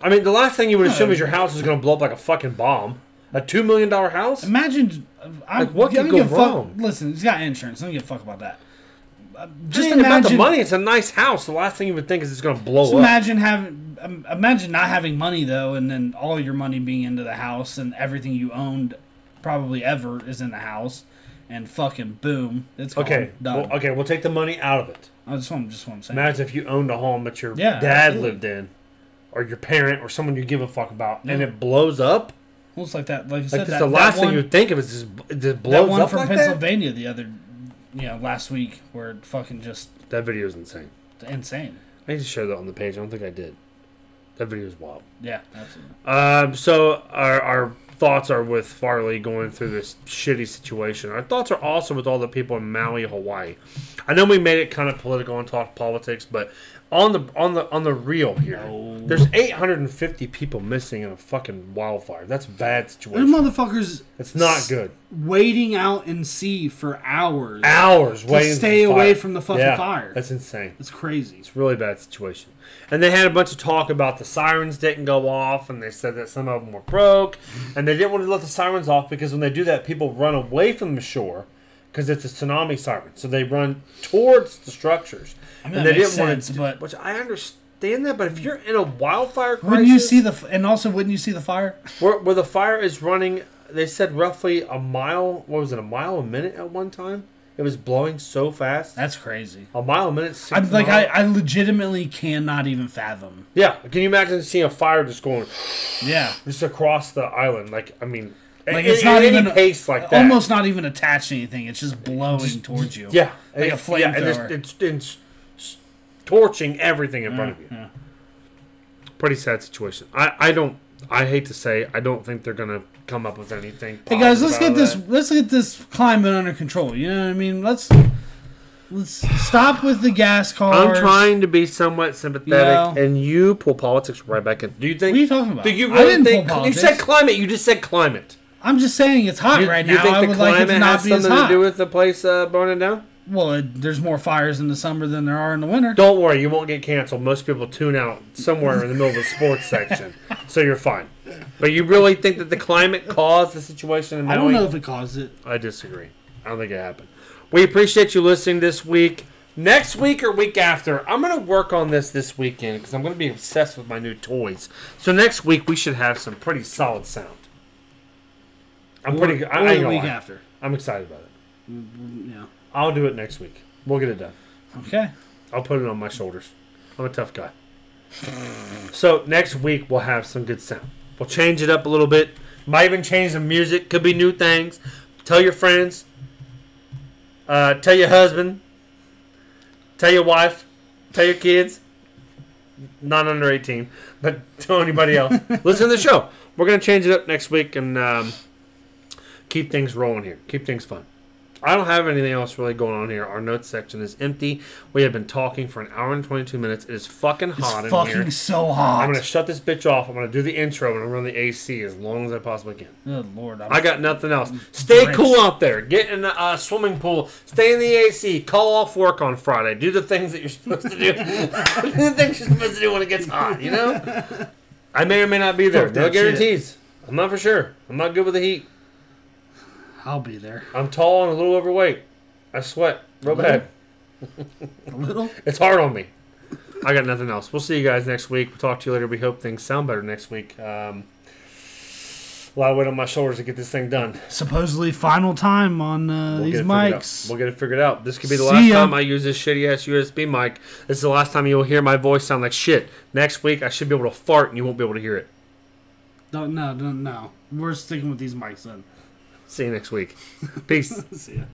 Speaker 1: I mean, the last thing you would assume is your house is going to blow up like a fucking bomb. A $2 million house?
Speaker 2: Imagine, I'm,
Speaker 1: Like, what
Speaker 2: I don't
Speaker 1: could go
Speaker 2: give a fuck-
Speaker 1: wrong?
Speaker 2: Listen, he's got insurance. I don't give a fuck about that. Uh,
Speaker 1: Just
Speaker 2: Just
Speaker 1: think
Speaker 2: imagine,
Speaker 1: about the money. It's a nice house. The last thing you would think is it's going to blow
Speaker 2: Just
Speaker 1: up.
Speaker 2: imagine having, um, imagine not having money though, and then all your money being into the house and everything you owned, probably ever, is in the house, and fucking boom, it's gone,
Speaker 1: okay,
Speaker 2: done.
Speaker 1: well, uh, okay, we'll take the money out of it.
Speaker 2: I just want, just what I'm saying.
Speaker 1: Imagine if you owned a home that your
Speaker 2: Yeah,
Speaker 1: dad
Speaker 2: absolutely.
Speaker 1: lived in, or your parent, or someone you give a fuck about, and
Speaker 2: Yeah.
Speaker 1: it blows up.
Speaker 2: Well, it's like that, like you
Speaker 1: Like
Speaker 2: said,
Speaker 1: that's
Speaker 2: that,
Speaker 1: the
Speaker 2: that
Speaker 1: last
Speaker 2: one-
Speaker 1: thing you think of is just it just
Speaker 2: that
Speaker 1: blows
Speaker 2: one
Speaker 1: up
Speaker 2: from
Speaker 1: like that.
Speaker 2: Pennsylvania the other, you know, last week where it fucking just
Speaker 1: That video is insane.
Speaker 2: insane.
Speaker 1: I need to share that on the page. I don't think I did. That video is wild.
Speaker 2: Yeah, absolutely.
Speaker 1: Um, so our, our thoughts are with Farley going through this shitty situation. Our thoughts are also with all the people in Maui, Hawaii. I know we made it kind of political and talked politics, but on the on the on the real here, there's 850 people missing in a fucking wildfire. That's a bad
Speaker 2: There's
Speaker 1: situation.
Speaker 2: motherfuckers
Speaker 1: It's not good.
Speaker 2: waiting out in sea for hours.
Speaker 1: Hours waiting for
Speaker 2: stay
Speaker 1: fire.
Speaker 2: away from the fucking
Speaker 1: Yeah,
Speaker 2: fire.
Speaker 1: That's insane.
Speaker 2: It's crazy.
Speaker 1: really bad situation. And they had a bunch of talk about the sirens didn't go off, and they said that some of them were broke, and they didn't want to let the sirens off because when they do that, people run away from the shore because it's a tsunami siren, so they run towards the structures.
Speaker 2: mean,
Speaker 1: and
Speaker 2: that
Speaker 1: they
Speaker 2: makes
Speaker 1: didn't want
Speaker 2: sense,
Speaker 1: to,
Speaker 2: but-
Speaker 1: which I understand that. But if you're in a wildfire crisis,
Speaker 2: Wouldn't you see the f- and also wouldn't you see the fire?
Speaker 1: where, where the fire is running? They said roughly a mile. What was it? A mile a minute at one time. It was blowing so fast.
Speaker 2: That's crazy.
Speaker 1: A mile a minute. six
Speaker 2: I'm like I,
Speaker 1: miles-
Speaker 2: I legitimately cannot even fathom.
Speaker 1: Yeah, can you imagine seeing a fire just going
Speaker 2: Yeah.
Speaker 1: just across the island? Like, I mean,
Speaker 2: Like
Speaker 1: like
Speaker 2: it's not even
Speaker 1: any pace like that.
Speaker 2: almost not even attached to anything. It's just blowing towards you.
Speaker 1: yeah,
Speaker 2: Like a
Speaker 1: It's- yeah, and
Speaker 2: flamethrower.
Speaker 1: it's, it's, it's torching everything in front of you.
Speaker 2: yeah.
Speaker 1: Pretty sad situation. I, I don't. I hate to say, I don't think they're gonna come up with anything.
Speaker 2: Hey guys, let's
Speaker 1: positive
Speaker 2: get
Speaker 1: out
Speaker 2: this
Speaker 1: of that.
Speaker 2: let's get this climate under control. You know what I mean? Let's let's stop with the gas cars.
Speaker 1: I'm trying to be somewhat sympathetic,
Speaker 2: Yeah.
Speaker 1: and you pull politics right back in. Do you think?
Speaker 2: What are you talking about?
Speaker 1: Do you
Speaker 2: I
Speaker 1: really
Speaker 2: didn't
Speaker 1: think?
Speaker 2: pull
Speaker 1: you said
Speaker 2: politics.
Speaker 1: climate. You just said climate.
Speaker 2: I'm just saying it's hot
Speaker 1: You,
Speaker 2: right
Speaker 1: you
Speaker 2: now.
Speaker 1: think
Speaker 2: I
Speaker 1: the
Speaker 2: would like it
Speaker 1: climate
Speaker 2: to
Speaker 1: has
Speaker 2: not be as
Speaker 1: something to
Speaker 2: hot.
Speaker 1: do with the place uh, burning down?
Speaker 2: well, it, there's more fires in the summer than there are in the winter.
Speaker 1: Don't worry, you won't get canceled. Most people tune out somewhere in the middle of the sports section, so you're fine. But you really think that the climate caused the situation in
Speaker 2: I
Speaker 1: Maui?
Speaker 2: don't know if it caused it.
Speaker 1: I disagree. I don't think it happened. We appreciate you listening this week. Next week or week after, I'm gonna work on this this weekend because I'm gonna be obsessed with my new toys. So next week we should have some pretty solid sound. I'm pretty. I,
Speaker 2: Or
Speaker 1: I ain't
Speaker 2: the
Speaker 1: gonna
Speaker 2: week
Speaker 1: lie.
Speaker 2: after.
Speaker 1: I'm excited about it.
Speaker 2: Yeah.
Speaker 1: I'll do it next week. We'll get it done.
Speaker 2: Okay.
Speaker 1: I'll put it on my shoulders. I'm a tough guy. So next week we'll have some good sound. We'll change it up a little bit. Might even change the music. Could be new things. Tell your friends. Uh, tell your husband. Tell your wife. Tell your kids. Not under 18, but tell anybody else. Listen to the show. We're gonna change it up next week and um, keep things rolling here. Keep things fun. I don't have anything else really going on here. Our notes section is empty. We have been talking for an hour and 22 minutes. It is fucking
Speaker 2: It's
Speaker 1: hot in
Speaker 2: fucking
Speaker 1: here.
Speaker 2: so hot.
Speaker 1: I'm gonna shut this bitch off. I'm gonna do the intro and I'm run the AC as long as I possibly can.
Speaker 2: Good lord. I'm
Speaker 1: I got nothing else. Stay
Speaker 2: drenched.
Speaker 1: cool out there. Get in a uh, swimming pool. Stay in the AC. Call off work on Friday. Do the things that you're supposed to do. do the things you're supposed to do when it gets hot. You know. I may or may not be there.
Speaker 2: Fuck
Speaker 1: No
Speaker 2: that shit.
Speaker 1: guarantees. I'm not for sure. I'm not good with the heat.
Speaker 2: I'll be there.
Speaker 1: I'm tall and a little overweight. I sweat real bad.
Speaker 2: A little.
Speaker 1: It's hard on me. I got nothing else. We'll see you guys next week. We'll talk to you later. We hope things sound better next week. Um, A lot of weight on my shoulders to get this thing done.
Speaker 2: Supposedly final time on uh,
Speaker 1: We'll get
Speaker 2: these
Speaker 1: it figured out.
Speaker 2: mics.
Speaker 1: We'll get it figured out. This could be the
Speaker 2: See
Speaker 1: last
Speaker 2: ya.
Speaker 1: time I use this shitty ass USB mic. This is the last time you'll hear my voice sound like shit. Next week I should be able to fart and you won't be able to hear it.
Speaker 2: No, no, no, no. We're sticking with these mics then.
Speaker 1: See you next week. Peace.
Speaker 2: See ya.